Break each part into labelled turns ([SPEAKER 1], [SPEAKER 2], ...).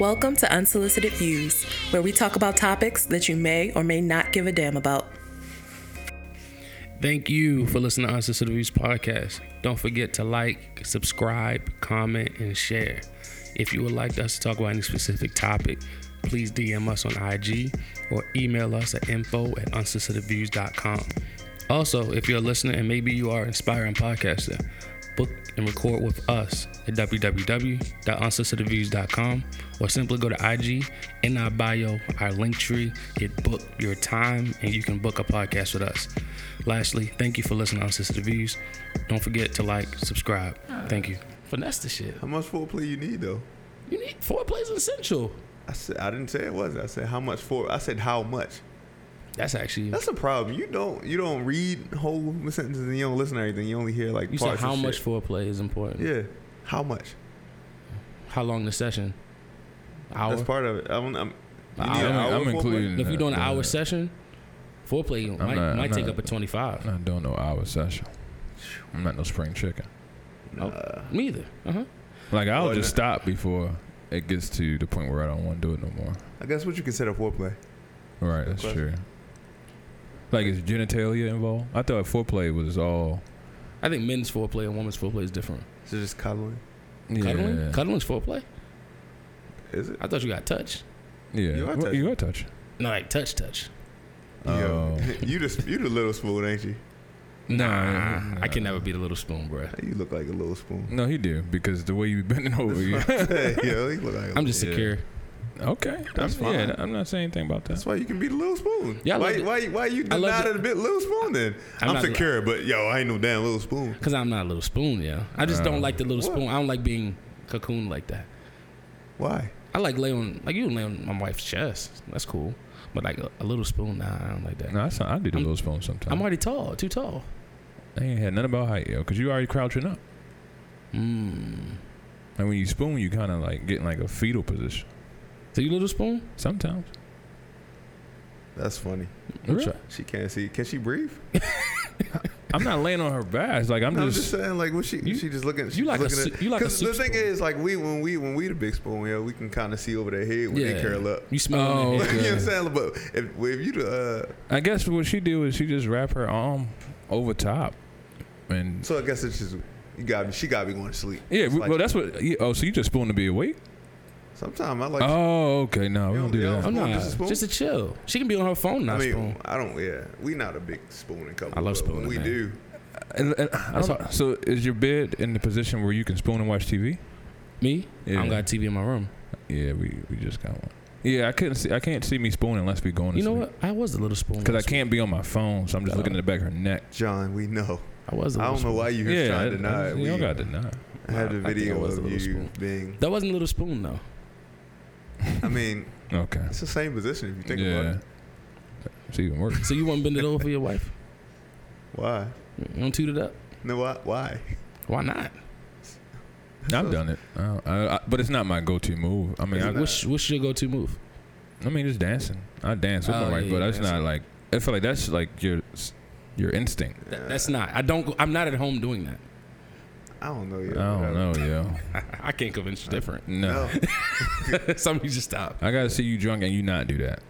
[SPEAKER 1] Welcome to Unsolicited Views, where we talk about topics that you may or may not give a damn about.
[SPEAKER 2] Thank you for listening to Unsolicited Views podcast. Don't forget to like, subscribe, comment, and share. If you would like us to talk about any specific topic, please DM us on IG or email us at info at unsolicitedviews.com. Also, if you're a listener and maybe you are an inspiring podcaster, book and record with us at www.unsolicitedviews.com or simply go to IG in our bio, our link tree, hit book your time, and you can book a podcast with us. Lastly, thank you for listening to Unsolicited Views. Don't forget to like, subscribe. Thank you. Finesse the shit.
[SPEAKER 3] How much foreplay you need though?
[SPEAKER 2] You need four plays essential.
[SPEAKER 3] I said I didn't say it was. I said how much for? I said how much.
[SPEAKER 2] That's actually
[SPEAKER 3] That's a problem. You don't you don't read whole sentences and you don't listen to everything. You only hear like
[SPEAKER 2] you said
[SPEAKER 3] parts
[SPEAKER 2] how
[SPEAKER 3] and
[SPEAKER 2] much
[SPEAKER 3] shit.
[SPEAKER 2] foreplay is important.
[SPEAKER 3] Yeah, how much?
[SPEAKER 2] How long the session? Hour.
[SPEAKER 3] That's part of it. I'm, I'm, you
[SPEAKER 2] An
[SPEAKER 3] need
[SPEAKER 2] hour.
[SPEAKER 3] an hour
[SPEAKER 4] I'm, I'm
[SPEAKER 3] foreplay?
[SPEAKER 4] including.
[SPEAKER 2] if you're
[SPEAKER 4] that,
[SPEAKER 2] doing an
[SPEAKER 4] yeah.
[SPEAKER 2] hour session, foreplay might,
[SPEAKER 4] not-
[SPEAKER 2] might
[SPEAKER 4] I'm
[SPEAKER 2] take
[SPEAKER 4] not-
[SPEAKER 2] up a twenty five.
[SPEAKER 4] I'm not doing no hour session. I'm not no spring chicken.
[SPEAKER 2] Oh.
[SPEAKER 3] Nah.
[SPEAKER 2] Me either. Uh huh.
[SPEAKER 4] Like I'll
[SPEAKER 3] Well,
[SPEAKER 4] just
[SPEAKER 3] no.
[SPEAKER 4] stop before it gets to the point where I don't want to do it no more.
[SPEAKER 3] I guess what you consider foreplay.
[SPEAKER 4] All right, that's
[SPEAKER 3] Good
[SPEAKER 4] true. Like is genitalia involved? I thought foreplay was all.
[SPEAKER 2] I think men's foreplay and women's foreplay is different.
[SPEAKER 3] Is it just cuddling?
[SPEAKER 4] Yeah,
[SPEAKER 2] Cuddling, cuddling's foreplay.
[SPEAKER 3] Is it?
[SPEAKER 2] I thought you got touch.
[SPEAKER 4] yeah.
[SPEAKER 3] You are
[SPEAKER 4] Well, You are touch.
[SPEAKER 2] No, like touch, touch.
[SPEAKER 4] Oh.
[SPEAKER 3] Yo, you the you the little spoon, ain't you?
[SPEAKER 4] Nah,
[SPEAKER 2] I can never be the little spoon, bruh.
[SPEAKER 3] You look like a little spoon.
[SPEAKER 4] No, he do because the way you bending over.
[SPEAKER 3] That's
[SPEAKER 4] You.
[SPEAKER 3] what I'm saying, yo, you look like a
[SPEAKER 2] I'm just
[SPEAKER 3] little-
[SPEAKER 4] Yeah.
[SPEAKER 2] secure.
[SPEAKER 4] okay,
[SPEAKER 3] That's
[SPEAKER 4] I'm,
[SPEAKER 3] fine.
[SPEAKER 4] Yeah, I'm not saying anything about
[SPEAKER 3] That's
[SPEAKER 4] that.
[SPEAKER 3] why you can be the little spoon.
[SPEAKER 2] Yeah, I
[SPEAKER 3] why,
[SPEAKER 2] love it.
[SPEAKER 3] why why you
[SPEAKER 2] I love
[SPEAKER 3] denied
[SPEAKER 2] it.
[SPEAKER 3] it a bit, little spoon? Then
[SPEAKER 2] I'm
[SPEAKER 3] I'm,
[SPEAKER 2] not-
[SPEAKER 3] secure, but yo, I ain't no damn little spoon.
[SPEAKER 2] Cause I'm not a little spoon, yeah. I just
[SPEAKER 4] Uh,
[SPEAKER 2] don't like the little
[SPEAKER 3] what?
[SPEAKER 2] spoon. I don't like being cocooned like that.
[SPEAKER 3] Why?
[SPEAKER 2] I like lay on like you lay on my wife's chest. That's cool. But like a, a little spoon, nah, I don't like that.
[SPEAKER 4] No, that's not, I do the
[SPEAKER 2] I'm-
[SPEAKER 4] little spoon sometimes.
[SPEAKER 2] I'm already tall, too tall.
[SPEAKER 4] I ain't had nothing about height, yo, because you already crouching up.
[SPEAKER 2] Mm.
[SPEAKER 4] And when you spoon, you kind of like getting like a fetal position.
[SPEAKER 2] So you little spoon?
[SPEAKER 4] Sometimes.
[SPEAKER 3] That's funny.
[SPEAKER 4] I'm,
[SPEAKER 2] Really?
[SPEAKER 4] try-
[SPEAKER 3] She can't see. Can she breathe?
[SPEAKER 4] I'm not laying on her back. Like I'm
[SPEAKER 3] No, I'm just
[SPEAKER 4] just.
[SPEAKER 3] saying, like, what she
[SPEAKER 2] You-
[SPEAKER 3] she just looking.
[SPEAKER 2] you like a
[SPEAKER 3] looking
[SPEAKER 2] su- you like a
[SPEAKER 3] 'cause the
[SPEAKER 2] soup
[SPEAKER 3] thing
[SPEAKER 2] spoon.
[SPEAKER 3] is, like, we when we when we the big spoon, yeah, we can kind of see over their head when
[SPEAKER 2] Yeah.
[SPEAKER 3] they curl up.
[SPEAKER 2] You smell
[SPEAKER 4] Oh,
[SPEAKER 2] it.
[SPEAKER 4] okay.
[SPEAKER 3] you know what I'm saying? But if, if you the uh,
[SPEAKER 4] I guess what she do is she just wrap her arm over top, and
[SPEAKER 3] so I guess it's just you got she got to be going to sleep.
[SPEAKER 4] yeah.
[SPEAKER 3] It's
[SPEAKER 4] we-
[SPEAKER 3] like-
[SPEAKER 4] well, that's what. yeah, Oh, so you just spoon to be awake?
[SPEAKER 3] Sometimes I like.
[SPEAKER 4] oh, okay. No, we
[SPEAKER 3] You
[SPEAKER 4] don't
[SPEAKER 3] don't-
[SPEAKER 4] do
[SPEAKER 3] you
[SPEAKER 4] that.
[SPEAKER 2] I'm
[SPEAKER 3] Come on,
[SPEAKER 2] not
[SPEAKER 3] just a spoon?
[SPEAKER 2] Oh, just a chill. She can be on her phone,
[SPEAKER 3] I
[SPEAKER 2] not
[SPEAKER 3] mean,
[SPEAKER 2] spoon.
[SPEAKER 3] I don't. Yeah, we not a big spooning couple.
[SPEAKER 2] I love
[SPEAKER 3] but when
[SPEAKER 2] spooning,
[SPEAKER 3] We
[SPEAKER 2] man.
[SPEAKER 3] do.
[SPEAKER 4] And- and I
[SPEAKER 2] That's
[SPEAKER 4] don't-
[SPEAKER 2] all-
[SPEAKER 4] so is your bed in the position where you can spoon and watch TV?
[SPEAKER 2] Me? I
[SPEAKER 4] Yeah.
[SPEAKER 2] don't got a TV in my room.
[SPEAKER 4] Yeah, we, we just got one. Yeah, I couldn't see. I can't see me spoon unless we going. To
[SPEAKER 2] You know what? I was the little spoon.
[SPEAKER 4] Because I
[SPEAKER 2] last
[SPEAKER 4] can't be on my phone, so I'm just
[SPEAKER 2] Uh,
[SPEAKER 4] looking at the back of her neck.
[SPEAKER 3] John, we know.
[SPEAKER 2] week. I was. The
[SPEAKER 3] I
[SPEAKER 2] little
[SPEAKER 3] don't know
[SPEAKER 2] spoon.
[SPEAKER 3] why you was
[SPEAKER 4] yeah,
[SPEAKER 3] trying to deny it.
[SPEAKER 4] you
[SPEAKER 3] We
[SPEAKER 4] don't got to deny.
[SPEAKER 3] I
[SPEAKER 2] I
[SPEAKER 3] have the
[SPEAKER 2] think I
[SPEAKER 3] video
[SPEAKER 2] was a
[SPEAKER 3] of
[SPEAKER 2] little
[SPEAKER 3] you
[SPEAKER 2] spoon.
[SPEAKER 3] being.
[SPEAKER 2] That wasn't little spoon though.
[SPEAKER 3] I mean,
[SPEAKER 4] Okay.
[SPEAKER 3] it's the same position if you think
[SPEAKER 4] yeah.
[SPEAKER 3] about it.
[SPEAKER 4] It's even worse.
[SPEAKER 2] So you want to bend it over for your wife?
[SPEAKER 3] Why?
[SPEAKER 2] You don't toot it up?
[SPEAKER 3] No, why? Why?
[SPEAKER 2] Why not?
[SPEAKER 4] I've done it, I, don't- I, I, but it's not my go-to move. I mean,
[SPEAKER 3] It's
[SPEAKER 4] I,
[SPEAKER 3] not.
[SPEAKER 2] What's what's your go-to move?
[SPEAKER 4] I mean, just dancing. I dance with
[SPEAKER 2] Oh,
[SPEAKER 4] my wife,
[SPEAKER 2] yeah,
[SPEAKER 4] but
[SPEAKER 2] yeah,
[SPEAKER 4] that's not like. I feel like that's like your your instinct.
[SPEAKER 2] Th- That's not. I don't. go- I'm not at home doing that.
[SPEAKER 3] I don't know. Yet,
[SPEAKER 4] I don't know, yo.
[SPEAKER 2] I can't convince you different.
[SPEAKER 4] No,
[SPEAKER 2] Somebody just stop.
[SPEAKER 4] I gotta see you drunk and you not do that.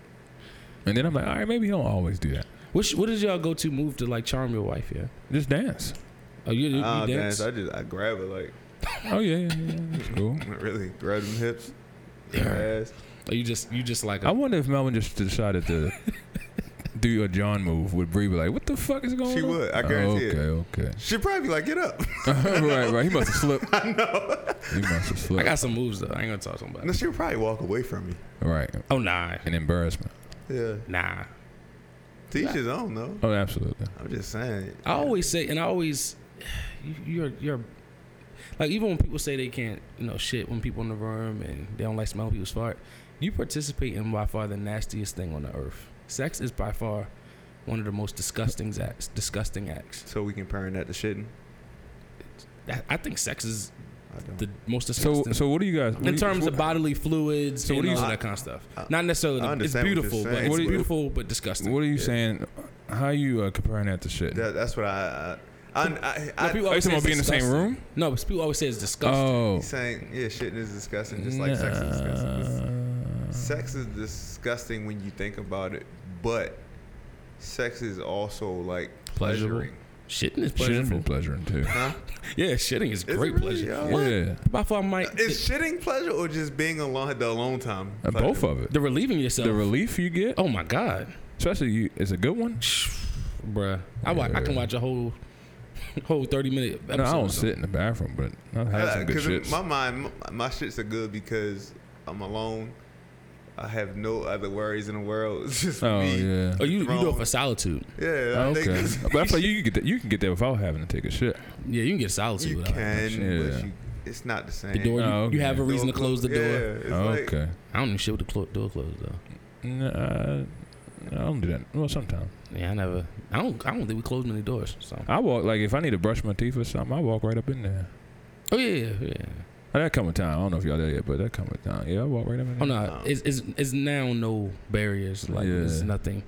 [SPEAKER 4] And then I'm like, all right, maybe you don't always do that.
[SPEAKER 2] What's, what is y'all go-to move to like charm your wife? Yeah.
[SPEAKER 4] Just dance.
[SPEAKER 2] Oh, you, you, you
[SPEAKER 3] I don't
[SPEAKER 2] dance.
[SPEAKER 3] dance. I just I grab her like
[SPEAKER 4] Oh yeah, yeah, yeah. That's cool.
[SPEAKER 3] not really grab them hips, her ass.
[SPEAKER 2] Or you just you just like.
[SPEAKER 4] I
[SPEAKER 2] A,
[SPEAKER 4] wonder if Melvin just decided to do a John move. Would Bree be like, what the fuck is going
[SPEAKER 3] She
[SPEAKER 4] on?
[SPEAKER 3] would, I guarantee it.
[SPEAKER 4] okay, Okay,
[SPEAKER 3] She'd probably be like, "Get up!"
[SPEAKER 4] right, right. He must have slipped. I know. He must have
[SPEAKER 2] I
[SPEAKER 4] slipped.
[SPEAKER 2] got some moves though. I ain't gonna talk to them about.
[SPEAKER 3] no,
[SPEAKER 2] It.
[SPEAKER 3] she would probably walk away from me.
[SPEAKER 4] Right.
[SPEAKER 2] Oh nah,
[SPEAKER 4] An embarrassment.
[SPEAKER 3] Yeah,
[SPEAKER 2] nah.
[SPEAKER 3] teachers don't know.
[SPEAKER 4] Oh, absolutely.
[SPEAKER 3] I'm just saying.
[SPEAKER 2] I always say, and I always, you- you're you're like even when people say they can't, you know, shit when people in the room and they don't like smelling people's fart, you participate in by far the nastiest thing on the earth. Sex is by far one of the most disgusting acts. Disgusting acts.
[SPEAKER 3] So we can parent that to shitting.
[SPEAKER 2] That- I think sex is
[SPEAKER 3] I don't.
[SPEAKER 2] the most
[SPEAKER 4] So,
[SPEAKER 2] disgusting.
[SPEAKER 4] so what do you guys? what do
[SPEAKER 2] in
[SPEAKER 4] you-
[SPEAKER 2] terms
[SPEAKER 4] what-
[SPEAKER 2] of bodily fluids
[SPEAKER 4] So
[SPEAKER 2] so
[SPEAKER 4] what
[SPEAKER 2] and
[SPEAKER 4] do you-
[SPEAKER 2] all that kind of stuff,
[SPEAKER 3] I-
[SPEAKER 2] not necessarily.
[SPEAKER 3] I
[SPEAKER 2] it's
[SPEAKER 3] understand what you're
[SPEAKER 2] beautiful, but
[SPEAKER 3] saying,
[SPEAKER 2] it's
[SPEAKER 4] but-
[SPEAKER 2] beautiful but disgusting.
[SPEAKER 4] What are you saying? How you uh, comparing that to shit?
[SPEAKER 3] That, that's what I, I, I, I,
[SPEAKER 2] people
[SPEAKER 4] Are
[SPEAKER 2] always
[SPEAKER 4] you talking
[SPEAKER 2] say
[SPEAKER 4] about
[SPEAKER 2] it's
[SPEAKER 4] being in the same
[SPEAKER 2] disgusting.
[SPEAKER 4] room?
[SPEAKER 2] No, but people always say it's disgusting.
[SPEAKER 4] Oh.
[SPEAKER 3] saying yeah, shit is disgusting, just like sex is disgusting. Sex is disgusting when you think about it, but sex is also like
[SPEAKER 2] Pleasurable.
[SPEAKER 3] pleasuring.
[SPEAKER 4] Oh.
[SPEAKER 2] shitting is
[SPEAKER 4] Shouldn't
[SPEAKER 2] pleasurable.
[SPEAKER 4] be pleasuring too.
[SPEAKER 3] Huh?
[SPEAKER 2] Yeah, shitting is
[SPEAKER 3] it
[SPEAKER 2] great
[SPEAKER 3] really?
[SPEAKER 2] pleasure.
[SPEAKER 3] Yeah.
[SPEAKER 2] What?
[SPEAKER 4] Yeah.
[SPEAKER 2] By far, Mike,
[SPEAKER 3] Is shitting pleasure or just being alone the alone time?
[SPEAKER 4] Uh,
[SPEAKER 3] pleasure?
[SPEAKER 4] both of it.
[SPEAKER 2] the relieving yourself.
[SPEAKER 4] The relief you get,
[SPEAKER 2] oh my god,
[SPEAKER 4] especially you, it's a good one.
[SPEAKER 2] bruh. I, wa- I can
[SPEAKER 4] Yeah.
[SPEAKER 2] watch a whole whole thirty minute. Episode
[SPEAKER 4] No, I
[SPEAKER 2] or
[SPEAKER 4] don't
[SPEAKER 2] something.
[SPEAKER 4] sit in the bathroom, but I've had some good
[SPEAKER 3] Because in
[SPEAKER 4] shits.
[SPEAKER 3] my mind, my, my shits are good because I'm alone. I have no other worries in the world. It's just
[SPEAKER 4] oh
[SPEAKER 3] me.
[SPEAKER 4] yeah.
[SPEAKER 2] Oh, you, you do it
[SPEAKER 3] Wrong.
[SPEAKER 2] for solitude.
[SPEAKER 3] Yeah.
[SPEAKER 4] Oh,
[SPEAKER 3] I think
[SPEAKER 4] okay,
[SPEAKER 3] it's-
[SPEAKER 4] but I feel like you can get that, you can get there without having to take a shit.
[SPEAKER 2] Yeah, you can get solitude.
[SPEAKER 3] you
[SPEAKER 2] without-
[SPEAKER 3] can,
[SPEAKER 4] Yeah.
[SPEAKER 3] but you, it's not the same.
[SPEAKER 2] The door, you,
[SPEAKER 4] Oh,
[SPEAKER 2] you have a
[SPEAKER 4] okay.
[SPEAKER 2] reason to close the door.
[SPEAKER 3] Yeah, it's like-
[SPEAKER 4] okay.
[SPEAKER 2] I don't even shit with the clo- door closed though.
[SPEAKER 4] Nah, I I don't do that. Well, sometimes
[SPEAKER 2] Yeah, I never. I don't. I don't think we close many doors. So.
[SPEAKER 4] I walk like if I need to brush my teeth or something, I walk right up in there.
[SPEAKER 2] Oh yeah, yeah. yeah.
[SPEAKER 4] Oh, that come a time. I don't know if y'all there yet, but that come a time. Yeah, I walk right up in
[SPEAKER 2] Oh
[SPEAKER 4] there.
[SPEAKER 2] no,
[SPEAKER 3] Um,
[SPEAKER 2] it's, it's it's now no barriers. Like
[SPEAKER 4] Yeah.
[SPEAKER 2] it's nothing.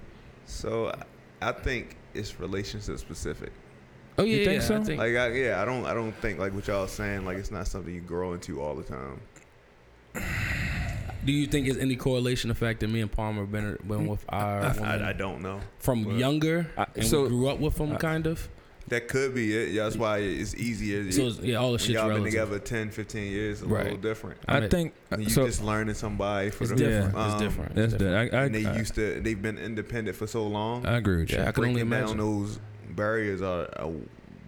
[SPEAKER 3] So I- I think it's relationship specific.
[SPEAKER 2] Oh yeah,
[SPEAKER 4] You think
[SPEAKER 2] yeah, I
[SPEAKER 4] so?
[SPEAKER 2] think
[SPEAKER 3] Like I, yeah, I don't I don't think like what y'all saying like it's not something you grow into all the time.
[SPEAKER 2] Do you think there's any correlation effect that me and Palmer have been,
[SPEAKER 4] Mm,
[SPEAKER 2] been with our woman
[SPEAKER 3] I, I don't know.
[SPEAKER 2] from
[SPEAKER 3] but-
[SPEAKER 2] younger
[SPEAKER 4] I-
[SPEAKER 2] and
[SPEAKER 4] so-
[SPEAKER 2] we grew up with them kind of?
[SPEAKER 3] That could be it. Yeah, that's why it's easier.
[SPEAKER 2] So it's, yeah, all the
[SPEAKER 3] when
[SPEAKER 2] shit's
[SPEAKER 3] y'all
[SPEAKER 2] relative.
[SPEAKER 3] been together 10, 15 years, a little
[SPEAKER 2] Right.
[SPEAKER 3] different.
[SPEAKER 2] I
[SPEAKER 4] I
[SPEAKER 2] mean,
[SPEAKER 4] think
[SPEAKER 3] And you
[SPEAKER 4] Uh, so.
[SPEAKER 3] just learning somebody for
[SPEAKER 2] It's
[SPEAKER 3] the
[SPEAKER 2] different.
[SPEAKER 3] um,
[SPEAKER 2] it's different. It's
[SPEAKER 4] That's
[SPEAKER 2] different.
[SPEAKER 4] that. I, I,
[SPEAKER 3] and they
[SPEAKER 4] I,
[SPEAKER 3] used to they've been independent for so long.
[SPEAKER 4] I agree with you.
[SPEAKER 2] Yeah, I can
[SPEAKER 3] breaking
[SPEAKER 2] only imagine.
[SPEAKER 3] down those barriers are, are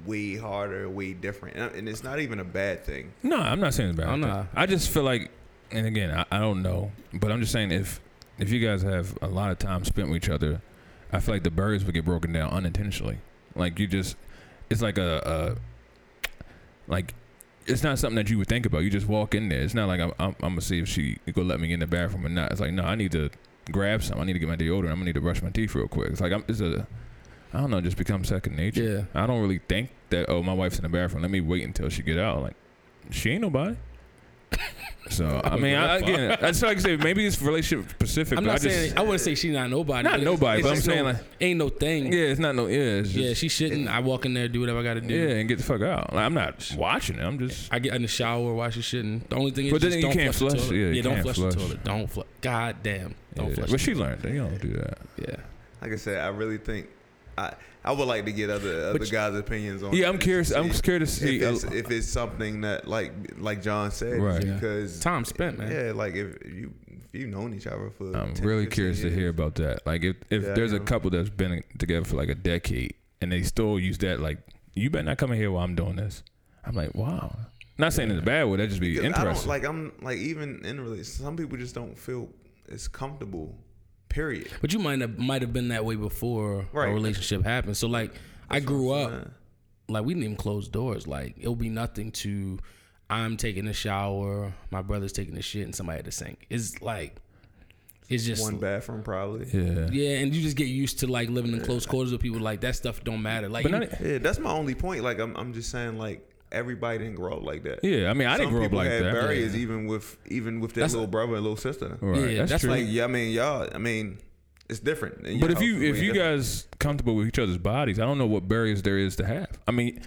[SPEAKER 3] way harder, way different, and, and it's not even a bad thing.
[SPEAKER 4] No, I'm not saying it's bad.
[SPEAKER 2] Oh,
[SPEAKER 4] I,
[SPEAKER 2] no.
[SPEAKER 4] I just feel like, and again, I, I don't know, but I'm just saying if if you guys have a lot of time spent with each other, I feel like the barriers would get broken down unintentionally. Like you just, it's like a, a like. It's not something that you would think about. You just walk in there. It's not like I'm, I'm, I'm gonna see if she gonna let me in the bathroom or not. It's like no, I need to grab something. I need to get my deodorant. I'm gonna need to brush my teeth real quick. It's like I'm, it's a, I don't know, it just become second nature.
[SPEAKER 2] yeah.
[SPEAKER 4] I don't really think that. Oh, my wife's in the bathroom. Let me wait until she get out. Like, she ain't nobody. So I mean, I, again, that's like I say. Maybe it's relationship specific.
[SPEAKER 2] I'm
[SPEAKER 4] but
[SPEAKER 2] not
[SPEAKER 4] I just,
[SPEAKER 2] saying I wouldn't say she not nobody.
[SPEAKER 4] Not
[SPEAKER 2] but it's-
[SPEAKER 4] nobody,
[SPEAKER 2] it's
[SPEAKER 4] but I'm
[SPEAKER 2] just
[SPEAKER 4] saying,
[SPEAKER 2] no-
[SPEAKER 4] like-
[SPEAKER 2] ain't no thing.
[SPEAKER 4] Yeah, it's not no. Yeah, it's just,
[SPEAKER 2] Yeah, she shouldn't. I walk in there, do whatever I got to do.
[SPEAKER 4] yeah, and get the fuck out. Like, I'm not watching it. I'm just.
[SPEAKER 2] I get in the shower while she shouldn't. The only thing is,
[SPEAKER 4] But then
[SPEAKER 2] just
[SPEAKER 4] you
[SPEAKER 2] don't
[SPEAKER 4] can't
[SPEAKER 2] flush. the
[SPEAKER 4] flush.
[SPEAKER 2] toilet.
[SPEAKER 4] Yeah, you
[SPEAKER 2] don't
[SPEAKER 4] can't
[SPEAKER 2] flush, the
[SPEAKER 4] flush.
[SPEAKER 2] toilet. Don't flush. God damn, don't
[SPEAKER 4] yeah.
[SPEAKER 2] flush.
[SPEAKER 4] But
[SPEAKER 2] the
[SPEAKER 4] she
[SPEAKER 2] toilet.
[SPEAKER 4] learned. that. You don't do that.
[SPEAKER 2] Yeah.
[SPEAKER 3] Like I said, I really think I I would like to get other other
[SPEAKER 2] But you-
[SPEAKER 3] guys' opinions on.
[SPEAKER 4] Yeah, I'm
[SPEAKER 3] this
[SPEAKER 4] curious.
[SPEAKER 3] and
[SPEAKER 4] I'm
[SPEAKER 3] see
[SPEAKER 4] scared to see. uh,
[SPEAKER 3] If it's, if it's something that like like John said,
[SPEAKER 4] Right.
[SPEAKER 2] Yeah.
[SPEAKER 3] because
[SPEAKER 2] Time spent, man.
[SPEAKER 3] yeah, like if you if you've known each other for,
[SPEAKER 4] I'm
[SPEAKER 3] 10,
[SPEAKER 4] really
[SPEAKER 3] 15
[SPEAKER 4] curious to
[SPEAKER 3] years,
[SPEAKER 4] hear about that. Like, if if
[SPEAKER 3] Yeah, I
[SPEAKER 4] there's a
[SPEAKER 3] know.
[SPEAKER 4] couple that's been together for like a decade and they still use that, like, you better not come in here while I'm doing this. I'm like, wow. Not saying it's a bad way. That just be
[SPEAKER 3] Because I don't
[SPEAKER 4] interesting.
[SPEAKER 3] like I'm like even in a relationship, some people just don't feel as comfortable. Period.
[SPEAKER 2] But you might have might have been that way before
[SPEAKER 3] Right.
[SPEAKER 2] our relationship happened. So like I grew up
[SPEAKER 3] saying.
[SPEAKER 2] like we didn't even close doors. Like it'll be nothing to I'm taking a shower, my brother's taking a shit, and somebody at the sink. It's like it's just
[SPEAKER 3] One bathroom probably.
[SPEAKER 4] yeah.
[SPEAKER 2] yeah, and you just get used to like living in close quarters with people. Like that stuff don't matter. Like
[SPEAKER 4] But
[SPEAKER 2] you-
[SPEAKER 4] not, e-,
[SPEAKER 3] Yeah, that's my only point. Like I'm, I'm just saying, like everybody didn't grow up like that.
[SPEAKER 4] yeah, I mean, I didn't
[SPEAKER 3] Some
[SPEAKER 4] grow up
[SPEAKER 3] people
[SPEAKER 4] like
[SPEAKER 3] had
[SPEAKER 4] that.
[SPEAKER 3] barriers even with even with their
[SPEAKER 2] That's-
[SPEAKER 3] little brother and little sister.
[SPEAKER 4] Right,
[SPEAKER 2] Yeah,
[SPEAKER 4] that's,
[SPEAKER 2] that's
[SPEAKER 4] true.
[SPEAKER 3] Like yeah, I mean y'all. I mean it's different. in
[SPEAKER 4] but
[SPEAKER 3] your
[SPEAKER 4] if you
[SPEAKER 3] house,
[SPEAKER 4] if
[SPEAKER 3] way
[SPEAKER 4] you
[SPEAKER 3] different.
[SPEAKER 4] guys comfortable with each other's bodies, I don't know what barriers there is to have. I mean,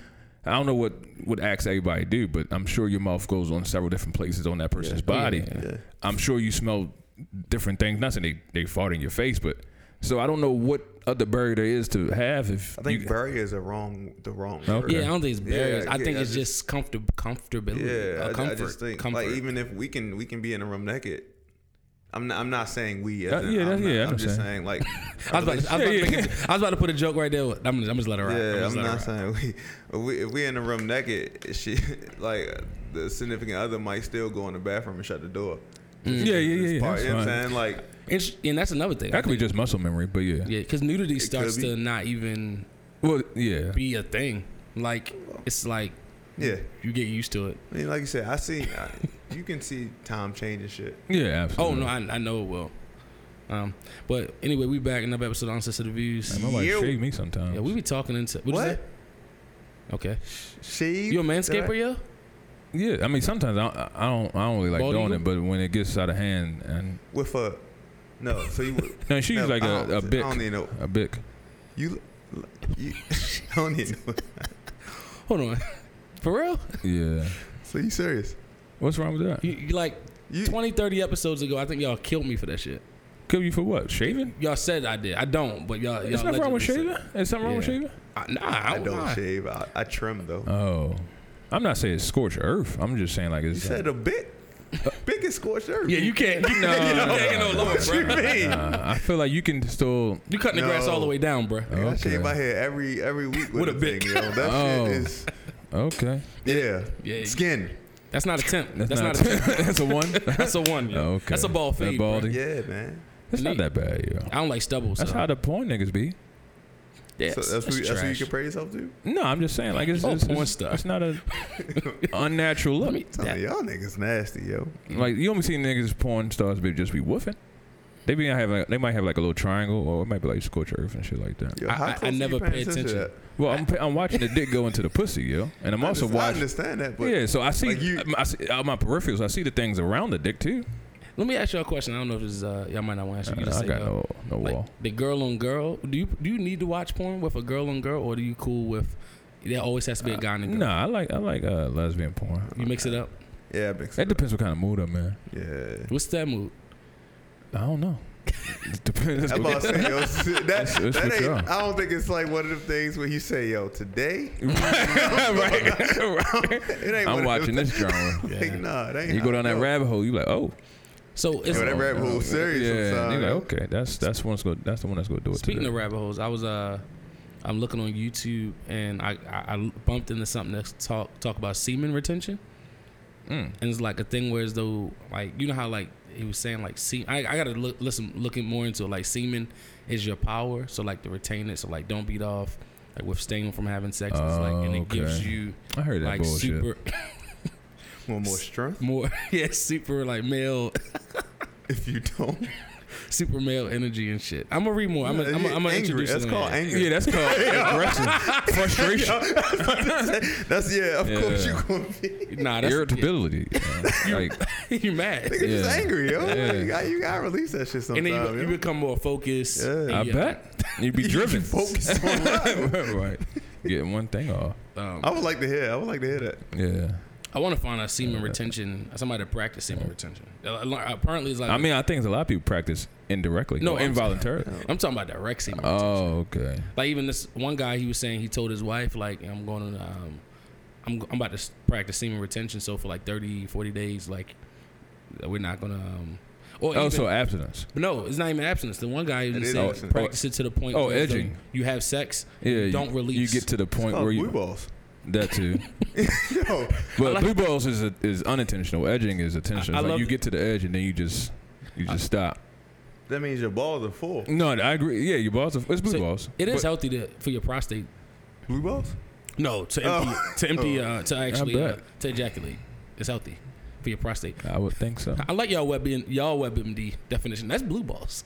[SPEAKER 4] I don't know what what acts everybody do, but I'm sure your mouth goes on several different places on that person's
[SPEAKER 3] Oh,
[SPEAKER 4] body.
[SPEAKER 2] Yeah.
[SPEAKER 4] I'm sure you smell different things. Not saying they they fart in your face, but so I don't know what other barrier there is to have. If
[SPEAKER 3] I think
[SPEAKER 4] you,
[SPEAKER 3] barriers are wrong. The wrong.
[SPEAKER 4] Okay.
[SPEAKER 3] word.
[SPEAKER 2] Yeah, I don't think it's
[SPEAKER 3] Yeah,
[SPEAKER 2] barriers. I
[SPEAKER 3] yeah,
[SPEAKER 2] think
[SPEAKER 3] I
[SPEAKER 2] it's just, comfortable, comfortability.
[SPEAKER 3] Yeah,
[SPEAKER 2] uh,
[SPEAKER 3] I-
[SPEAKER 2] comfort,
[SPEAKER 3] I, just think
[SPEAKER 2] comfort.
[SPEAKER 3] like even if we can we can be in a room naked. I'm not. I'm not saying we. As
[SPEAKER 4] Uh,
[SPEAKER 3] in,
[SPEAKER 4] yeah,
[SPEAKER 3] I'm,
[SPEAKER 4] that's-
[SPEAKER 3] not,
[SPEAKER 4] yeah, I
[SPEAKER 3] I'm just
[SPEAKER 4] understand.
[SPEAKER 3] saying like.
[SPEAKER 2] I was, about to, I, was
[SPEAKER 4] Yeah,
[SPEAKER 2] about to
[SPEAKER 4] yeah.
[SPEAKER 2] make a- I was about to put a joke right there. I'm gonna, I'm just let it ride.
[SPEAKER 3] Yeah,
[SPEAKER 2] just
[SPEAKER 3] I'm
[SPEAKER 2] let it
[SPEAKER 3] not
[SPEAKER 2] ride.
[SPEAKER 3] saying we, if we if we in the room naked, she like the significant other might still go in the bathroom and shut the door.
[SPEAKER 4] Mm. yeah, yeah, yeah, yeah.
[SPEAKER 3] Part-
[SPEAKER 4] that's
[SPEAKER 3] you know what I'm
[SPEAKER 4] fine.
[SPEAKER 3] saying? Like
[SPEAKER 2] And, sh- and that's another thing. I
[SPEAKER 4] That could be
[SPEAKER 2] think-
[SPEAKER 4] just muscle memory, but yeah.
[SPEAKER 2] yeah, because nudity starts
[SPEAKER 3] be.
[SPEAKER 2] to not even
[SPEAKER 4] Well, yeah.
[SPEAKER 2] be a thing. Like it's like
[SPEAKER 3] yeah.
[SPEAKER 2] you get used to it.
[SPEAKER 3] I mean, like you said, I see I, you can see time changing shit.
[SPEAKER 4] Yeah,
[SPEAKER 2] Oh
[SPEAKER 4] absolutely.
[SPEAKER 2] no, I, I know it will. Um, but anyway, we back another episode on sensitive views.
[SPEAKER 4] Like, my wife
[SPEAKER 3] You-
[SPEAKER 4] shave me sometimes.
[SPEAKER 2] Yeah, we be talking into what'd you
[SPEAKER 3] What?
[SPEAKER 2] say? Okay,
[SPEAKER 3] She
[SPEAKER 2] you a
[SPEAKER 3] Did I-
[SPEAKER 2] manscaper, yo?
[SPEAKER 4] Yeah, I mean sometimes I don't, I don't I don't really like
[SPEAKER 2] Bald
[SPEAKER 4] doing
[SPEAKER 2] eagle?
[SPEAKER 4] it, but when it gets out of hand and
[SPEAKER 3] with a no. So you
[SPEAKER 4] no, she
[SPEAKER 3] no,
[SPEAKER 4] used like
[SPEAKER 3] I don't- e-
[SPEAKER 4] a, a
[SPEAKER 3] I
[SPEAKER 4] bic,
[SPEAKER 3] don't even know
[SPEAKER 4] a bic.
[SPEAKER 3] you. you I don't even know.
[SPEAKER 2] Hold on. For real?
[SPEAKER 4] Yeah.
[SPEAKER 3] So you serious?
[SPEAKER 4] What's wrong with that?
[SPEAKER 2] You, you like
[SPEAKER 3] You,
[SPEAKER 2] 20, 30 episodes ago, I think y'all killed me for that shit.
[SPEAKER 4] Kill you for what? Shaving?
[SPEAKER 2] Y'all said I did. I don't, but y'all.
[SPEAKER 4] There's
[SPEAKER 2] y'all
[SPEAKER 4] nothing wrong with
[SPEAKER 2] allegedly
[SPEAKER 4] shaving. There's something wrong with
[SPEAKER 2] Yeah.
[SPEAKER 4] shaving.
[SPEAKER 2] said- I, nah,
[SPEAKER 3] I
[SPEAKER 2] I don't.
[SPEAKER 3] don't
[SPEAKER 2] mind.
[SPEAKER 3] shave. I, I trim though.
[SPEAKER 4] Oh, I'm not saying it's scorched earth. I'm just saying like
[SPEAKER 3] you
[SPEAKER 4] it's.
[SPEAKER 3] said a bit.
[SPEAKER 4] Uh,
[SPEAKER 3] Big is scorched earth.
[SPEAKER 2] Yeah, you can't. You,
[SPEAKER 4] No,
[SPEAKER 2] you
[SPEAKER 4] no,
[SPEAKER 2] can't get no
[SPEAKER 4] no,
[SPEAKER 2] lower,
[SPEAKER 3] What you
[SPEAKER 2] bro.
[SPEAKER 3] mean?
[SPEAKER 4] uh, I feel like you can still.
[SPEAKER 2] You cutting the grass all the
[SPEAKER 3] No.
[SPEAKER 2] way down, bro.
[SPEAKER 3] Man, I
[SPEAKER 4] Okay.
[SPEAKER 3] shave my hair every every week with,
[SPEAKER 2] With a
[SPEAKER 3] a big.
[SPEAKER 2] bic.
[SPEAKER 3] Thing, yo. That
[SPEAKER 4] Oh.
[SPEAKER 3] shit is
[SPEAKER 4] Okay,
[SPEAKER 3] yeah.
[SPEAKER 2] Yeah.
[SPEAKER 3] Skin.
[SPEAKER 2] That's not a temp. That's, not, a temp.
[SPEAKER 4] that's a one.
[SPEAKER 2] That's a one. Yeah.
[SPEAKER 4] Oh, okay.
[SPEAKER 2] That's a ball
[SPEAKER 4] That
[SPEAKER 2] fade.
[SPEAKER 4] ball
[SPEAKER 2] bro.
[SPEAKER 4] thing.
[SPEAKER 3] Yeah, man.
[SPEAKER 4] That's not that bad, yo.
[SPEAKER 2] I don't like stubble.
[SPEAKER 4] That's
[SPEAKER 2] so.
[SPEAKER 4] how the porn niggas be.
[SPEAKER 2] Yeah, that's
[SPEAKER 3] so that's, what, that's what you
[SPEAKER 2] trash.
[SPEAKER 3] compare yourself to.
[SPEAKER 4] No, I'm just saying like it's
[SPEAKER 2] Oh,
[SPEAKER 4] it's,
[SPEAKER 2] porn
[SPEAKER 4] it's,
[SPEAKER 2] star.
[SPEAKER 4] it's not a unnatural
[SPEAKER 2] Let
[SPEAKER 4] look.
[SPEAKER 2] me-
[SPEAKER 3] Tell
[SPEAKER 2] that-
[SPEAKER 3] me, y'all niggas nasty, yo.
[SPEAKER 4] Mm-hmm. Like you only see niggas porn stars be just be woofing. They be have like, they might have like a little triangle or it might be like scorched earth and shit like that.
[SPEAKER 3] yo
[SPEAKER 2] I- I- I
[SPEAKER 3] are you
[SPEAKER 2] never
[SPEAKER 3] paying
[SPEAKER 2] pay
[SPEAKER 3] to
[SPEAKER 2] attention.
[SPEAKER 3] that?
[SPEAKER 4] Well, I'm I'm watching the dick go into the pussy, yo, and I'm
[SPEAKER 3] I
[SPEAKER 4] also
[SPEAKER 3] under- I
[SPEAKER 4] watching.
[SPEAKER 3] understand that, but
[SPEAKER 4] yeah, so I see,
[SPEAKER 3] like you-
[SPEAKER 4] I see on my peripherals. I see the things around the dick too.
[SPEAKER 2] Let me ask you a question. I don't know if this is uh, y'all might not want to ask you. you
[SPEAKER 4] Uh,
[SPEAKER 2] just say,
[SPEAKER 4] I got
[SPEAKER 2] uh,
[SPEAKER 4] no no
[SPEAKER 2] like,
[SPEAKER 4] wall.
[SPEAKER 2] the girl on girl. Do you do you need to watch porn with a girl on girl, or do you cool with? There always has to be a guy and a girl.
[SPEAKER 4] Nah, I like I like uh, lesbian porn.
[SPEAKER 2] You mix it up.
[SPEAKER 3] yeah, big.
[SPEAKER 4] That depends what kind of mood I'm in.
[SPEAKER 3] Yeah.
[SPEAKER 2] What's that mood?
[SPEAKER 4] I don't know. It depends.
[SPEAKER 3] That's what I'm saying, yo. That,
[SPEAKER 4] It's- it's
[SPEAKER 3] that
[SPEAKER 4] with
[SPEAKER 3] ain't,
[SPEAKER 4] y'all.
[SPEAKER 3] I don't think it's like one of the things where you say, yo, today,
[SPEAKER 4] right, right.
[SPEAKER 3] it ain't
[SPEAKER 4] I'm
[SPEAKER 3] one
[SPEAKER 4] watching
[SPEAKER 3] of
[SPEAKER 4] this drama.
[SPEAKER 3] them. Like, nah, that ain't
[SPEAKER 4] You go down that
[SPEAKER 3] yo,
[SPEAKER 4] rabbit hole, you like, oh,
[SPEAKER 2] So it's
[SPEAKER 3] Yo, that rabbit hole serious
[SPEAKER 4] Yeah,
[SPEAKER 3] sometimes.
[SPEAKER 4] you like, okay, that's that's one's go. That's the one that's gonna do it.
[SPEAKER 2] Speaking
[SPEAKER 4] today.
[SPEAKER 2] of rabbit holes, I was uh, I'm looking on YouTube and I, I, I bumped into something that's talk talk about semen retention,
[SPEAKER 4] Mm.
[SPEAKER 2] and it's like a thing where as though like you know how like he was saying like semen. I, I gotta look listen looking more into it. like semen is your power, so like to retain it, so like don't beat off, like abstain from having sex, it's like and it
[SPEAKER 4] Oh,
[SPEAKER 2] gives
[SPEAKER 4] okay.
[SPEAKER 2] you
[SPEAKER 4] I heard that
[SPEAKER 2] like
[SPEAKER 4] bullshit.
[SPEAKER 2] super
[SPEAKER 3] One more strength.
[SPEAKER 2] more yeah super like male
[SPEAKER 3] If you don't,
[SPEAKER 2] super male energy and shit. I'm gonna read more. I'm gonna I'm gonna- I'm gonna
[SPEAKER 3] angry.
[SPEAKER 2] introduce
[SPEAKER 3] That's
[SPEAKER 2] it on
[SPEAKER 3] called
[SPEAKER 2] here.
[SPEAKER 3] anger.
[SPEAKER 4] yeah, that's called aggression, frustration,
[SPEAKER 3] That's yeah. Of
[SPEAKER 4] Yeah.
[SPEAKER 3] course you gonna be.
[SPEAKER 2] Nah, that's
[SPEAKER 4] irritability. you know? Like,
[SPEAKER 2] you mad.
[SPEAKER 3] Nigga just
[SPEAKER 4] Yeah.
[SPEAKER 3] angry, yo.
[SPEAKER 4] Yeah.
[SPEAKER 3] You, gotta, you gotta release that shit
[SPEAKER 2] and
[SPEAKER 3] sometime.
[SPEAKER 2] then you, you
[SPEAKER 3] yo.
[SPEAKER 2] become more focused.
[SPEAKER 3] Yeah.
[SPEAKER 2] and
[SPEAKER 4] I
[SPEAKER 2] you-
[SPEAKER 4] bet you'd be driven.
[SPEAKER 3] focus on life.
[SPEAKER 4] right, getting one thing off.
[SPEAKER 2] um,
[SPEAKER 3] I would like to hear. I would like to hear that.
[SPEAKER 4] Yeah,
[SPEAKER 2] I want to find a semen retention, somebody to practice semen retention. Uh, like, Apparently, it's like
[SPEAKER 4] I mean, I think a lot of people practice indirectly,
[SPEAKER 2] No,
[SPEAKER 4] no,
[SPEAKER 2] I'm-
[SPEAKER 4] involuntarily.
[SPEAKER 2] I'm talking about direct semen.
[SPEAKER 4] Oh, okay.
[SPEAKER 2] like even this one guy, he was saying he told his wife like I'm going to um, I'm I'm about to s- practice semen retention. So for like 30, 40 days, like we're not gonna. Um, or
[SPEAKER 4] Oh,
[SPEAKER 2] even-
[SPEAKER 4] so abstinence.
[SPEAKER 2] no, it's not even abstinence. The one guy even
[SPEAKER 3] It is
[SPEAKER 2] said
[SPEAKER 3] abstinence.
[SPEAKER 2] practice it to the point.
[SPEAKER 4] Oh,
[SPEAKER 2] where it's
[SPEAKER 4] edging.
[SPEAKER 2] like You have sex,
[SPEAKER 4] Yeah,
[SPEAKER 2] you
[SPEAKER 4] you-
[SPEAKER 2] don't
[SPEAKER 4] You
[SPEAKER 2] release.
[SPEAKER 4] get to the point
[SPEAKER 3] Oh,
[SPEAKER 4] where you
[SPEAKER 3] blue balls.
[SPEAKER 4] that too.
[SPEAKER 3] Yo,
[SPEAKER 4] But
[SPEAKER 2] like-
[SPEAKER 4] blue balls is a, is unintentional. Edging is intentional.
[SPEAKER 2] I
[SPEAKER 4] It's
[SPEAKER 2] love
[SPEAKER 4] like you
[SPEAKER 2] it.
[SPEAKER 4] get to the edge and then you just you just stop.
[SPEAKER 3] that means your balls are full.
[SPEAKER 4] No, I agree. Yeah, your balls. Are, it's blue
[SPEAKER 2] So
[SPEAKER 4] balls.
[SPEAKER 2] it is
[SPEAKER 4] But
[SPEAKER 2] healthy to, for your prostate
[SPEAKER 3] Blue balls?
[SPEAKER 2] No, to empty,
[SPEAKER 3] Oh.
[SPEAKER 2] to empty, uh, to actually
[SPEAKER 4] bet.
[SPEAKER 2] uh, to ejaculate. It's healthy for your prostate.
[SPEAKER 4] I would think so.
[SPEAKER 2] I like y'all WebMD, y'all WebMD definition. That's blue balls.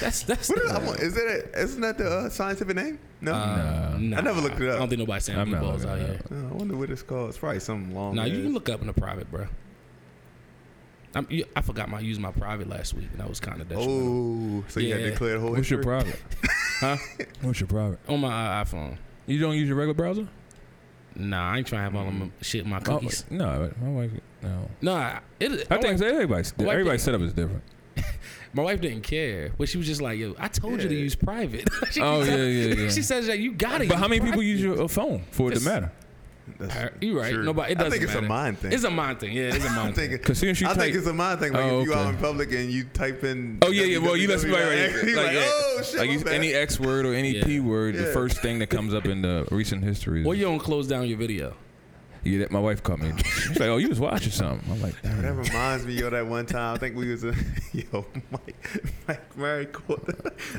[SPEAKER 2] that's that's.
[SPEAKER 3] What is, I want, is that a, isn't that the uh, scientific name? No.
[SPEAKER 2] Uh,
[SPEAKER 3] I never looked it up.
[SPEAKER 2] I don't think nobody's saying
[SPEAKER 4] I'm
[SPEAKER 2] blue
[SPEAKER 4] not
[SPEAKER 2] balls out
[SPEAKER 4] looking it
[SPEAKER 2] here.
[SPEAKER 3] No, I wonder what it's called. It's probably something long.
[SPEAKER 2] Now you
[SPEAKER 3] ass.
[SPEAKER 2] can look up in a private, bro. I'm, you, I forgot my using my private last week, and that was kind of detrimental.
[SPEAKER 3] Oh, so you got
[SPEAKER 2] Yeah.
[SPEAKER 3] to declare the whole
[SPEAKER 4] What's your
[SPEAKER 3] history?
[SPEAKER 4] private? huh? What's your private?
[SPEAKER 3] Oh.
[SPEAKER 2] on my uh, iPhone.
[SPEAKER 4] You don't use your regular browser?
[SPEAKER 2] Nah, I ain't trying to have all my shit in my
[SPEAKER 4] Oh,
[SPEAKER 2] cookies.
[SPEAKER 4] no, my wife. No.
[SPEAKER 2] Nah, it,
[SPEAKER 4] I
[SPEAKER 2] my
[SPEAKER 4] think
[SPEAKER 2] wife-
[SPEAKER 4] everybody's
[SPEAKER 2] Well, I
[SPEAKER 4] everybody's
[SPEAKER 2] think-
[SPEAKER 4] setup is different.
[SPEAKER 2] my wife didn't care, but she was just like, "Yo, I told you to
[SPEAKER 3] Yeah.
[SPEAKER 2] use private." She
[SPEAKER 4] Oh,
[SPEAKER 2] keeps-
[SPEAKER 4] yeah, yeah, yeah.
[SPEAKER 2] She says that you gotta. use
[SPEAKER 4] But how many people
[SPEAKER 2] private."
[SPEAKER 4] use your a phone for it to
[SPEAKER 2] Just-
[SPEAKER 4] matter?
[SPEAKER 3] That's
[SPEAKER 2] You're right.
[SPEAKER 3] true.
[SPEAKER 2] Nobody. It
[SPEAKER 3] I
[SPEAKER 2] doesn't
[SPEAKER 3] think it's a
[SPEAKER 2] matter.
[SPEAKER 3] mind thing.
[SPEAKER 2] It's a mind thing. Yeah, it's a
[SPEAKER 3] I'm
[SPEAKER 2] mind thing.
[SPEAKER 3] thinking.
[SPEAKER 4] Because soon as you
[SPEAKER 3] I
[SPEAKER 4] type,
[SPEAKER 3] think it's a mind thing. Like
[SPEAKER 4] Oh,
[SPEAKER 3] if you out
[SPEAKER 4] okay.
[SPEAKER 3] in public and you type in.
[SPEAKER 4] oh yeah, yeah. Well, you let somebody right
[SPEAKER 3] www,
[SPEAKER 4] here, like, yeah,
[SPEAKER 3] oh shit,
[SPEAKER 4] like
[SPEAKER 3] my
[SPEAKER 4] you-
[SPEAKER 3] bad.
[SPEAKER 4] any X word or any
[SPEAKER 2] Yeah.
[SPEAKER 4] P word, the
[SPEAKER 3] Yeah.
[SPEAKER 4] first thing that comes up in the recent history. Is,
[SPEAKER 2] Well, you don't close down your video.
[SPEAKER 4] yeah, that, my wife caught me. She's like, "Oh, you was watching something." I'm like,
[SPEAKER 3] That
[SPEAKER 4] "Damn."
[SPEAKER 3] reminds me, yo, that one time I think we was a yo, Mike Mike Murray caught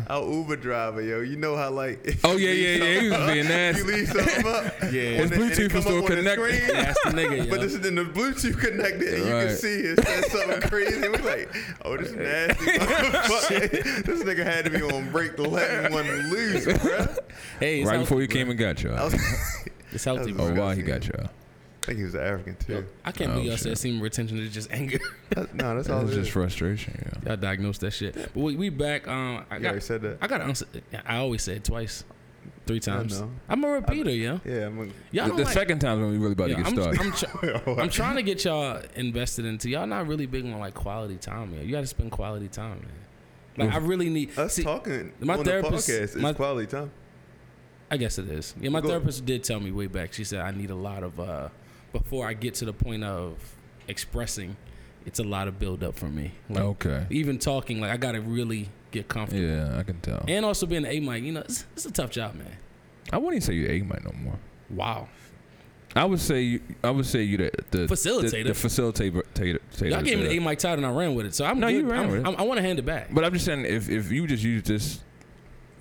[SPEAKER 3] our Uber driver, yo. You know how like if
[SPEAKER 4] "Oh
[SPEAKER 3] you
[SPEAKER 4] yeah,
[SPEAKER 3] leave
[SPEAKER 4] yeah, yeah." He was
[SPEAKER 3] something-
[SPEAKER 4] being nasty.
[SPEAKER 3] You leave something up.
[SPEAKER 2] Yeah.
[SPEAKER 3] and
[SPEAKER 4] His
[SPEAKER 3] it- and it
[SPEAKER 4] Bluetooth
[SPEAKER 3] come
[SPEAKER 4] was
[SPEAKER 3] up
[SPEAKER 4] still
[SPEAKER 3] on the
[SPEAKER 4] connected.
[SPEAKER 3] screen,
[SPEAKER 2] That's the nigga.
[SPEAKER 3] But
[SPEAKER 2] yo.
[SPEAKER 3] this is in the Bluetooth connected, and you
[SPEAKER 4] Right.
[SPEAKER 3] can see it says something crazy. And we like, oh, this nasty. motherfucker. this nigga had to be on break to let one loose, bruh.
[SPEAKER 2] hey, it's
[SPEAKER 4] Right
[SPEAKER 2] healthy,
[SPEAKER 4] before he
[SPEAKER 2] bro.
[SPEAKER 4] came and got y'all.
[SPEAKER 3] I, was, I
[SPEAKER 2] it's healthy, bro.
[SPEAKER 4] Oh wow, he got y'all.
[SPEAKER 3] think he was African too.
[SPEAKER 2] I can't
[SPEAKER 4] Oh,
[SPEAKER 2] believe y'all
[SPEAKER 4] shit.
[SPEAKER 2] said semen retention is just anger.
[SPEAKER 3] That- no, that's all.
[SPEAKER 4] That was
[SPEAKER 3] It is.
[SPEAKER 4] just frustration. Yeah.
[SPEAKER 2] y'all diagnosed that shit. But we, we back. Um, I
[SPEAKER 3] You already
[SPEAKER 2] got.
[SPEAKER 3] said that.
[SPEAKER 2] I got. to Answer, I always say it twice. three times.
[SPEAKER 3] know.
[SPEAKER 2] I'm a repeater, yo.
[SPEAKER 3] Yeah, I'm gonna.
[SPEAKER 2] Y'all
[SPEAKER 4] The,
[SPEAKER 2] don't
[SPEAKER 4] the
[SPEAKER 2] like,
[SPEAKER 4] second time's when we really about
[SPEAKER 2] yo,
[SPEAKER 4] to get
[SPEAKER 2] I'm,
[SPEAKER 4] started.
[SPEAKER 2] I'm, tr- I'm trying to get y'all invested into y'all. Not really big on like quality time, yo. You got to spend quality time, man. Like I
[SPEAKER 4] Mm.
[SPEAKER 2] really need.
[SPEAKER 3] Us
[SPEAKER 2] see,
[SPEAKER 3] talking
[SPEAKER 2] my
[SPEAKER 3] on
[SPEAKER 2] therapist-
[SPEAKER 3] the podcast is
[SPEAKER 2] my-
[SPEAKER 3] quality time.
[SPEAKER 2] I guess it is. Yeah, my
[SPEAKER 3] Go-
[SPEAKER 2] therapist did tell me way back. She said I need a lot of uh before I get to the point of expressing. It's a lot of build up for me. Like,
[SPEAKER 4] okay.
[SPEAKER 2] Even talking, like I got to really get comfortable.
[SPEAKER 4] Yeah, I can tell.
[SPEAKER 2] And also being an A mic, you know, it's, it's a tough job, man.
[SPEAKER 4] I wouldn't even say you A might no more.
[SPEAKER 2] Wow.
[SPEAKER 4] I would say you, I would say you the, the
[SPEAKER 2] Facilitator.
[SPEAKER 4] The, the facilitator. tater- tater-
[SPEAKER 2] Y'all gave me the A mic title and I ran with it, so I'm
[SPEAKER 4] No,
[SPEAKER 2] good.
[SPEAKER 4] you ran
[SPEAKER 2] I'm,
[SPEAKER 4] with it.
[SPEAKER 2] I'm, I want to hand it back.
[SPEAKER 4] But I'm just saying, if if you just use this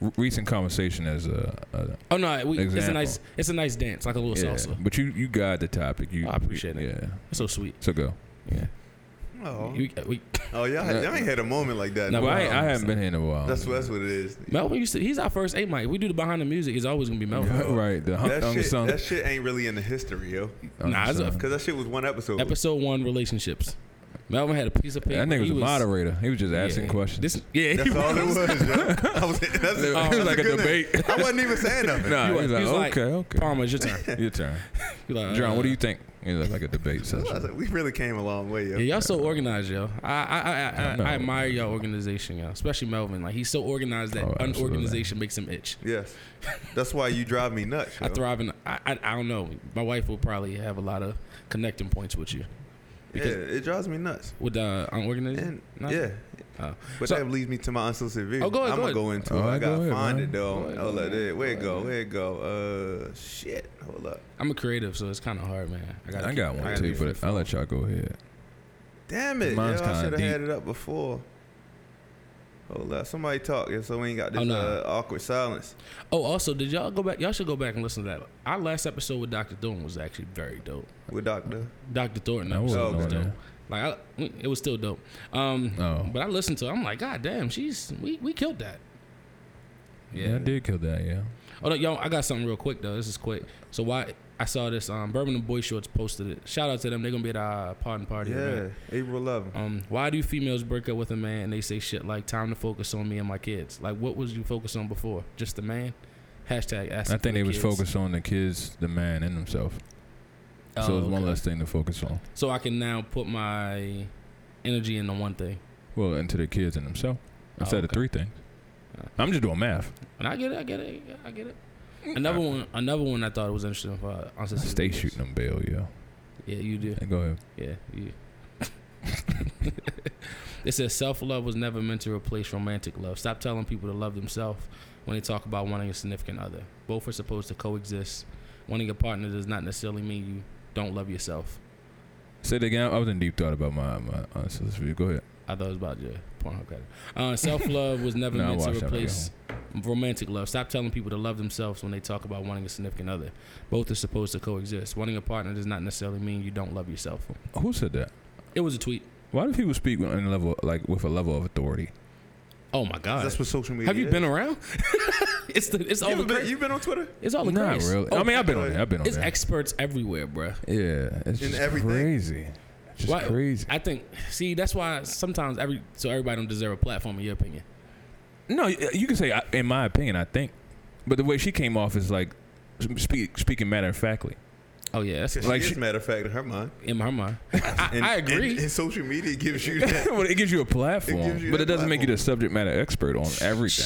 [SPEAKER 4] r- recent conversation as a, a
[SPEAKER 2] oh no, we, it's a
[SPEAKER 4] Example.
[SPEAKER 2] nice it's a nice dance, like a little
[SPEAKER 4] yeah,
[SPEAKER 2] salsa.
[SPEAKER 4] but you you guide the topic. You,
[SPEAKER 2] I appreciate it.
[SPEAKER 4] Yeah.
[SPEAKER 2] It's so sweet.
[SPEAKER 4] So go.
[SPEAKER 2] Yeah.
[SPEAKER 3] Oh,
[SPEAKER 2] You, we,
[SPEAKER 3] oh, y'all, had- y'all ain't had a moment like that.
[SPEAKER 2] No,
[SPEAKER 4] Well,
[SPEAKER 2] but
[SPEAKER 4] I, ain't- I
[SPEAKER 2] I'm
[SPEAKER 4] haven't been here in a while.
[SPEAKER 3] That's what that's what it is.
[SPEAKER 2] Melvin used to, he's our first A mic. We do the behind the music. It's always gonna be Melvin.
[SPEAKER 4] right. The hung,
[SPEAKER 3] That
[SPEAKER 4] hung
[SPEAKER 3] shit,
[SPEAKER 4] song. Oh,
[SPEAKER 3] that shit ain't really in the history, yo.
[SPEAKER 4] hung
[SPEAKER 2] Nah, it's a-
[SPEAKER 4] song.
[SPEAKER 3] Cause that shit was one episode.
[SPEAKER 2] Episode one relationships. Melvin had a piece of paper.
[SPEAKER 4] that nigga was
[SPEAKER 2] He
[SPEAKER 4] a moderator. He was just asking
[SPEAKER 2] yeah.
[SPEAKER 4] questions.
[SPEAKER 2] This, yeah,
[SPEAKER 3] That's
[SPEAKER 2] he
[SPEAKER 3] all it was. yo. I was, that's,
[SPEAKER 4] it
[SPEAKER 3] that's
[SPEAKER 4] was like a
[SPEAKER 3] good name.
[SPEAKER 4] debate.
[SPEAKER 3] I wasn't even saying nothing.
[SPEAKER 4] nah,
[SPEAKER 2] he
[SPEAKER 4] he
[SPEAKER 2] was-
[SPEAKER 4] was,
[SPEAKER 2] he was like,
[SPEAKER 4] like, okay, okay.
[SPEAKER 2] Palmer, it's your turn.
[SPEAKER 4] Your turn.
[SPEAKER 2] He like,
[SPEAKER 4] John, what do
[SPEAKER 2] uh,
[SPEAKER 4] you think? It looked like a debate
[SPEAKER 3] I was
[SPEAKER 4] session.
[SPEAKER 3] like, we really came a long way, yo.
[SPEAKER 2] uh, Yeah, y'all so organized, yo. I I I, I,
[SPEAKER 4] No.
[SPEAKER 2] I admire y'all organization, yo. Especially Melvin. Like he's so organized that
[SPEAKER 4] Oh, absolutely.
[SPEAKER 2] unorganization makes him itch.
[SPEAKER 3] Yes, that's why you drive me nuts.
[SPEAKER 2] I
[SPEAKER 3] yo.
[SPEAKER 2] thrive in. I, I I don't know. My wife will probably have a lot of connecting points with you
[SPEAKER 3] yeah,
[SPEAKER 2] because
[SPEAKER 3] it drives me nuts.
[SPEAKER 2] with uh, the unorganization.
[SPEAKER 3] And yeah,
[SPEAKER 2] Oh.
[SPEAKER 3] but
[SPEAKER 2] So-
[SPEAKER 3] that leads me to my unsolicited view.
[SPEAKER 2] Oh, go ahead,
[SPEAKER 3] I'm
[SPEAKER 2] go
[SPEAKER 3] gonna
[SPEAKER 2] ahead.
[SPEAKER 3] go into it.
[SPEAKER 4] All
[SPEAKER 3] I
[SPEAKER 4] right, go
[SPEAKER 3] gotta
[SPEAKER 4] ahead,
[SPEAKER 3] find
[SPEAKER 4] man.
[SPEAKER 3] it though.
[SPEAKER 2] ahead,
[SPEAKER 3] hold
[SPEAKER 2] go
[SPEAKER 3] up,
[SPEAKER 2] ahead.
[SPEAKER 3] there. where
[SPEAKER 2] Go
[SPEAKER 3] it go?
[SPEAKER 2] ahead.
[SPEAKER 3] Where it go? Uh, shit. Hold up.
[SPEAKER 2] I'm a creative, so it's kind of hard, man. I got.
[SPEAKER 4] I got one
[SPEAKER 3] gotta
[SPEAKER 4] too,
[SPEAKER 3] be-
[SPEAKER 4] but I'll let y'all go ahead.
[SPEAKER 3] Damn it! Yo, I
[SPEAKER 4] Mine's
[SPEAKER 3] should
[SPEAKER 4] kinda
[SPEAKER 3] have had
[SPEAKER 4] deep.
[SPEAKER 3] it up before. Hold up. Somebody talk, yeah, so we ain't got this
[SPEAKER 2] Oh, no.
[SPEAKER 3] uh, awkward silence.
[SPEAKER 2] Oh, also, did y'all go back? Y'all should go back and listen to that. Our last episode with Dr. Thornton was actually very dope.
[SPEAKER 3] with Doctor.
[SPEAKER 2] Dr. Thornton,
[SPEAKER 4] I
[SPEAKER 2] episode
[SPEAKER 4] wasn't
[SPEAKER 2] was
[SPEAKER 4] on
[SPEAKER 2] dope.
[SPEAKER 4] there.
[SPEAKER 2] Like, I, mm, it was still dope. Um,
[SPEAKER 4] Oh.
[SPEAKER 2] but I listened to. it. I'm like, God damn, she's we, we killed that.
[SPEAKER 4] Yeah, I did kill that. Yeah.
[SPEAKER 2] Oh no, yo, I got something real quick though. This is quick. So why I saw this um Birmingham Boy Shorts posted it. Shout out to them. They're gonna be at our pardon party.
[SPEAKER 3] Yeah,
[SPEAKER 2] event.
[SPEAKER 3] April 11th.
[SPEAKER 2] Um, why do females break up with a man and they say shit like "time to focus on me and my kids"? Like, what was you focused on before? Just the man. Hashtag.
[SPEAKER 4] I think they was focused on the kids, the man, and themselves. So it was
[SPEAKER 2] Oh,
[SPEAKER 4] one less thing to focus on.
[SPEAKER 2] So I can now put my energy into one thing.
[SPEAKER 4] Well, into the kids and themselves
[SPEAKER 2] Oh,
[SPEAKER 4] instead
[SPEAKER 2] okay. Uh,
[SPEAKER 4] of three things. I'm just doing math.
[SPEAKER 2] And I get it. I get it. I get it. Another one. Another one I thought was interesting for uh,
[SPEAKER 4] I
[SPEAKER 2] unsolicited
[SPEAKER 4] Mm. stay
[SPEAKER 2] videos.
[SPEAKER 4] shooting them bail, yeah.
[SPEAKER 2] Yeah, you do.
[SPEAKER 4] And go ahead.
[SPEAKER 2] Yeah, you. it says self love was never meant to replace romantic love. Stop telling people to love themselves when they talk about wanting a significant other. Both are supposed to coexist. Wanting a partner does not necessarily mean you don't love yourself.
[SPEAKER 4] Say it again. I was in deep thought about my my answers for you. Go ahead.
[SPEAKER 2] I thought it was about your Pornhub credit. Uh, self love was never
[SPEAKER 4] No, I
[SPEAKER 2] meant to
[SPEAKER 4] watched that when I
[SPEAKER 2] replace romantic love. Stop telling people to love themselves when they talk about wanting a significant other. Both are supposed to coexist. Wanting a partner does not necessarily mean you don't love yourself.
[SPEAKER 4] Who said that?
[SPEAKER 2] It was a tweet.
[SPEAKER 4] Why do people speak on a level like with a level of authority?
[SPEAKER 2] Oh my god.
[SPEAKER 3] That's what social media
[SPEAKER 2] Have you
[SPEAKER 3] is.
[SPEAKER 2] been around? it's the it's all
[SPEAKER 3] You
[SPEAKER 2] the
[SPEAKER 3] ever been,
[SPEAKER 2] cra-
[SPEAKER 3] you been on Twitter?
[SPEAKER 2] it's all the
[SPEAKER 4] Not
[SPEAKER 2] craze.
[SPEAKER 4] really.
[SPEAKER 2] Oh,
[SPEAKER 4] I mean, I've been on
[SPEAKER 3] really?
[SPEAKER 4] there. I've been on
[SPEAKER 2] it's
[SPEAKER 4] there.
[SPEAKER 2] experts everywhere, bruh.
[SPEAKER 4] yeah, it's
[SPEAKER 3] In
[SPEAKER 4] just
[SPEAKER 3] everything.
[SPEAKER 4] crazy. It's Just
[SPEAKER 2] Why-
[SPEAKER 4] crazy.
[SPEAKER 2] I think. See, that's why sometimes every so everybody don't deserve a platform in your opinion.
[SPEAKER 4] No, y- uh, you can say, I- in my opinion, I think, but the way she came off is like speak, speaking matter of factly.
[SPEAKER 2] Oh yeah, that's
[SPEAKER 3] 'Cause
[SPEAKER 4] Like
[SPEAKER 3] she is,
[SPEAKER 4] she-
[SPEAKER 3] matter of fact, in her mind.
[SPEAKER 2] in my mind. I, I- I agree.
[SPEAKER 3] And, and social media gives you that.
[SPEAKER 4] well, it gives you a platform,
[SPEAKER 3] gives you
[SPEAKER 4] but
[SPEAKER 3] that
[SPEAKER 4] it doesn't make you
[SPEAKER 3] platform.
[SPEAKER 4] the subject matter expert on everything.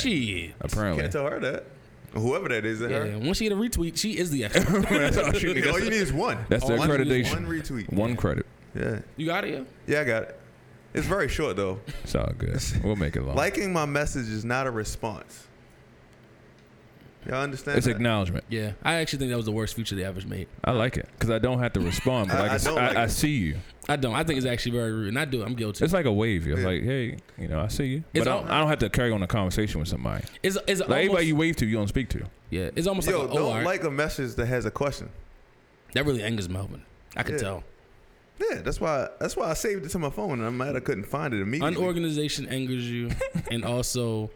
[SPEAKER 2] Shit.
[SPEAKER 4] apparently,
[SPEAKER 3] Can't tell her that. Whoever that is, that
[SPEAKER 2] Yeah.
[SPEAKER 3] her.
[SPEAKER 2] Once she get a retweet, she is the expert.
[SPEAKER 4] that's all she needs.
[SPEAKER 3] All you need is one.
[SPEAKER 4] That's the
[SPEAKER 3] One-
[SPEAKER 4] accreditation.
[SPEAKER 3] One retweet.
[SPEAKER 4] One credit.
[SPEAKER 3] Yeah.
[SPEAKER 2] you got it.
[SPEAKER 3] Yeah, I got it. It's very short though.
[SPEAKER 4] It's all good. We'll make it long.
[SPEAKER 3] Liking my message is not a response. Y'all understand?
[SPEAKER 4] it's
[SPEAKER 3] that?
[SPEAKER 4] acknowledgement.
[SPEAKER 2] Yeah. I actually think that was the worst feature they ever made.
[SPEAKER 4] I like it because I don't have to respond, but
[SPEAKER 3] I-
[SPEAKER 4] I,
[SPEAKER 3] I
[SPEAKER 4] can,
[SPEAKER 3] don't
[SPEAKER 4] I,
[SPEAKER 3] like
[SPEAKER 4] I
[SPEAKER 3] it.
[SPEAKER 4] see you.
[SPEAKER 2] I don't. I think it's actually very rude, and I do. I'm guilty.
[SPEAKER 4] It's like a wave. You're
[SPEAKER 3] Yeah.
[SPEAKER 4] like, hey, you know, I see you,
[SPEAKER 2] It's
[SPEAKER 4] but I don't,
[SPEAKER 2] all-
[SPEAKER 4] I don't have to carry on a conversation with somebody.
[SPEAKER 2] It's it's
[SPEAKER 4] Like everybody
[SPEAKER 2] almost,
[SPEAKER 4] you wave to, you don't speak to.
[SPEAKER 2] yeah. It's almost
[SPEAKER 3] Yo,
[SPEAKER 2] like an
[SPEAKER 3] don't
[SPEAKER 2] OR.
[SPEAKER 3] like a message that has a question.
[SPEAKER 2] that really angers Melvin. I could
[SPEAKER 3] Yeah.
[SPEAKER 2] tell.
[SPEAKER 3] Yeah, that's why. That's why I saved it to my phone, and I'm mad I couldn't find it immediately.
[SPEAKER 2] Unorganization angers you, and also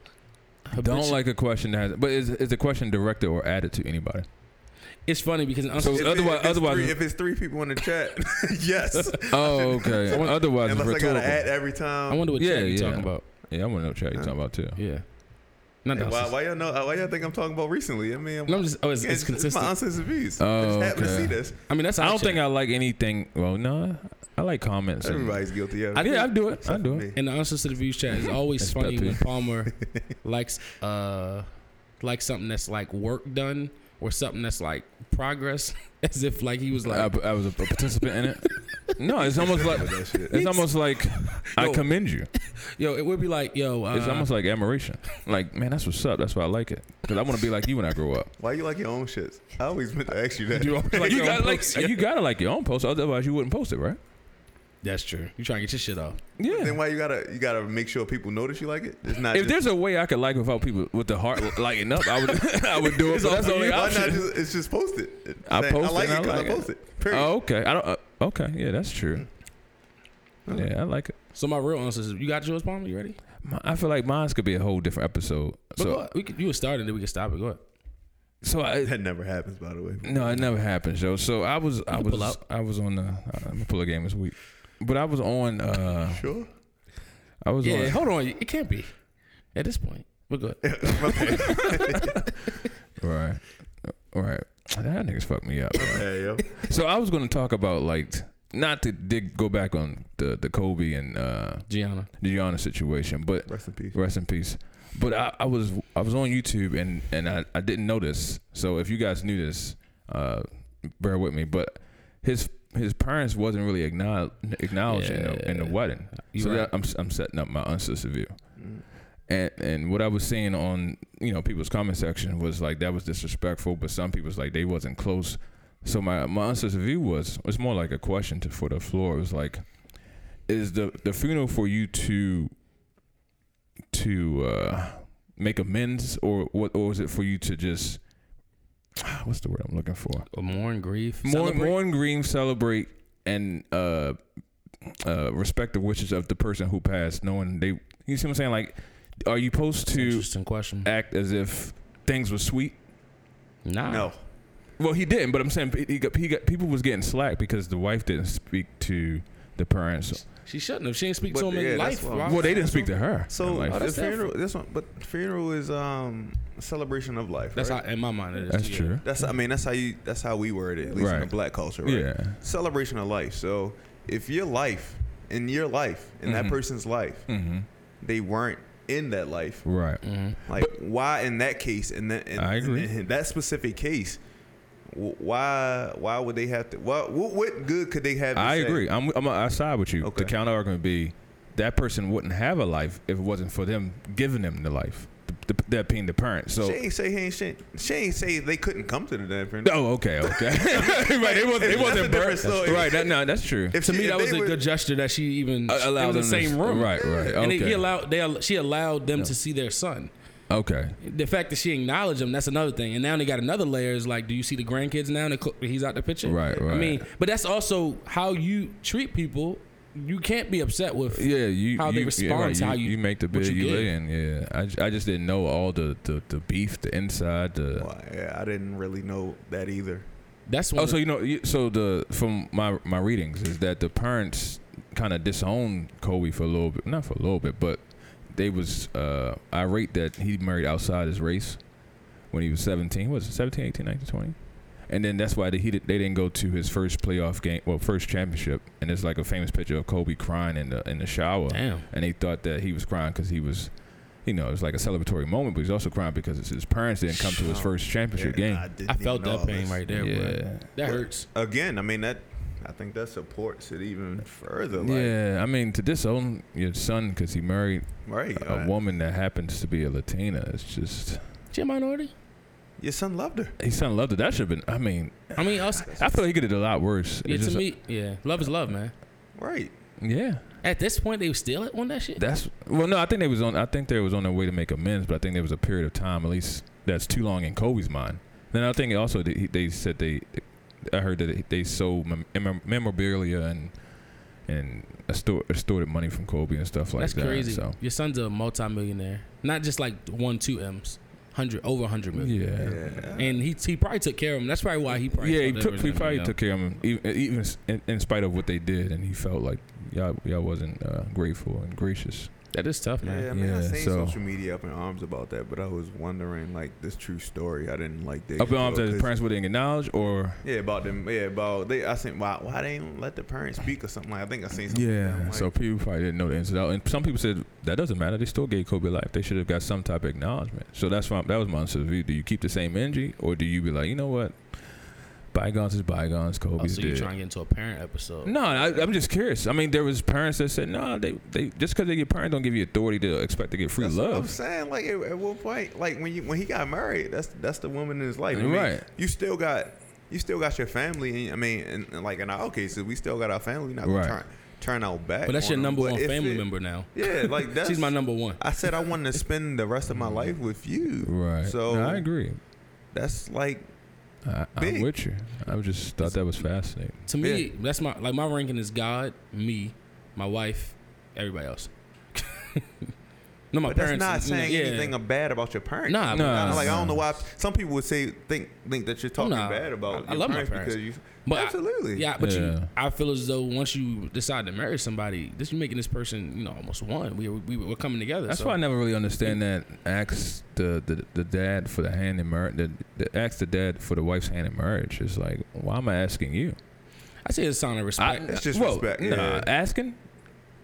[SPEAKER 4] Don't
[SPEAKER 2] habitu-
[SPEAKER 4] like a question that has, but is is the question directed or added to anybody?
[SPEAKER 2] It's funny because in
[SPEAKER 4] So-
[SPEAKER 2] unsolicited,
[SPEAKER 3] it-
[SPEAKER 4] Otherwise-
[SPEAKER 3] it's
[SPEAKER 4] otherwise-
[SPEAKER 3] three, if it's three people in the chat, yes.
[SPEAKER 4] Oh, okay. Otherwise, it's
[SPEAKER 3] Unless I gotta
[SPEAKER 4] rhetorical.
[SPEAKER 3] add every
[SPEAKER 2] I
[SPEAKER 3] time.
[SPEAKER 2] wonder what
[SPEAKER 4] Yeah,
[SPEAKER 2] chat you're
[SPEAKER 4] yeah.
[SPEAKER 2] talking about.
[SPEAKER 4] yeah, I want to know what chat you're talking about too.
[SPEAKER 2] Yeah, Not the
[SPEAKER 3] Why,
[SPEAKER 2] hustlers.
[SPEAKER 3] why y'all know? Why y'all think I'm talking about recently? I mean, I'm,
[SPEAKER 2] No, I'm just. Oh, it's,
[SPEAKER 3] Yeah,
[SPEAKER 2] it's consistent.
[SPEAKER 3] my uncensored views.
[SPEAKER 4] Oh,
[SPEAKER 3] I just happen
[SPEAKER 4] okay.
[SPEAKER 3] to see this.
[SPEAKER 2] I mean, that's.
[SPEAKER 4] I
[SPEAKER 2] our
[SPEAKER 4] don't
[SPEAKER 2] shit.
[SPEAKER 4] think I like anything. Well, no, I like comments. and-
[SPEAKER 3] Everybody's guilty of it.
[SPEAKER 2] I
[SPEAKER 4] yeah, I do it. I
[SPEAKER 3] Except
[SPEAKER 4] do
[SPEAKER 3] for
[SPEAKER 4] it.
[SPEAKER 3] me.
[SPEAKER 2] in the answers to the views chat it's always
[SPEAKER 4] That's
[SPEAKER 2] funny
[SPEAKER 4] about
[SPEAKER 2] when
[SPEAKER 4] it.
[SPEAKER 2] Palmer likes uh like something that's like work done or something that's like progress as if like he was
[SPEAKER 4] I,
[SPEAKER 2] like
[SPEAKER 4] I was a participant in it. No, it's almost like it's almost like I
[SPEAKER 2] Yo.
[SPEAKER 4] commend you.
[SPEAKER 2] yo it would be like yo uh,
[SPEAKER 4] It's almost like admiration. Like, man, that's what's up. That's why I like it. Because I want to be like you when I grow up.
[SPEAKER 3] Why you like your own shits? I always meant to ask you that.
[SPEAKER 2] You always like
[SPEAKER 4] you
[SPEAKER 2] your own
[SPEAKER 4] gotta like
[SPEAKER 2] post, yeah.
[SPEAKER 4] you gotta like your own post, otherwise you wouldn't post it, right?
[SPEAKER 2] that's true you trying to get your shit off
[SPEAKER 4] Yeah.
[SPEAKER 3] Then why you gotta you gotta make sure people notice you like it? It's not.
[SPEAKER 4] If
[SPEAKER 3] just,
[SPEAKER 4] there's a way I could like without people with the heart lighting up, I would I would do it. but that's the only
[SPEAKER 3] why not
[SPEAKER 4] option.
[SPEAKER 3] just, it's just post it.
[SPEAKER 4] I
[SPEAKER 3] Saying,
[SPEAKER 4] post
[SPEAKER 3] I like
[SPEAKER 4] it.
[SPEAKER 3] it
[SPEAKER 4] and I
[SPEAKER 3] because
[SPEAKER 4] like
[SPEAKER 3] I post it. Period.
[SPEAKER 4] Oh, okay. I don't. Uh, okay. Yeah, that's true. Yeah, I like it.
[SPEAKER 2] so my real answer is you got yours Palmer you ready
[SPEAKER 4] My, I feel like mine's could be a whole different episode.
[SPEAKER 2] but go
[SPEAKER 4] So,
[SPEAKER 2] ahead. we could, you were starting then we can stop it go ahead
[SPEAKER 4] so I,
[SPEAKER 3] That never happens, by the way.
[SPEAKER 4] No, it never happens, Joe. So I was, I
[SPEAKER 2] pull
[SPEAKER 4] was,
[SPEAKER 2] up.
[SPEAKER 4] I was on the. uh, I'm gonna pull a game this week, but I was on. uh
[SPEAKER 3] Sure.
[SPEAKER 4] I was
[SPEAKER 2] yeah
[SPEAKER 4] on.
[SPEAKER 2] hold on it can't be at this point but go ahead
[SPEAKER 4] All right, all right. That niggas fucked me up.
[SPEAKER 3] Hey yo.
[SPEAKER 4] so I was gonna talk about like not to dig go back on the the Kobe and uh
[SPEAKER 2] Gianna
[SPEAKER 4] Gianna situation, but
[SPEAKER 3] Rest in peace.
[SPEAKER 4] Rest in peace. But I, I was I was on YouTube and and I, I didn't know this. So if you guys knew this, uh, bear with me. But his his parents wasn't really acknowledge, acknowledged in, the, in the
[SPEAKER 2] Yeah.
[SPEAKER 4] wedding.
[SPEAKER 2] You
[SPEAKER 4] so
[SPEAKER 2] right.
[SPEAKER 4] that, I'm I'm setting up my unsolicited view.
[SPEAKER 3] Mm.
[SPEAKER 4] And and what I was seeing on you know people's comment section was like that was disrespectful. But some people's like they wasn't close. So my my unsolicited view was it's more like a question to, for the floor. It was like, is the the funeral for you to to uh, make amends, or what, or is it for you to just what's the word I'm looking for?
[SPEAKER 2] or mourn grief
[SPEAKER 4] Mourn,
[SPEAKER 2] Celebrate?
[SPEAKER 4] mourn green, celebrate, and uh, uh, respect the wishes of the person who passed, knowing they. You see what I'm saying? Like, are you supposed to
[SPEAKER 2] interesting question
[SPEAKER 4] act as if things were sweet? Ah,
[SPEAKER 2] nah
[SPEAKER 3] No.
[SPEAKER 4] Well, he didn't, but I'm saying he got, he got people was getting slack because the wife didn't speak to the parents.
[SPEAKER 2] she shouldn't have she didn't speak
[SPEAKER 3] But
[SPEAKER 2] to him
[SPEAKER 3] yeah,
[SPEAKER 2] in life
[SPEAKER 3] that's what
[SPEAKER 2] Rob.
[SPEAKER 3] I'm-
[SPEAKER 4] Well, they didn't speak to her.
[SPEAKER 3] So
[SPEAKER 4] in life.
[SPEAKER 3] the
[SPEAKER 2] that's
[SPEAKER 3] funeral, this one, but funeral is um a celebration of life.
[SPEAKER 2] that's
[SPEAKER 3] right?
[SPEAKER 2] how in my mind it is
[SPEAKER 4] that's
[SPEAKER 2] yeah.
[SPEAKER 4] true.
[SPEAKER 3] That's I mean that's how you that's how we word it at least in the
[SPEAKER 4] Right.
[SPEAKER 3] black culture. Right?
[SPEAKER 4] Yeah.
[SPEAKER 3] Celebration of life. So if your life in your life in
[SPEAKER 2] Mm-hmm.
[SPEAKER 3] that person's life,
[SPEAKER 4] hmm
[SPEAKER 3] they weren't in that life.
[SPEAKER 4] Right.
[SPEAKER 3] Like why in that case in that in,
[SPEAKER 4] I agree.
[SPEAKER 3] in- in that specific case, wh- why why would they have to? What what, what good could they have? to
[SPEAKER 4] I
[SPEAKER 3] say?
[SPEAKER 4] agree. I'm, I'm I side with you.
[SPEAKER 3] Okay.
[SPEAKER 4] The counter argument would be that person wouldn't have a life if it wasn't for them giving them the life. The, the, that being the parent. So
[SPEAKER 3] She ain't say he ain't shit. She ain't say they couldn't come to the damn funeral.
[SPEAKER 4] oh, okay, okay. right, it wasn't.
[SPEAKER 3] That's
[SPEAKER 4] It
[SPEAKER 3] a different
[SPEAKER 4] wasn't birth.
[SPEAKER 3] story.
[SPEAKER 4] Right. That, no, that's true.
[SPEAKER 3] If
[SPEAKER 2] to
[SPEAKER 3] she-
[SPEAKER 2] me,
[SPEAKER 3] if
[SPEAKER 2] that
[SPEAKER 3] they
[SPEAKER 2] was a
[SPEAKER 3] were-
[SPEAKER 2] good gesture that she even
[SPEAKER 4] Uh, allowed
[SPEAKER 2] they was in the
[SPEAKER 4] them to-
[SPEAKER 2] same room.
[SPEAKER 4] Right. Right. Okay.
[SPEAKER 2] And they, he allowed they al- she allowed them to see their son.
[SPEAKER 4] okay.
[SPEAKER 2] The fact that she acknowledged him, that's another thing. And now they got another layer is like, do you see the grandkids now? That cook- he's out the picture.
[SPEAKER 4] Right,
[SPEAKER 2] I
[SPEAKER 4] right.
[SPEAKER 2] mean, but that's also how you treat people. You can't be upset with.
[SPEAKER 4] Yeah. You.
[SPEAKER 2] How
[SPEAKER 4] you,
[SPEAKER 2] they
[SPEAKER 4] yeah,
[SPEAKER 2] respond
[SPEAKER 4] right,
[SPEAKER 2] to how you-
[SPEAKER 4] you make the
[SPEAKER 2] what
[SPEAKER 4] bid
[SPEAKER 2] you
[SPEAKER 4] you,
[SPEAKER 2] give.
[SPEAKER 4] lay in. Yeah. I, j- I just didn't know all the the, the beef, the inside, the.
[SPEAKER 3] Well, yeah, I didn't really know that either.
[SPEAKER 2] That's one.
[SPEAKER 4] Oh,
[SPEAKER 2] of
[SPEAKER 4] so you know, you, so the from my my readings is that the parents kind of disowned Kobe for a little bit, not for a little bit, but they was uh, irate that he married outside his race when he was 17. What was it 17, 18, 19, 20? And then that's why they, he did, they didn't go to his first playoff game, well, first championship. And there's like a famous picture of Kobe crying in the in the shower,
[SPEAKER 2] Damn.
[SPEAKER 4] and they thought that he was crying because he was. You know, it was like a celebratory moment, but he's also crying because it's his parents didn't come to his first championship
[SPEAKER 3] Yeah,
[SPEAKER 4] game.
[SPEAKER 3] I, didn't
[SPEAKER 2] I felt
[SPEAKER 3] even know all
[SPEAKER 2] that pain
[SPEAKER 3] this.
[SPEAKER 2] right there.
[SPEAKER 4] Yeah.
[SPEAKER 2] Bro. That hurts.
[SPEAKER 3] Again, I mean that. I think that supports it even further. Like,
[SPEAKER 4] Yeah, I mean to disown your son because he married
[SPEAKER 3] Right.
[SPEAKER 4] a
[SPEAKER 3] uh,
[SPEAKER 4] woman that happens to be a Latina. It's just
[SPEAKER 2] She a minority.
[SPEAKER 3] Your son loved her.
[SPEAKER 4] his son loved it. That should have been. I mean,
[SPEAKER 2] I mean, us.
[SPEAKER 4] I feel he could have did a lot worse. It's
[SPEAKER 2] Yeah, to
[SPEAKER 4] just-
[SPEAKER 2] me, yeah. Love is love, man.
[SPEAKER 3] Right.
[SPEAKER 4] yeah.
[SPEAKER 2] At this point, they still at on that shit.
[SPEAKER 4] That's well, no, I think they was on. I think they was on their way to make amends, but I think there was a period of time, at least that's too long in Kobe's mind. Then I think also they, he- they said they, I heard that they sold mem- mem- memorabilia and and extort, extorted money from Kobe and stuff like
[SPEAKER 2] That's
[SPEAKER 4] that.
[SPEAKER 2] crazy.
[SPEAKER 4] So
[SPEAKER 2] Your son's a multimillionaire, not just like one, two M's, hundred over hundred million.
[SPEAKER 4] yeah.
[SPEAKER 3] Yeah.
[SPEAKER 2] And he he probably took care of him. That's probably why he probably
[SPEAKER 4] Yeah, he
[SPEAKER 2] felt
[SPEAKER 4] took. He
[SPEAKER 2] everything,
[SPEAKER 4] probably
[SPEAKER 2] yo.
[SPEAKER 4] took care of him, even, even in, in spite of what they did, and he felt like y'all, y'all wasn't uh, grateful and gracious.
[SPEAKER 2] That is tough, man.
[SPEAKER 3] Yeah, I mean, I
[SPEAKER 4] Yeah,
[SPEAKER 3] seen
[SPEAKER 4] so-
[SPEAKER 3] social media up in arms about that, but I was wondering like this true story. I didn't like that.
[SPEAKER 4] Up in arms that his parents wouldn't acknowledge, or
[SPEAKER 3] Yeah, about them. Yeah, about they. I think why why they don't let the parents speak or something. Like I think I seen something.
[SPEAKER 4] yeah.
[SPEAKER 3] I'm like,
[SPEAKER 4] so people probably didn't know the answer. And some people said that doesn't matter. They still gave Kobe life. They should have got some type of acknowledgement. So that's why that was my answer. to you. Do you keep the same energy, or do you be like, you know what, bygones is bygones.
[SPEAKER 2] Oh,
[SPEAKER 4] Kobe's
[SPEAKER 2] so you're
[SPEAKER 4] dead.
[SPEAKER 2] trying to get into a parent episode?
[SPEAKER 4] No, I, I'm just curious. I mean, there was parents that said, "No, they they just because they get parents don't give you authority to expect to get free
[SPEAKER 3] that's what I'm
[SPEAKER 4] love."
[SPEAKER 3] saying like at, at one point, like when you when he got married, that's that's the woman in his life. I mean,
[SPEAKER 4] Right.
[SPEAKER 3] You still got you still got your family. And, I mean, and, and like in our cases, we still got our family. We not gonna
[SPEAKER 4] Right.
[SPEAKER 3] turn turn our back.
[SPEAKER 2] But that's
[SPEAKER 3] on
[SPEAKER 2] your
[SPEAKER 3] them.
[SPEAKER 2] number
[SPEAKER 3] But
[SPEAKER 2] one
[SPEAKER 3] if
[SPEAKER 2] family
[SPEAKER 3] it-
[SPEAKER 2] member now.
[SPEAKER 3] Yeah, like that's
[SPEAKER 2] She's my number one.
[SPEAKER 3] I said I wanted to spend the rest of my life with you.
[SPEAKER 4] Right.
[SPEAKER 3] So
[SPEAKER 4] No, I agree.
[SPEAKER 3] that's like
[SPEAKER 4] I, I'm
[SPEAKER 3] Big.
[SPEAKER 4] with you. I just thought that was fascinating.
[SPEAKER 2] To me, that's my like my ranking is God, me, my wife, everybody else. no, my
[SPEAKER 3] But that's
[SPEAKER 2] parents.
[SPEAKER 3] not
[SPEAKER 2] you know,
[SPEAKER 3] saying
[SPEAKER 2] yeah.
[SPEAKER 3] anything bad about your parents.
[SPEAKER 2] Nah,
[SPEAKER 4] Nah.
[SPEAKER 3] I-
[SPEAKER 4] Uh,
[SPEAKER 3] like I don't know why some people would say think think that you're talking
[SPEAKER 2] Nah,
[SPEAKER 3] bad about.
[SPEAKER 2] I- I
[SPEAKER 3] your
[SPEAKER 2] love my
[SPEAKER 3] parents
[SPEAKER 2] parents.
[SPEAKER 3] because you.
[SPEAKER 2] But I-
[SPEAKER 3] absolutely.
[SPEAKER 2] yeah, but
[SPEAKER 4] Yeah.
[SPEAKER 2] you, I feel as though once you decide to marry somebody, this you're making this person, you know, almost one. We we we're coming together.
[SPEAKER 4] That's
[SPEAKER 2] so.
[SPEAKER 4] why I never really understand that. Ask the, the, the dad for the hand in marriage. The, the, ask the dad for the wife's hand in marriage. It's like, why am I asking you?
[SPEAKER 2] I say it's a sign of
[SPEAKER 4] I,
[SPEAKER 2] respect.
[SPEAKER 3] It's just
[SPEAKER 4] well,
[SPEAKER 3] respect,
[SPEAKER 4] Nah,
[SPEAKER 3] yeah.
[SPEAKER 4] asking.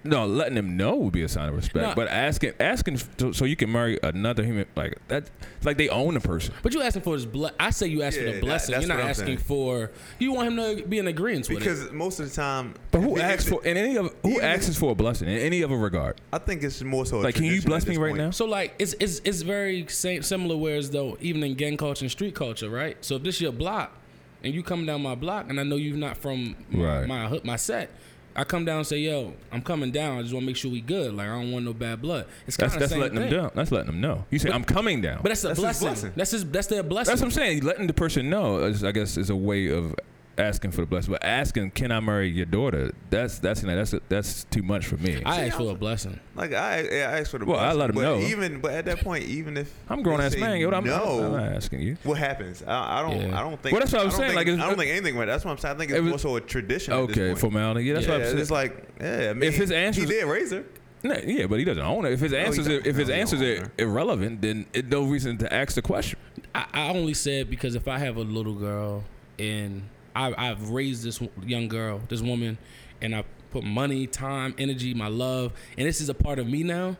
[SPEAKER 4] No, letting him know would be a sign of respect.
[SPEAKER 2] Nah.
[SPEAKER 4] But asking, asking f- to, so you can marry another human like that. it's Like they own the person.
[SPEAKER 2] but you asking for his ble- I say you asking
[SPEAKER 3] Yeah,
[SPEAKER 2] a
[SPEAKER 3] that-
[SPEAKER 2] blessing.
[SPEAKER 3] that's
[SPEAKER 2] You're not
[SPEAKER 3] what I'm
[SPEAKER 2] asking
[SPEAKER 3] saying.
[SPEAKER 2] for. You want him to be in agreement with it.
[SPEAKER 3] because most of the time.
[SPEAKER 4] But who
[SPEAKER 3] if it-
[SPEAKER 4] asks
[SPEAKER 3] if it-
[SPEAKER 4] for in any of who
[SPEAKER 3] even
[SPEAKER 4] asks
[SPEAKER 3] if-
[SPEAKER 4] for a blessing in any other regard?
[SPEAKER 3] I think it's more so. a
[SPEAKER 4] Like, can you
[SPEAKER 3] tradition
[SPEAKER 4] bless
[SPEAKER 3] at
[SPEAKER 4] me
[SPEAKER 3] this
[SPEAKER 4] right
[SPEAKER 3] point.
[SPEAKER 4] now?
[SPEAKER 2] So like it's it's it's very same, similar. Whereas though, even in gang culture and street culture, right? So if this your block, and you come down my block, and I know you're not from my-
[SPEAKER 4] Right.
[SPEAKER 2] my hood- my set. I come down and say, "Yo, I'm coming down. I just want to make sure we good. Like I don't want no bad blood." It's kind
[SPEAKER 4] That's
[SPEAKER 2] of
[SPEAKER 4] that's
[SPEAKER 2] same
[SPEAKER 4] letting
[SPEAKER 2] thing.
[SPEAKER 4] them down. That's letting them know. You say I'm coming down.
[SPEAKER 2] But that's a
[SPEAKER 3] That's his
[SPEAKER 2] blessing.
[SPEAKER 3] blessing.
[SPEAKER 2] That's his. That's their blessing.
[SPEAKER 4] That's what I'm saying. Letting the person know, is, I guess, is a way of asking for the blessing. But asking, "Can I marry your daughter?" That's that's that's that's too much for me. I,
[SPEAKER 2] I asked for a blessing.
[SPEAKER 3] Like I, I asked for the.
[SPEAKER 4] Well, I
[SPEAKER 3] blessing,
[SPEAKER 4] let 'em
[SPEAKER 3] but
[SPEAKER 4] know.
[SPEAKER 3] Even but at that point, even if
[SPEAKER 4] am grown
[SPEAKER 3] they
[SPEAKER 4] ass
[SPEAKER 3] say
[SPEAKER 4] man. Yo, I'm,
[SPEAKER 3] no.
[SPEAKER 4] I'm not asking you.
[SPEAKER 3] what happens? I, I don't.
[SPEAKER 2] Yeah.
[SPEAKER 3] I don't think.
[SPEAKER 4] Well, that's what I was
[SPEAKER 3] don't
[SPEAKER 4] saying,
[SPEAKER 3] think-
[SPEAKER 4] like, it's-
[SPEAKER 3] I don't think anything went. That's what I'm saying. I think
[SPEAKER 4] It
[SPEAKER 3] it's
[SPEAKER 4] was-
[SPEAKER 3] more so a tradition. at this
[SPEAKER 4] Okay,
[SPEAKER 3] point.
[SPEAKER 4] formality. Yeah, that's
[SPEAKER 3] yeah,
[SPEAKER 4] what I'm
[SPEAKER 3] it's
[SPEAKER 4] saying.
[SPEAKER 3] like yeah. I mean,
[SPEAKER 4] his
[SPEAKER 3] he
[SPEAKER 4] answers-
[SPEAKER 3] did raise her.
[SPEAKER 4] No, yeah, but he doesn't own it. If his answers, are,
[SPEAKER 3] don't.
[SPEAKER 4] if his
[SPEAKER 3] No, he
[SPEAKER 4] answers
[SPEAKER 3] don't
[SPEAKER 4] are
[SPEAKER 3] own it.
[SPEAKER 4] irrelevant, then it, no reason to ask the question.
[SPEAKER 2] I, I only said because if I have a little girl and I, I've raised this young girl, this woman, and I put money, time, energy, my love, and this is a part of me now.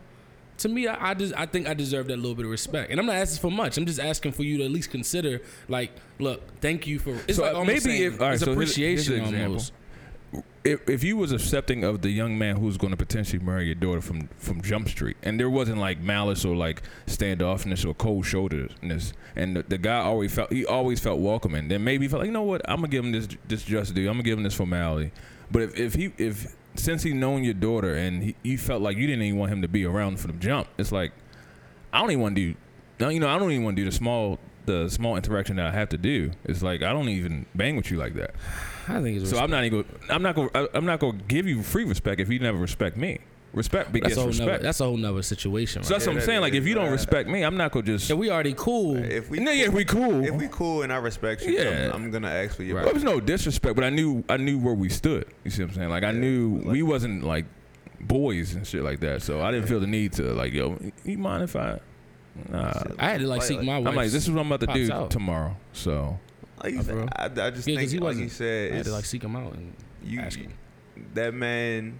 [SPEAKER 2] To me, I, I just I think I deserve that little bit of respect, and I'm not asking for much. I'm just asking for you to at least consider, like, look, thank you for. It's
[SPEAKER 4] So,
[SPEAKER 2] like
[SPEAKER 4] uh,
[SPEAKER 2] almost
[SPEAKER 4] maybe
[SPEAKER 2] saying-
[SPEAKER 4] if- all right,
[SPEAKER 2] it's
[SPEAKER 4] so here's- here's
[SPEAKER 2] appreciation
[SPEAKER 4] an example.
[SPEAKER 2] almost.
[SPEAKER 4] If, if you was accepting of the young man who's going to potentially marry your daughter from from Jump Street, and there wasn't like malice or like standoffness or cold shoulderedness, and the, the guy always felt he always felt welcoming, then maybe he felt like you know what I'm gonna give him this this just due, I'm gonna give him this formality. But if, if he if since he known your daughter and he, you felt like you didn't even want him to be around for the jump, it's like I don't even want to do. no, You know, I don't even want to do the small the small interaction that I have to do. It's like I don't even bang with you like that.
[SPEAKER 2] I think it's
[SPEAKER 4] So I'm not even. I'm not going. to I'm not going to give you free respect if you never respect me. Respect
[SPEAKER 2] that's
[SPEAKER 4] begets
[SPEAKER 2] a whole
[SPEAKER 4] respect.
[SPEAKER 2] nother, that's a whole nother situation. Right?
[SPEAKER 4] so that's what I'm
[SPEAKER 3] Yeah,
[SPEAKER 4] saying. Like if you don't
[SPEAKER 3] yeah.
[SPEAKER 4] respect me, I'm not going to just.
[SPEAKER 2] and we already cool.
[SPEAKER 3] If we
[SPEAKER 4] no, yeah, if we cool.
[SPEAKER 3] if we cool and I respect you,
[SPEAKER 4] Yeah.
[SPEAKER 3] I'm, I'm gonna ask for your.
[SPEAKER 4] Well, there was no disrespect, but I knew I knew where we stood. You see what I'm saying? Like I knew we wasn't like boys and shit like that. So I didn't feel the need to like yo. You mind if I? Nah.
[SPEAKER 2] Uh, I had to like seek my.
[SPEAKER 4] I'm like
[SPEAKER 2] wife's-
[SPEAKER 4] this is what I'm about to
[SPEAKER 2] Pops
[SPEAKER 4] do
[SPEAKER 2] out.
[SPEAKER 4] tomorrow. So
[SPEAKER 3] Like you said, I, I just
[SPEAKER 2] Yeah, 'cause
[SPEAKER 3] think,
[SPEAKER 2] he
[SPEAKER 3] like you
[SPEAKER 2] wasn't-
[SPEAKER 3] said,
[SPEAKER 2] I had
[SPEAKER 3] it's,
[SPEAKER 2] to like seek him out and
[SPEAKER 3] you,
[SPEAKER 2] ask him.
[SPEAKER 3] that man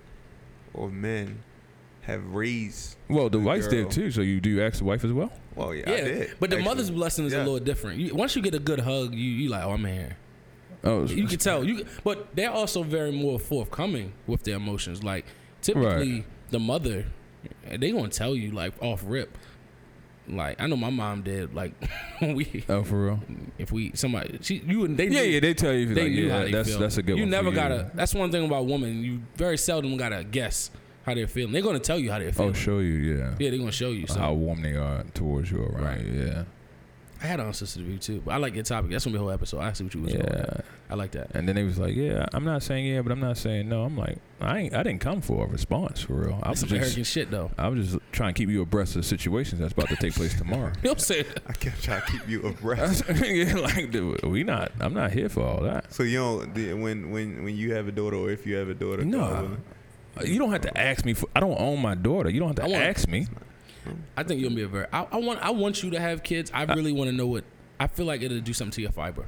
[SPEAKER 3] or men have raised.
[SPEAKER 4] well, the
[SPEAKER 3] The
[SPEAKER 4] wife
[SPEAKER 3] girl.
[SPEAKER 4] did too. So you do ask the wife as well.
[SPEAKER 3] Well, yeah, I
[SPEAKER 2] Yeah,
[SPEAKER 3] did.
[SPEAKER 2] but the
[SPEAKER 3] actually.
[SPEAKER 2] mother's blessing is a
[SPEAKER 3] Yeah.
[SPEAKER 2] little different. You, once you get a good hug, you you like, oh, I'm here.
[SPEAKER 4] Oh,
[SPEAKER 2] You can tell. You but they're also very more forthcoming with their emotions. Like typically, the mother, they gonna tell you like off rip. Like I know my mom did. Like when we,
[SPEAKER 4] Oh, for real?
[SPEAKER 2] if we somebody, she you and they.
[SPEAKER 4] Yeah,
[SPEAKER 2] knew-
[SPEAKER 4] yeah. They tell you.
[SPEAKER 2] They
[SPEAKER 4] like,
[SPEAKER 2] knew
[SPEAKER 4] yeah,
[SPEAKER 2] how they
[SPEAKER 4] that's
[SPEAKER 2] feel.
[SPEAKER 4] that's a good.
[SPEAKER 2] You
[SPEAKER 4] one for
[SPEAKER 2] never
[SPEAKER 4] you.
[SPEAKER 2] gotta. That's one thing about women. You very seldom gotta guess how they're feeling. They're gonna tell you how they're feeling.
[SPEAKER 4] Oh, show you, yeah.
[SPEAKER 2] Yeah, they're gonna show you. So.
[SPEAKER 4] How warm they are towards you, around
[SPEAKER 2] Right.
[SPEAKER 4] you, yeah.
[SPEAKER 2] I had an unsolicited view too, but I like your topic. That's gonna be a whole episode. I see what you was going. at.
[SPEAKER 4] Yeah.
[SPEAKER 2] I like that.
[SPEAKER 4] And then they was like, yeah, I'm not saying yeah, but I'm not saying no. I'm like, I ain't, I didn't come for a response, for real.
[SPEAKER 2] That's
[SPEAKER 4] I was
[SPEAKER 2] some
[SPEAKER 4] just,
[SPEAKER 2] arrogant shit though.
[SPEAKER 4] I was just trying to keep you abreast of situations that's about to take place tomorrow.
[SPEAKER 2] You know what I'm saying?
[SPEAKER 3] I kept trying to keep you abreast.
[SPEAKER 4] yeah, like, dude, we not, I'm not here for all that.
[SPEAKER 3] so you don't the- when when when you have a daughter or if you have a daughter.
[SPEAKER 4] No,
[SPEAKER 3] God willing,
[SPEAKER 4] You don't have to ask me for. I don't own my daughter. You don't have to
[SPEAKER 2] I want-
[SPEAKER 4] ask me.
[SPEAKER 2] I think you'll be a very. I, I want. I want you to have kids. I really want to know what. I feel like it'll do something to your fiber.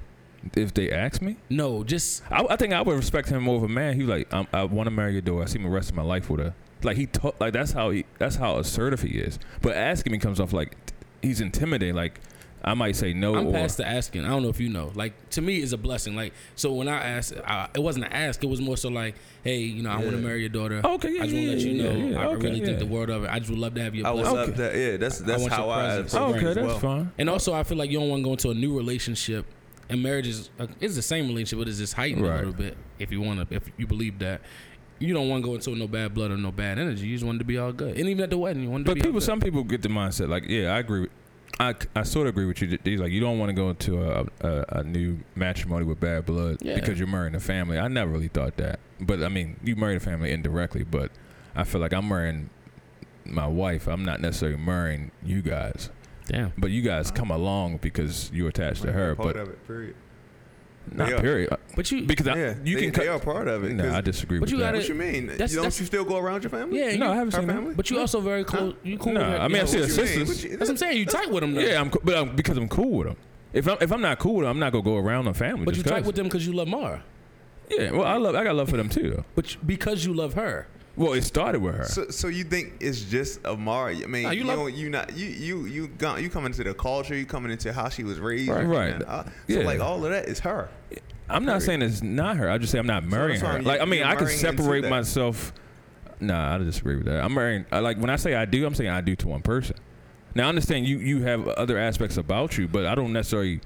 [SPEAKER 4] If they ask me,
[SPEAKER 2] No, just
[SPEAKER 4] I, I think I would respect him more of a man. He was like, I'm, I want to marry your daughter. I see him the rest of my life with her. Like he talk, like that's how he, that's how assertive he is. But asking me comes off like t- he's intimidating. Like I might say no.
[SPEAKER 2] I'm
[SPEAKER 4] or,
[SPEAKER 2] past the asking. I don't know if you know. Like to me, it's a blessing. Like so, when I asked, I, it wasn't an ask. It was more so like, hey, you know, I want to
[SPEAKER 3] Yeah.
[SPEAKER 2] marry your daughter.
[SPEAKER 4] Okay, yeah,
[SPEAKER 2] I just want
[SPEAKER 4] yeah,
[SPEAKER 2] to let you
[SPEAKER 4] yeah,
[SPEAKER 2] know.
[SPEAKER 4] yeah,
[SPEAKER 2] I
[SPEAKER 4] okay,
[SPEAKER 2] really
[SPEAKER 4] yeah.
[SPEAKER 2] think the world of it. I just would love to have your
[SPEAKER 3] I was
[SPEAKER 2] blessing.
[SPEAKER 3] up that. Yeah, that's that's
[SPEAKER 2] want your
[SPEAKER 3] how I.
[SPEAKER 2] presence.
[SPEAKER 3] approach it
[SPEAKER 4] Oh, okay,
[SPEAKER 3] as
[SPEAKER 4] that's
[SPEAKER 3] well.
[SPEAKER 4] fine.
[SPEAKER 2] And also, I feel like you don't want to go into a new relationship. And marriage is uh, it's the same relationship, but it's just heightened a
[SPEAKER 4] Right.
[SPEAKER 2] little bit. If you want to, if you believe that, you don't want to go into no bad blood or no bad energy. You just want it to be all good. And even at the wedding, you want it to
[SPEAKER 4] But
[SPEAKER 2] be.
[SPEAKER 4] people,
[SPEAKER 2] all good.
[SPEAKER 4] some people get the mindset like, yeah, I agree. With, I c- I sort of agree with you. He's like, you don't want to go into a, a a new matrimony with bad blood
[SPEAKER 2] Yeah.
[SPEAKER 4] because you're marrying a family. I never really thought that, but I mean, you married a family indirectly. But I feel like I'm marrying my wife. I'm not necessarily marrying you guys,
[SPEAKER 2] damn.
[SPEAKER 4] but you guys come along because you're attached to her.
[SPEAKER 3] Part
[SPEAKER 4] But
[SPEAKER 3] of it. Period.
[SPEAKER 4] not
[SPEAKER 3] Yeah.
[SPEAKER 4] period.
[SPEAKER 2] But you,
[SPEAKER 4] Because I,
[SPEAKER 3] yeah,
[SPEAKER 4] you
[SPEAKER 3] they,
[SPEAKER 4] can.
[SPEAKER 3] They
[SPEAKER 4] cut-
[SPEAKER 3] are part of it.
[SPEAKER 4] no,
[SPEAKER 3] 'cause-
[SPEAKER 4] I disagree.
[SPEAKER 2] But
[SPEAKER 4] with
[SPEAKER 2] you
[SPEAKER 4] that.
[SPEAKER 2] gotta-
[SPEAKER 3] what you mean?
[SPEAKER 2] That's-
[SPEAKER 3] you, don't
[SPEAKER 2] that's-
[SPEAKER 3] you still go around your family?
[SPEAKER 2] yeah,
[SPEAKER 4] no,
[SPEAKER 2] you,
[SPEAKER 4] I haven't
[SPEAKER 3] her
[SPEAKER 4] seen
[SPEAKER 3] family?
[SPEAKER 4] that.
[SPEAKER 2] but you also very close. You cool?
[SPEAKER 4] No,
[SPEAKER 2] with her-
[SPEAKER 4] I mean, I've
[SPEAKER 2] yeah.
[SPEAKER 4] seen
[SPEAKER 3] What you mean?
[SPEAKER 4] sisters.
[SPEAKER 3] What you-
[SPEAKER 2] That's what I'm saying. You tight with them. Though.
[SPEAKER 4] Yeah, I'm. co- But I'm, because I'm cool with them. If I'm if I'm not cool with them, I'm not gonna go around the family.
[SPEAKER 2] But you
[SPEAKER 4] just
[SPEAKER 2] tight
[SPEAKER 4] 'cause.
[SPEAKER 2] with them because you love Mara.
[SPEAKER 4] Yeah, well, I love I got love for them too. Though.
[SPEAKER 2] But you- because you love her,
[SPEAKER 4] Well, it started with her.
[SPEAKER 3] So, so you think it's just Amari? I mean,
[SPEAKER 2] Nah, you
[SPEAKER 3] you,
[SPEAKER 2] love-
[SPEAKER 3] know, you not you you you gone, you coming into the culture, you coming into how she was raised,
[SPEAKER 4] Right. Right.
[SPEAKER 3] and, uh, so
[SPEAKER 4] Yeah.
[SPEAKER 3] like all of that is her.
[SPEAKER 4] I'm not saying it's not her. I just say I'm not marrying
[SPEAKER 3] that's
[SPEAKER 4] her.
[SPEAKER 3] why
[SPEAKER 4] Like I
[SPEAKER 3] you-
[SPEAKER 4] mean,
[SPEAKER 3] you're
[SPEAKER 4] I can
[SPEAKER 3] marrying into
[SPEAKER 4] separate
[SPEAKER 3] that.
[SPEAKER 4] myself. Nah, I disagree with that. I'm marrying. I Like when I say I do, I'm saying I do to one person. Now I understand you you have other aspects about you, but I don't necessarily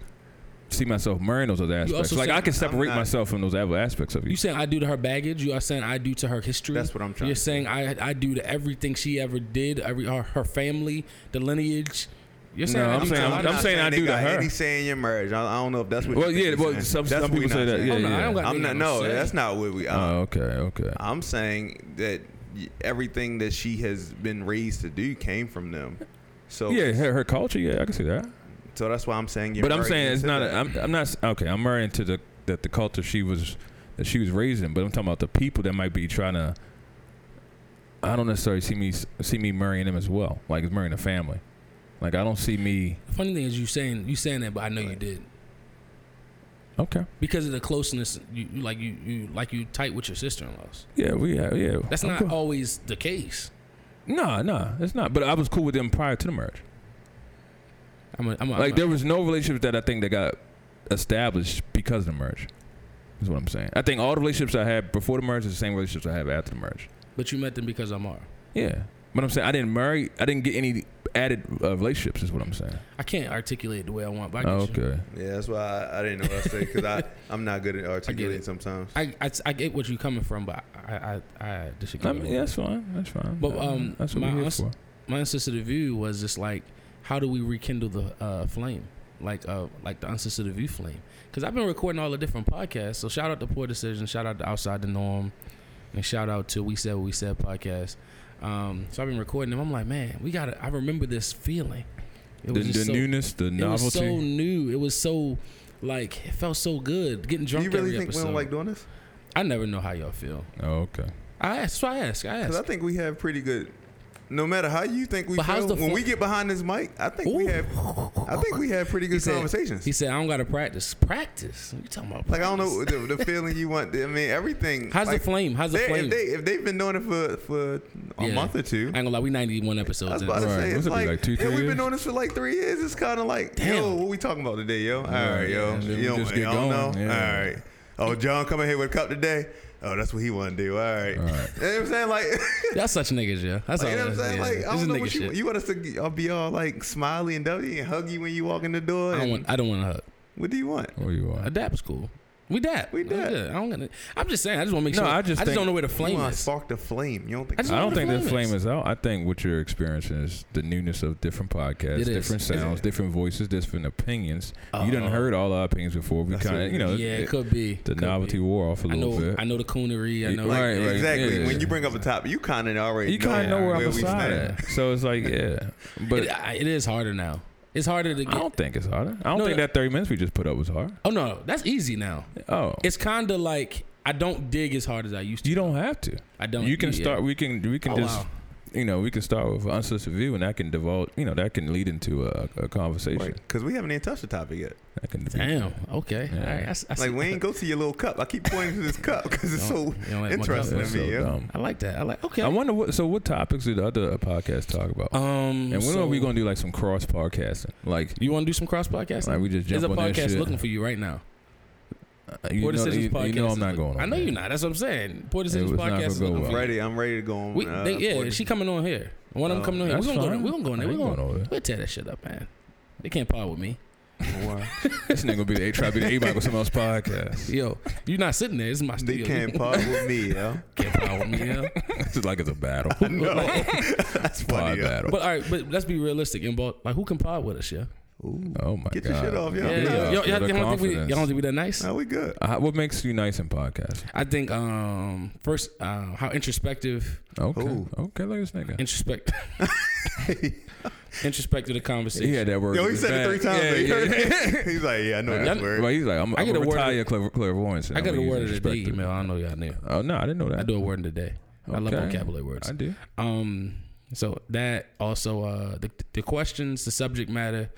[SPEAKER 4] see myself marrying those other aspects.
[SPEAKER 2] also
[SPEAKER 4] Like
[SPEAKER 2] said-
[SPEAKER 4] I can
[SPEAKER 3] I'm
[SPEAKER 4] separate
[SPEAKER 3] not-
[SPEAKER 4] myself from those other aspects of you.
[SPEAKER 2] you saying I do to her baggage. You are saying I do to her history.
[SPEAKER 3] That's what I'm trying
[SPEAKER 2] You're
[SPEAKER 3] to
[SPEAKER 2] saying I I do to everything she ever did, every her, her family, the lineage. You're saying
[SPEAKER 4] No,
[SPEAKER 2] I
[SPEAKER 4] I'm
[SPEAKER 2] do to
[SPEAKER 4] saying-
[SPEAKER 2] her-
[SPEAKER 4] I'm- I'm saying I
[SPEAKER 3] they
[SPEAKER 4] do to
[SPEAKER 3] got
[SPEAKER 4] her.
[SPEAKER 3] Any say in your marriage? I, I don't know if that's what.
[SPEAKER 4] Well,
[SPEAKER 3] you think
[SPEAKER 4] yeah,
[SPEAKER 3] it's
[SPEAKER 4] well,
[SPEAKER 3] saying.
[SPEAKER 4] some-
[SPEAKER 3] That's
[SPEAKER 4] some
[SPEAKER 3] what we
[SPEAKER 4] people say
[SPEAKER 3] not
[SPEAKER 4] that,
[SPEAKER 3] saying.
[SPEAKER 2] Oh, no, I
[SPEAKER 4] Yeah.
[SPEAKER 2] don't got
[SPEAKER 3] I'm not.
[SPEAKER 2] nothing
[SPEAKER 3] No,
[SPEAKER 2] to say.
[SPEAKER 3] that's not what we.
[SPEAKER 4] oh,
[SPEAKER 3] Uh,
[SPEAKER 4] okay, okay.
[SPEAKER 3] I'm saying that y- everything that she has been raised to do came from them. So
[SPEAKER 4] yeah, her, her culture. Yeah, I can see that.
[SPEAKER 3] so that's why I'm saying. you're
[SPEAKER 4] But I'm
[SPEAKER 3] married
[SPEAKER 4] saying it's
[SPEAKER 3] into
[SPEAKER 4] not.
[SPEAKER 3] that.
[SPEAKER 4] A, I'm, I'm not. s- Okay, I'm marrying to the that the culture she was that she was raised in. But I'm talking about the people that might be trying to. I don't necessarily see me s- see me marrying them as well. Like it's marrying a family. Like I don't see me.
[SPEAKER 2] The funny thing is you saying you saying that, but I know you did
[SPEAKER 4] Okay.
[SPEAKER 2] because of the closeness. You, you like you, you like you tight with your sister-in-laws.
[SPEAKER 4] Yeah, we have. Yeah,
[SPEAKER 2] That's
[SPEAKER 4] I'm
[SPEAKER 2] not
[SPEAKER 4] cool.
[SPEAKER 2] always the case.
[SPEAKER 4] Nah, nah, it's not. But I was cool with them prior to the marriage.
[SPEAKER 2] I'm a, I'm a,
[SPEAKER 4] Like
[SPEAKER 2] I'm
[SPEAKER 4] there was no relationships that I think that got established because of the marriage. Is what I'm saying. I think all the relationships I had before the marriage is the same relationships I have after the marriage.
[SPEAKER 2] a- but you met them because I'm Mara.
[SPEAKER 4] Yeah. But I'm saying I didn't marry. I didn't get any added uh, relationships. Is what I'm saying.
[SPEAKER 2] I can't articulate it the way I want, but I get you.
[SPEAKER 4] okay.
[SPEAKER 3] Yeah, that's why I, I didn't know what I said because I I'm not good at articulating
[SPEAKER 2] it.
[SPEAKER 3] sometimes.
[SPEAKER 2] I, I, I get what you're coming from, but I I, I disagree.
[SPEAKER 4] I mean, yeah, that's fine. That's fine.
[SPEAKER 2] But, um,
[SPEAKER 4] that's what
[SPEAKER 2] my
[SPEAKER 4] we're here
[SPEAKER 2] aunts-
[SPEAKER 4] for.
[SPEAKER 2] My unsolicited view was just like, how do we rekindle the uh, flame, like uh like the unsolicited view flame? Because I've been recording all the different podcasts. So shout out to Poor Decision, shout out to Outside the Norm, and shout out to We Said What We Said podcast. Um, so I've been recording them. I'm like, man, we gotta. I remember this feeling. It
[SPEAKER 4] The,
[SPEAKER 2] was just
[SPEAKER 4] the
[SPEAKER 2] so,
[SPEAKER 4] newness, the
[SPEAKER 2] It was so
[SPEAKER 4] novelty.
[SPEAKER 2] new. It was so like it felt so good getting
[SPEAKER 3] Do
[SPEAKER 2] drunk.
[SPEAKER 3] you really
[SPEAKER 2] every
[SPEAKER 3] think we
[SPEAKER 2] episode.
[SPEAKER 3] don't like doing this?
[SPEAKER 2] I never know how y'all feel.
[SPEAKER 4] oh, okay.
[SPEAKER 2] I ask. So I ask. I ask.
[SPEAKER 3] Because I think we have pretty good. No matter how you think we
[SPEAKER 2] But how's
[SPEAKER 3] feel,
[SPEAKER 2] the
[SPEAKER 3] when
[SPEAKER 2] fu-
[SPEAKER 3] we get behind this mic, I think we
[SPEAKER 2] Ooh.
[SPEAKER 3] have, I think we have pretty good
[SPEAKER 2] said-
[SPEAKER 3] conversations.
[SPEAKER 2] He said, "I don't got to practice. Practice? You talking about?
[SPEAKER 3] like I don't know
[SPEAKER 2] practice?
[SPEAKER 3] the, the feeling you want. I mean, everything.
[SPEAKER 2] How's
[SPEAKER 3] like,
[SPEAKER 2] the flame? How's the
[SPEAKER 3] they-
[SPEAKER 2] flame?
[SPEAKER 3] If, they, if they've been doing it for for a
[SPEAKER 2] Yeah.
[SPEAKER 3] month or
[SPEAKER 2] I
[SPEAKER 3] two,
[SPEAKER 2] ain't gonna lie, we 91
[SPEAKER 3] I was
[SPEAKER 2] episodes. in.
[SPEAKER 3] about to
[SPEAKER 4] Right.
[SPEAKER 3] say
[SPEAKER 4] What's
[SPEAKER 3] it's
[SPEAKER 4] it be,
[SPEAKER 3] like,
[SPEAKER 4] like two,
[SPEAKER 3] yeah,
[SPEAKER 4] three
[SPEAKER 3] we've
[SPEAKER 4] years?
[SPEAKER 3] been doing this for like three years. It's kind of like, yo,
[SPEAKER 2] Damn.
[SPEAKER 3] what we talking about today, yo? All right,
[SPEAKER 4] Right,
[SPEAKER 3] yo,
[SPEAKER 4] and then we
[SPEAKER 3] you
[SPEAKER 4] just
[SPEAKER 3] don't,
[SPEAKER 4] get
[SPEAKER 3] you don't know.
[SPEAKER 4] going, yeah.
[SPEAKER 3] All right. Oh, John coming here with a cup today. Oh, that's what he want to do. All right.
[SPEAKER 4] All right.
[SPEAKER 3] You know what I'm saying? Like,
[SPEAKER 2] Y'all such niggas, yeah. That's all.
[SPEAKER 3] Like, you know what I'm
[SPEAKER 2] that
[SPEAKER 3] saying?
[SPEAKER 2] is,
[SPEAKER 3] Like,
[SPEAKER 2] yeah.
[SPEAKER 3] I
[SPEAKER 2] This
[SPEAKER 3] don't
[SPEAKER 2] is
[SPEAKER 3] know
[SPEAKER 2] nigga
[SPEAKER 3] what you
[SPEAKER 2] shit.
[SPEAKER 3] want. You want us to I'll be all like smiley and dovey and hug you when you walk in the door?
[SPEAKER 2] I don't
[SPEAKER 3] and-
[SPEAKER 2] want. I don't want to hug.
[SPEAKER 3] what do you want?
[SPEAKER 4] What you
[SPEAKER 2] A
[SPEAKER 4] are?
[SPEAKER 2] dap is cool. We dap.
[SPEAKER 3] We
[SPEAKER 2] That's
[SPEAKER 3] dap.
[SPEAKER 2] good. I don't gonna. I'm just saying. I just want to make
[SPEAKER 4] No,
[SPEAKER 2] sure.
[SPEAKER 4] I just think-
[SPEAKER 2] don't know where the
[SPEAKER 3] you
[SPEAKER 2] flame
[SPEAKER 3] want to
[SPEAKER 2] is.
[SPEAKER 3] spark the flame. You don't think
[SPEAKER 2] I just
[SPEAKER 4] I
[SPEAKER 2] want
[SPEAKER 4] don't
[SPEAKER 2] the
[SPEAKER 4] think that
[SPEAKER 2] flame is.
[SPEAKER 4] flame is out. I think what you're experiencing is the newness of different podcasts,
[SPEAKER 2] It is.
[SPEAKER 4] different
[SPEAKER 2] Is it?
[SPEAKER 4] sounds, different voices, different opinions. you
[SPEAKER 2] Uh,
[SPEAKER 4] didn't heard all our opinions before. We
[SPEAKER 3] That's
[SPEAKER 4] kind
[SPEAKER 3] it.
[SPEAKER 4] of, you know,
[SPEAKER 2] Yeah,
[SPEAKER 4] it-
[SPEAKER 2] it could be.
[SPEAKER 4] the
[SPEAKER 2] Could be.
[SPEAKER 4] novelty wore off a
[SPEAKER 2] I
[SPEAKER 4] little
[SPEAKER 2] know.
[SPEAKER 4] bit.
[SPEAKER 2] I know the coonery. I
[SPEAKER 4] Yeah,
[SPEAKER 2] know.
[SPEAKER 3] Like,
[SPEAKER 4] Right, right,
[SPEAKER 3] exactly.
[SPEAKER 4] yeah.
[SPEAKER 3] When you bring up a topic, you kind of already
[SPEAKER 4] you kind of
[SPEAKER 2] Yeah,
[SPEAKER 4] know where I'm
[SPEAKER 2] where
[SPEAKER 3] we
[SPEAKER 4] beside
[SPEAKER 3] stand.
[SPEAKER 4] at. So it's like, yeah, but
[SPEAKER 2] It- I- it is harder now. It's harder to
[SPEAKER 4] I don't
[SPEAKER 2] get.
[SPEAKER 4] think it's harder. I don't
[SPEAKER 2] No,
[SPEAKER 4] think
[SPEAKER 2] no.
[SPEAKER 4] that 30 minutes we just put up was hard.
[SPEAKER 2] Oh no, that's easy now.
[SPEAKER 4] Oh.
[SPEAKER 2] it's kind of like I I don't dig as hard as I used to.
[SPEAKER 4] You don't have to.
[SPEAKER 2] I don't.
[SPEAKER 4] you can
[SPEAKER 2] yeah.
[SPEAKER 4] start. We can. We can
[SPEAKER 2] Oh,
[SPEAKER 4] just.
[SPEAKER 2] wow.
[SPEAKER 4] You know, we can start with unsolicited view, and that can devolve. You know, that can lead into a, a conversation.
[SPEAKER 3] Because we haven't even touched the topic yet.
[SPEAKER 4] That can.
[SPEAKER 2] Damn. Okay.
[SPEAKER 4] Yeah.
[SPEAKER 2] All right. I s- I see-
[SPEAKER 3] Like we ain't go to your little cup. I keep pointing to this cup because it's so.
[SPEAKER 2] Don't- you don't let my
[SPEAKER 3] interesting
[SPEAKER 2] cup-
[SPEAKER 4] That's so
[SPEAKER 3] me, yeah.
[SPEAKER 4] dumb.
[SPEAKER 2] I like that. I like. Okay.
[SPEAKER 4] I wonder what. So, what topics do the other podcasts talk about?
[SPEAKER 2] um.
[SPEAKER 4] and when
[SPEAKER 2] so
[SPEAKER 4] are we gonna do like some cross podcasting? Like,
[SPEAKER 2] You want to do some cross podcasting?
[SPEAKER 4] like we just
[SPEAKER 2] There's
[SPEAKER 4] jump
[SPEAKER 2] a
[SPEAKER 4] on their
[SPEAKER 2] podcast
[SPEAKER 4] shit.
[SPEAKER 2] looking for you right now.
[SPEAKER 4] Uh, you,
[SPEAKER 2] Poor
[SPEAKER 4] know,
[SPEAKER 2] Decisions
[SPEAKER 4] you,
[SPEAKER 2] podcast.
[SPEAKER 4] you know I'm
[SPEAKER 2] is
[SPEAKER 4] not
[SPEAKER 2] look-
[SPEAKER 4] going. On
[SPEAKER 2] I know
[SPEAKER 4] that.
[SPEAKER 2] you're not. That's what I'm saying. Poor
[SPEAKER 4] was
[SPEAKER 2] Decisions
[SPEAKER 4] not gonna
[SPEAKER 2] podcast is
[SPEAKER 4] go
[SPEAKER 2] looking for
[SPEAKER 4] well.
[SPEAKER 2] you.
[SPEAKER 3] Ready, I'm ready to go on. uh,
[SPEAKER 2] We, they, yeah,
[SPEAKER 3] Puerto-
[SPEAKER 2] she coming on here. One of them
[SPEAKER 3] Oh,
[SPEAKER 2] coming on here. We're
[SPEAKER 4] that's
[SPEAKER 2] gonna, go there.
[SPEAKER 4] fine.
[SPEAKER 2] we're gonna go in
[SPEAKER 4] I
[SPEAKER 2] there. We're
[SPEAKER 4] ain't
[SPEAKER 2] gonna,
[SPEAKER 4] going over there.
[SPEAKER 2] we'll tear that shit up, man. They can't part with me.
[SPEAKER 4] This nigga gonna be the A Tribe, be the A Michael someone else podcast.
[SPEAKER 2] Yo, you're not sitting there. This is my studio.
[SPEAKER 3] They
[SPEAKER 2] You
[SPEAKER 3] can't part with me, yo.
[SPEAKER 2] can't part with me. Yeah.
[SPEAKER 4] It's like it's a battle.
[SPEAKER 3] No, that's
[SPEAKER 4] Pod
[SPEAKER 3] funny. Yo.
[SPEAKER 4] battle.
[SPEAKER 2] But all right, but let's be realistic. And but, like, who can part with us? Yeah.
[SPEAKER 3] Ooh.
[SPEAKER 4] oh my
[SPEAKER 3] Get
[SPEAKER 4] god.
[SPEAKER 3] your shit off, yo.
[SPEAKER 2] Yeah.
[SPEAKER 3] Yeah,
[SPEAKER 2] yeah, Y'all,
[SPEAKER 3] yeah.
[SPEAKER 2] y'all, y'all don't think we, y'all
[SPEAKER 4] Confidence.
[SPEAKER 2] don't think we that nice?
[SPEAKER 3] Now we good.
[SPEAKER 4] Uh, what makes you nice in podcast?
[SPEAKER 2] I think um first uh, how introspective
[SPEAKER 4] Okay.
[SPEAKER 3] Ooh.
[SPEAKER 4] Okay, look at this nigga.
[SPEAKER 2] introspect introspective the conversation.
[SPEAKER 4] He had that word.
[SPEAKER 3] Yo,
[SPEAKER 4] in
[SPEAKER 3] he
[SPEAKER 4] his
[SPEAKER 3] said it
[SPEAKER 4] bag.
[SPEAKER 3] three times.
[SPEAKER 4] Yeah,
[SPEAKER 3] but you
[SPEAKER 4] yeah.
[SPEAKER 3] heard it? He's like, yeah, I know
[SPEAKER 2] Y'all-
[SPEAKER 3] that word.
[SPEAKER 4] Right, he's like, I'm,
[SPEAKER 2] I
[SPEAKER 4] I
[SPEAKER 2] get
[SPEAKER 4] get
[SPEAKER 2] a
[SPEAKER 4] a
[SPEAKER 2] word of-
[SPEAKER 4] retire clair- clairvoyance. and
[SPEAKER 2] I
[SPEAKER 4] I'm
[SPEAKER 2] got a
[SPEAKER 4] gonna
[SPEAKER 2] word of
[SPEAKER 4] use
[SPEAKER 2] the day
[SPEAKER 4] introspective.
[SPEAKER 2] email. I don't know y'all knew.
[SPEAKER 4] Oh no, I didn't know that.
[SPEAKER 2] I do a word of the day. I love
[SPEAKER 4] Okay.
[SPEAKER 2] vocabulary words.
[SPEAKER 4] I do.
[SPEAKER 2] Um, so that also uh the the questions, the subject matter.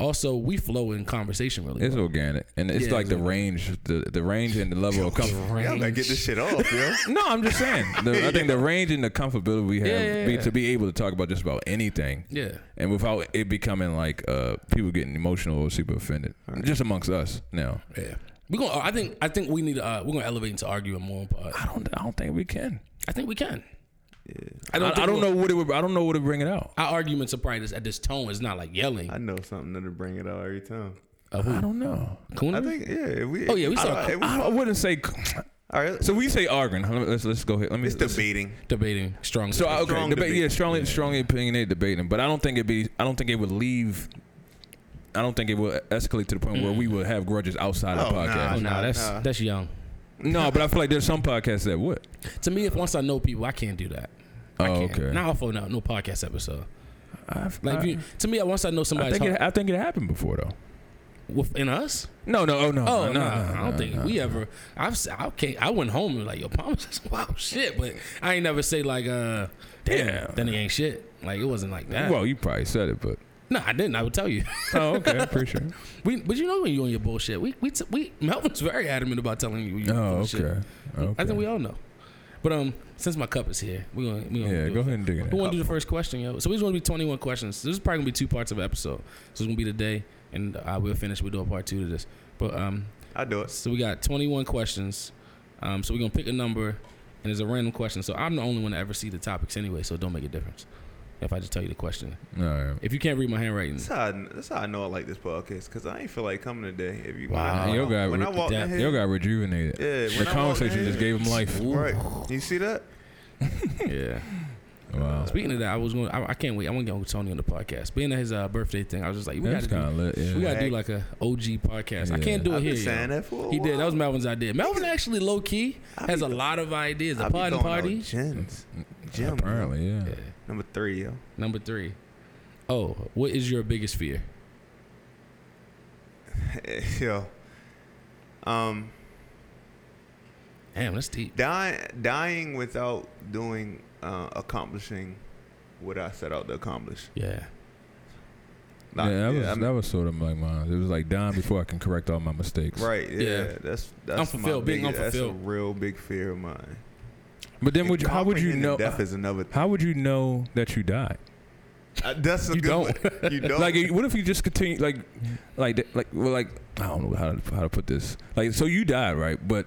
[SPEAKER 2] Also, we flow in conversation really.
[SPEAKER 4] It's organic, and it's
[SPEAKER 2] Yeah,
[SPEAKER 4] like
[SPEAKER 2] it's
[SPEAKER 4] the
[SPEAKER 2] organic.
[SPEAKER 4] range, the the range and the level of comfort.
[SPEAKER 2] well.
[SPEAKER 3] Y'all gotta get this shit off, yo.
[SPEAKER 4] No, I'm just saying. The, I think the range and the comfortability we have
[SPEAKER 2] Yeah, yeah,
[SPEAKER 4] be,
[SPEAKER 2] yeah.
[SPEAKER 4] to be able to talk about just about anything,
[SPEAKER 2] Yeah.
[SPEAKER 4] and without it becoming like uh, people getting emotional or super offended, just amongst us now.
[SPEAKER 2] Yeah. We gonna. I think. I think we need. to, Uh, we're gonna elevate into arguing more. But
[SPEAKER 4] I don't. I don't think we can.
[SPEAKER 2] I think we can.
[SPEAKER 4] I don't. I,
[SPEAKER 2] think
[SPEAKER 4] don't
[SPEAKER 2] we'll-
[SPEAKER 4] know what it would. I don't know what it bring it out.
[SPEAKER 2] Our arguments are probably just at this tone. It's not like yelling.
[SPEAKER 3] I know something that'll bring it out every time.
[SPEAKER 4] I don't know.
[SPEAKER 2] Kuna?
[SPEAKER 3] I think, yeah. If we,
[SPEAKER 2] Oh, yeah, we saw-
[SPEAKER 3] I- if we-
[SPEAKER 4] I, I wouldn't say.
[SPEAKER 3] all right,
[SPEAKER 4] So we say arguing. Let me- Let's let's go ahead. Let me.
[SPEAKER 3] it's
[SPEAKER 4] let's-
[SPEAKER 3] debating.
[SPEAKER 2] debating strong.
[SPEAKER 4] So I, okay,
[SPEAKER 3] Strong
[SPEAKER 4] debate,
[SPEAKER 3] debate.
[SPEAKER 4] yeah, strongly, strongly opinionated debating, but I don't think it be. I don't think it would leave. I don't think it will escalate to the point where we will have grudges outside of
[SPEAKER 3] Oh,
[SPEAKER 4] the podcast.
[SPEAKER 2] oh, nah,
[SPEAKER 3] Nah,
[SPEAKER 2] that's
[SPEAKER 3] nah.
[SPEAKER 2] that's young.
[SPEAKER 4] No, but I feel like there's some podcasts that would.
[SPEAKER 2] To me, if once I know people, I can't do that. I
[SPEAKER 4] Oh,
[SPEAKER 2] can't.
[SPEAKER 4] okay.
[SPEAKER 2] Not off of no, no podcast episode.
[SPEAKER 4] I've,
[SPEAKER 2] Like if you, to me, once I know
[SPEAKER 4] I
[SPEAKER 2] somebody's
[SPEAKER 4] think
[SPEAKER 2] heart,
[SPEAKER 4] it, I think it happened before though.
[SPEAKER 2] within us.
[SPEAKER 4] No, no, oh no,
[SPEAKER 2] Oh
[SPEAKER 4] no,
[SPEAKER 2] no,
[SPEAKER 4] no,
[SPEAKER 2] I don't
[SPEAKER 4] no,
[SPEAKER 2] think
[SPEAKER 4] no.
[SPEAKER 2] we ever. I've s- I can't. I went home and like yo, Palmer's just wow shit, but I ain't never say like uh, damn,
[SPEAKER 4] Damn.
[SPEAKER 2] then he ain't shit. Like it wasn't like that.
[SPEAKER 4] Well, you probably said it, but
[SPEAKER 2] no, I didn't. I would tell you.
[SPEAKER 4] oh, okay, I'm pretty sure.
[SPEAKER 2] We, but you know when you on your bullshit, we we t- we Melvin's very adamant about telling you. you
[SPEAKER 4] Oh,
[SPEAKER 2] full of shit.
[SPEAKER 4] okay. okay.
[SPEAKER 2] I think we all know. But um, since my cup is here, we gonna we gonna
[SPEAKER 4] Yeah,
[SPEAKER 2] do
[SPEAKER 4] go
[SPEAKER 2] it.
[SPEAKER 4] ahead and dig
[SPEAKER 2] We
[SPEAKER 4] it.
[SPEAKER 2] want to do the first question, yo. So we just want to be 21 questions. This is probably gonna be two parts of an episode. So it's gonna be today, and I will finish. We will do a part two to this. But um,
[SPEAKER 3] I do
[SPEAKER 4] Mm.
[SPEAKER 3] it.
[SPEAKER 2] so we got 21 questions. Um, so we're gonna pick a number, and it's a random question. So I'm the only one to ever see the topics anyway, so it don't make a difference if I just tell you the question.
[SPEAKER 4] All right.
[SPEAKER 2] If you can't read my handwriting,
[SPEAKER 3] That's how, I, that's how I know I like this podcast because I ain't feel like coming today. If you
[SPEAKER 2] Wow.
[SPEAKER 3] when,
[SPEAKER 4] Yo got
[SPEAKER 3] when I
[SPEAKER 4] re-
[SPEAKER 3] walked in
[SPEAKER 2] depth.
[SPEAKER 3] here,
[SPEAKER 4] Yo got rejuvenated.
[SPEAKER 3] Yeah,
[SPEAKER 4] the
[SPEAKER 3] when I walked in
[SPEAKER 4] conversation just
[SPEAKER 3] here-
[SPEAKER 4] gave him life.
[SPEAKER 3] Right, you see that?
[SPEAKER 2] yeah.
[SPEAKER 4] Wow.
[SPEAKER 2] Speaking of that, I was going. I, I can't wait. I want to get Uncle Tony on the podcast. Being at his uh, birthday thing, I was just like, we got
[SPEAKER 4] That's
[SPEAKER 2] to do
[SPEAKER 4] kind of lit. Yeah.
[SPEAKER 2] We gotta do like a OG podcast. I can't do it
[SPEAKER 3] I've been
[SPEAKER 2] here.
[SPEAKER 3] saying
[SPEAKER 2] yo.
[SPEAKER 3] that for a
[SPEAKER 2] He did. That was
[SPEAKER 3] while.
[SPEAKER 2] Melvin's idea. Melvin actually low key
[SPEAKER 3] I
[SPEAKER 2] has
[SPEAKER 3] be
[SPEAKER 2] a
[SPEAKER 3] go-
[SPEAKER 2] lot of ideas. The
[SPEAKER 3] I be
[SPEAKER 2] pod and
[SPEAKER 3] going out
[SPEAKER 2] party.
[SPEAKER 3] Gems. Gems.
[SPEAKER 4] Apparently, yeah.
[SPEAKER 2] Yeah.
[SPEAKER 3] Number three, yo.
[SPEAKER 2] Number three. Oh, what is your biggest fear?
[SPEAKER 3] yo. Um,
[SPEAKER 2] Damn, that's deep.
[SPEAKER 3] dying, dying without doing, uh, accomplishing what I set out to accomplish.
[SPEAKER 2] Yeah.
[SPEAKER 3] Nah,
[SPEAKER 4] yeah, that was
[SPEAKER 3] I'm-
[SPEAKER 4] that was sort of like mine. It was like dying before I can correct all my mistakes.
[SPEAKER 3] Right. Yeah.
[SPEAKER 2] Yeah.
[SPEAKER 3] That's that's
[SPEAKER 2] Unfulfilled,
[SPEAKER 3] My
[SPEAKER 2] being
[SPEAKER 3] biggest, That's
[SPEAKER 2] unfulfilled.
[SPEAKER 3] a real big fear of mine.
[SPEAKER 4] But then,
[SPEAKER 3] And
[SPEAKER 4] would you, how would you
[SPEAKER 3] comprehending
[SPEAKER 4] know?
[SPEAKER 3] Death is another.
[SPEAKER 4] How would you know that you died?
[SPEAKER 3] Uh, that's a
[SPEAKER 2] You
[SPEAKER 3] good
[SPEAKER 2] don't.
[SPEAKER 3] One. You don't.
[SPEAKER 4] Like, it- what if you just continue? Like, like, th- like, well, like, I don't know how to, how to put this. Like, so you died, right? But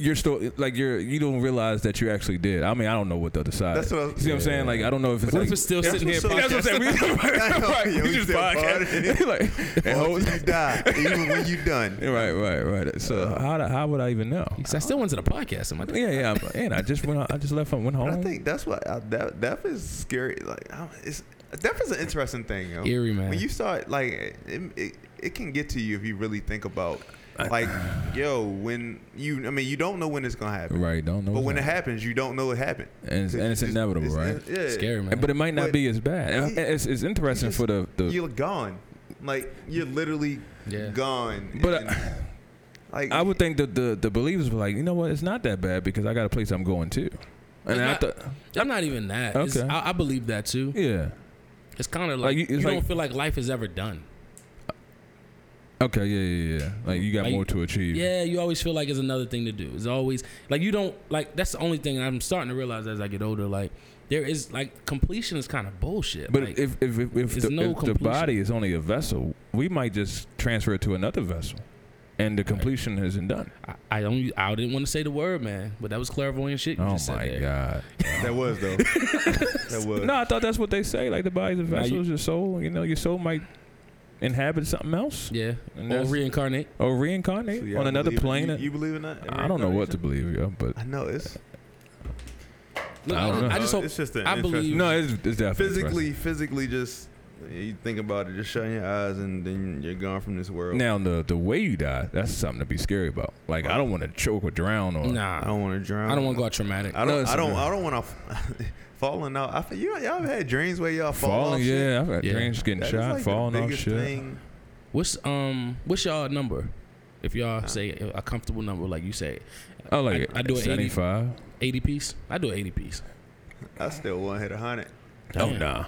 [SPEAKER 4] you're still like you're you don't realize that you actually did. I mean, I don't know what the other side.
[SPEAKER 3] That's what I was-
[SPEAKER 4] you see. What I'm saying, like, I don't know if it's
[SPEAKER 2] What
[SPEAKER 4] like.
[SPEAKER 2] if it's still
[SPEAKER 3] that's
[SPEAKER 2] sitting here?
[SPEAKER 3] what's so-
[SPEAKER 4] that's what I'm saying. We,
[SPEAKER 3] I know,
[SPEAKER 4] right,
[SPEAKER 3] yo,
[SPEAKER 4] we
[SPEAKER 3] we
[SPEAKER 4] just
[SPEAKER 3] still
[SPEAKER 4] podcast.
[SPEAKER 3] partying.
[SPEAKER 4] like, and
[SPEAKER 3] Until
[SPEAKER 4] hold-
[SPEAKER 3] you die, even when you done.
[SPEAKER 4] right, right, right. So how do- how would I even know?
[SPEAKER 2] Because I still went to the podcast. I'm like,
[SPEAKER 4] Yeah, yeah. I'm- And I just went. out- I just left. and Went home.
[SPEAKER 3] But I think that's what uh, that death is scary. Like I, it's death is an interesting thing. Yo.
[SPEAKER 2] Eerie, man.
[SPEAKER 3] When you start like it, it, it can get to you if you really think about like yo when you I mean you don't know when it's gonna happen.
[SPEAKER 4] Right. Don't know.
[SPEAKER 3] But
[SPEAKER 4] what's
[SPEAKER 3] when it
[SPEAKER 4] happening.
[SPEAKER 3] happens, you don't know it happened.
[SPEAKER 4] and it's,
[SPEAKER 3] 'Cause
[SPEAKER 4] and it's
[SPEAKER 3] you just-
[SPEAKER 4] inevitable,
[SPEAKER 3] it's-
[SPEAKER 4] right?
[SPEAKER 3] it's- yeah.
[SPEAKER 2] scary, man.
[SPEAKER 4] But it might not
[SPEAKER 3] But-
[SPEAKER 4] be as bad.
[SPEAKER 3] Yeah.
[SPEAKER 4] It's, it's interesting for the, the
[SPEAKER 3] You're gone. Like you're literally
[SPEAKER 2] Yeah.
[SPEAKER 3] gone.
[SPEAKER 4] But
[SPEAKER 3] And
[SPEAKER 4] I-
[SPEAKER 3] Like
[SPEAKER 4] I would think that the the believers were like, you know what, it's not that bad because I got a place I'm going to, and I
[SPEAKER 2] not-
[SPEAKER 4] thought,
[SPEAKER 2] I'm not even that. It's-
[SPEAKER 4] Okay.
[SPEAKER 2] I, I believe that too.
[SPEAKER 4] yeah,
[SPEAKER 2] It's kind of
[SPEAKER 4] Like,
[SPEAKER 2] like,
[SPEAKER 4] you- it's
[SPEAKER 2] you
[SPEAKER 4] like-
[SPEAKER 2] don't feel like life is ever done.
[SPEAKER 4] okay, yeah, yeah, yeah, like you got
[SPEAKER 2] Like,
[SPEAKER 4] more to achieve.
[SPEAKER 2] Yeah, you always feel like it's another thing to do. It's always like you don't like. That's the only thing I'm starting to realize as I get older. Like there is like completion is kind of bullshit.
[SPEAKER 4] But
[SPEAKER 2] like,
[SPEAKER 4] if if if, if,
[SPEAKER 2] there's
[SPEAKER 4] the,
[SPEAKER 2] no
[SPEAKER 4] if the
[SPEAKER 2] completion.
[SPEAKER 4] body is only a vessel, we might just transfer it to another vessel, and the completion isn't done.
[SPEAKER 2] I, I don't, I didn't want to say the word, man. But that was clairvoyant shit. You
[SPEAKER 4] Oh
[SPEAKER 2] just said
[SPEAKER 4] my
[SPEAKER 2] there.
[SPEAKER 4] god!
[SPEAKER 3] that was though. that was.
[SPEAKER 4] No, I thought that's what they say. Like the body's a
[SPEAKER 2] Now
[SPEAKER 4] vessel,
[SPEAKER 2] you-
[SPEAKER 4] it's your soul. You know, your soul might inhabit something else
[SPEAKER 2] Yeah,
[SPEAKER 4] And
[SPEAKER 2] or
[SPEAKER 4] that's-
[SPEAKER 2] reincarnate.
[SPEAKER 3] So
[SPEAKER 4] or Oh, reincarnate
[SPEAKER 3] y'all
[SPEAKER 4] on another
[SPEAKER 3] believe in-
[SPEAKER 4] plane.
[SPEAKER 3] You,
[SPEAKER 4] that-
[SPEAKER 3] you believe in that?
[SPEAKER 4] I don't know what to believe, yo, but
[SPEAKER 3] I know it's. uh,
[SPEAKER 2] Look,
[SPEAKER 4] I
[SPEAKER 2] I,
[SPEAKER 4] don't know.
[SPEAKER 2] I just hope
[SPEAKER 3] it's just an
[SPEAKER 2] I believe-
[SPEAKER 3] interesting-
[SPEAKER 4] no, it's, it's definitely
[SPEAKER 3] physically, physically, just you think about it, just shutting your eyes, and then you're gone from this world.
[SPEAKER 4] Now the the way you die, that's something to be scary about. Like I don't want to choke or drown or
[SPEAKER 3] I
[SPEAKER 2] nah.
[SPEAKER 3] don't want to drown.
[SPEAKER 2] I don't want to go out traumatic.
[SPEAKER 3] I
[SPEAKER 4] No,
[SPEAKER 3] don't.
[SPEAKER 4] it's-
[SPEAKER 3] I don't. I don't want to falling out. I feel, you y'all have had dreams where y'all fall
[SPEAKER 4] falling.
[SPEAKER 3] off shit.
[SPEAKER 4] yeah, I've had
[SPEAKER 2] Yeah.
[SPEAKER 4] dreams getting
[SPEAKER 3] That is
[SPEAKER 4] shot,
[SPEAKER 3] like the
[SPEAKER 4] falling off
[SPEAKER 3] biggest
[SPEAKER 4] shit.
[SPEAKER 3] thing.
[SPEAKER 2] What's um what's y'all number? If y'all say a comfortable number, like you say,
[SPEAKER 4] I like
[SPEAKER 2] I-
[SPEAKER 4] it.
[SPEAKER 2] I do an 80.
[SPEAKER 4] seventy five.
[SPEAKER 2] eighty piece. I do an eighty piece.
[SPEAKER 3] I still want to hit a hundred.
[SPEAKER 4] Oh
[SPEAKER 2] Damn.
[SPEAKER 4] nah.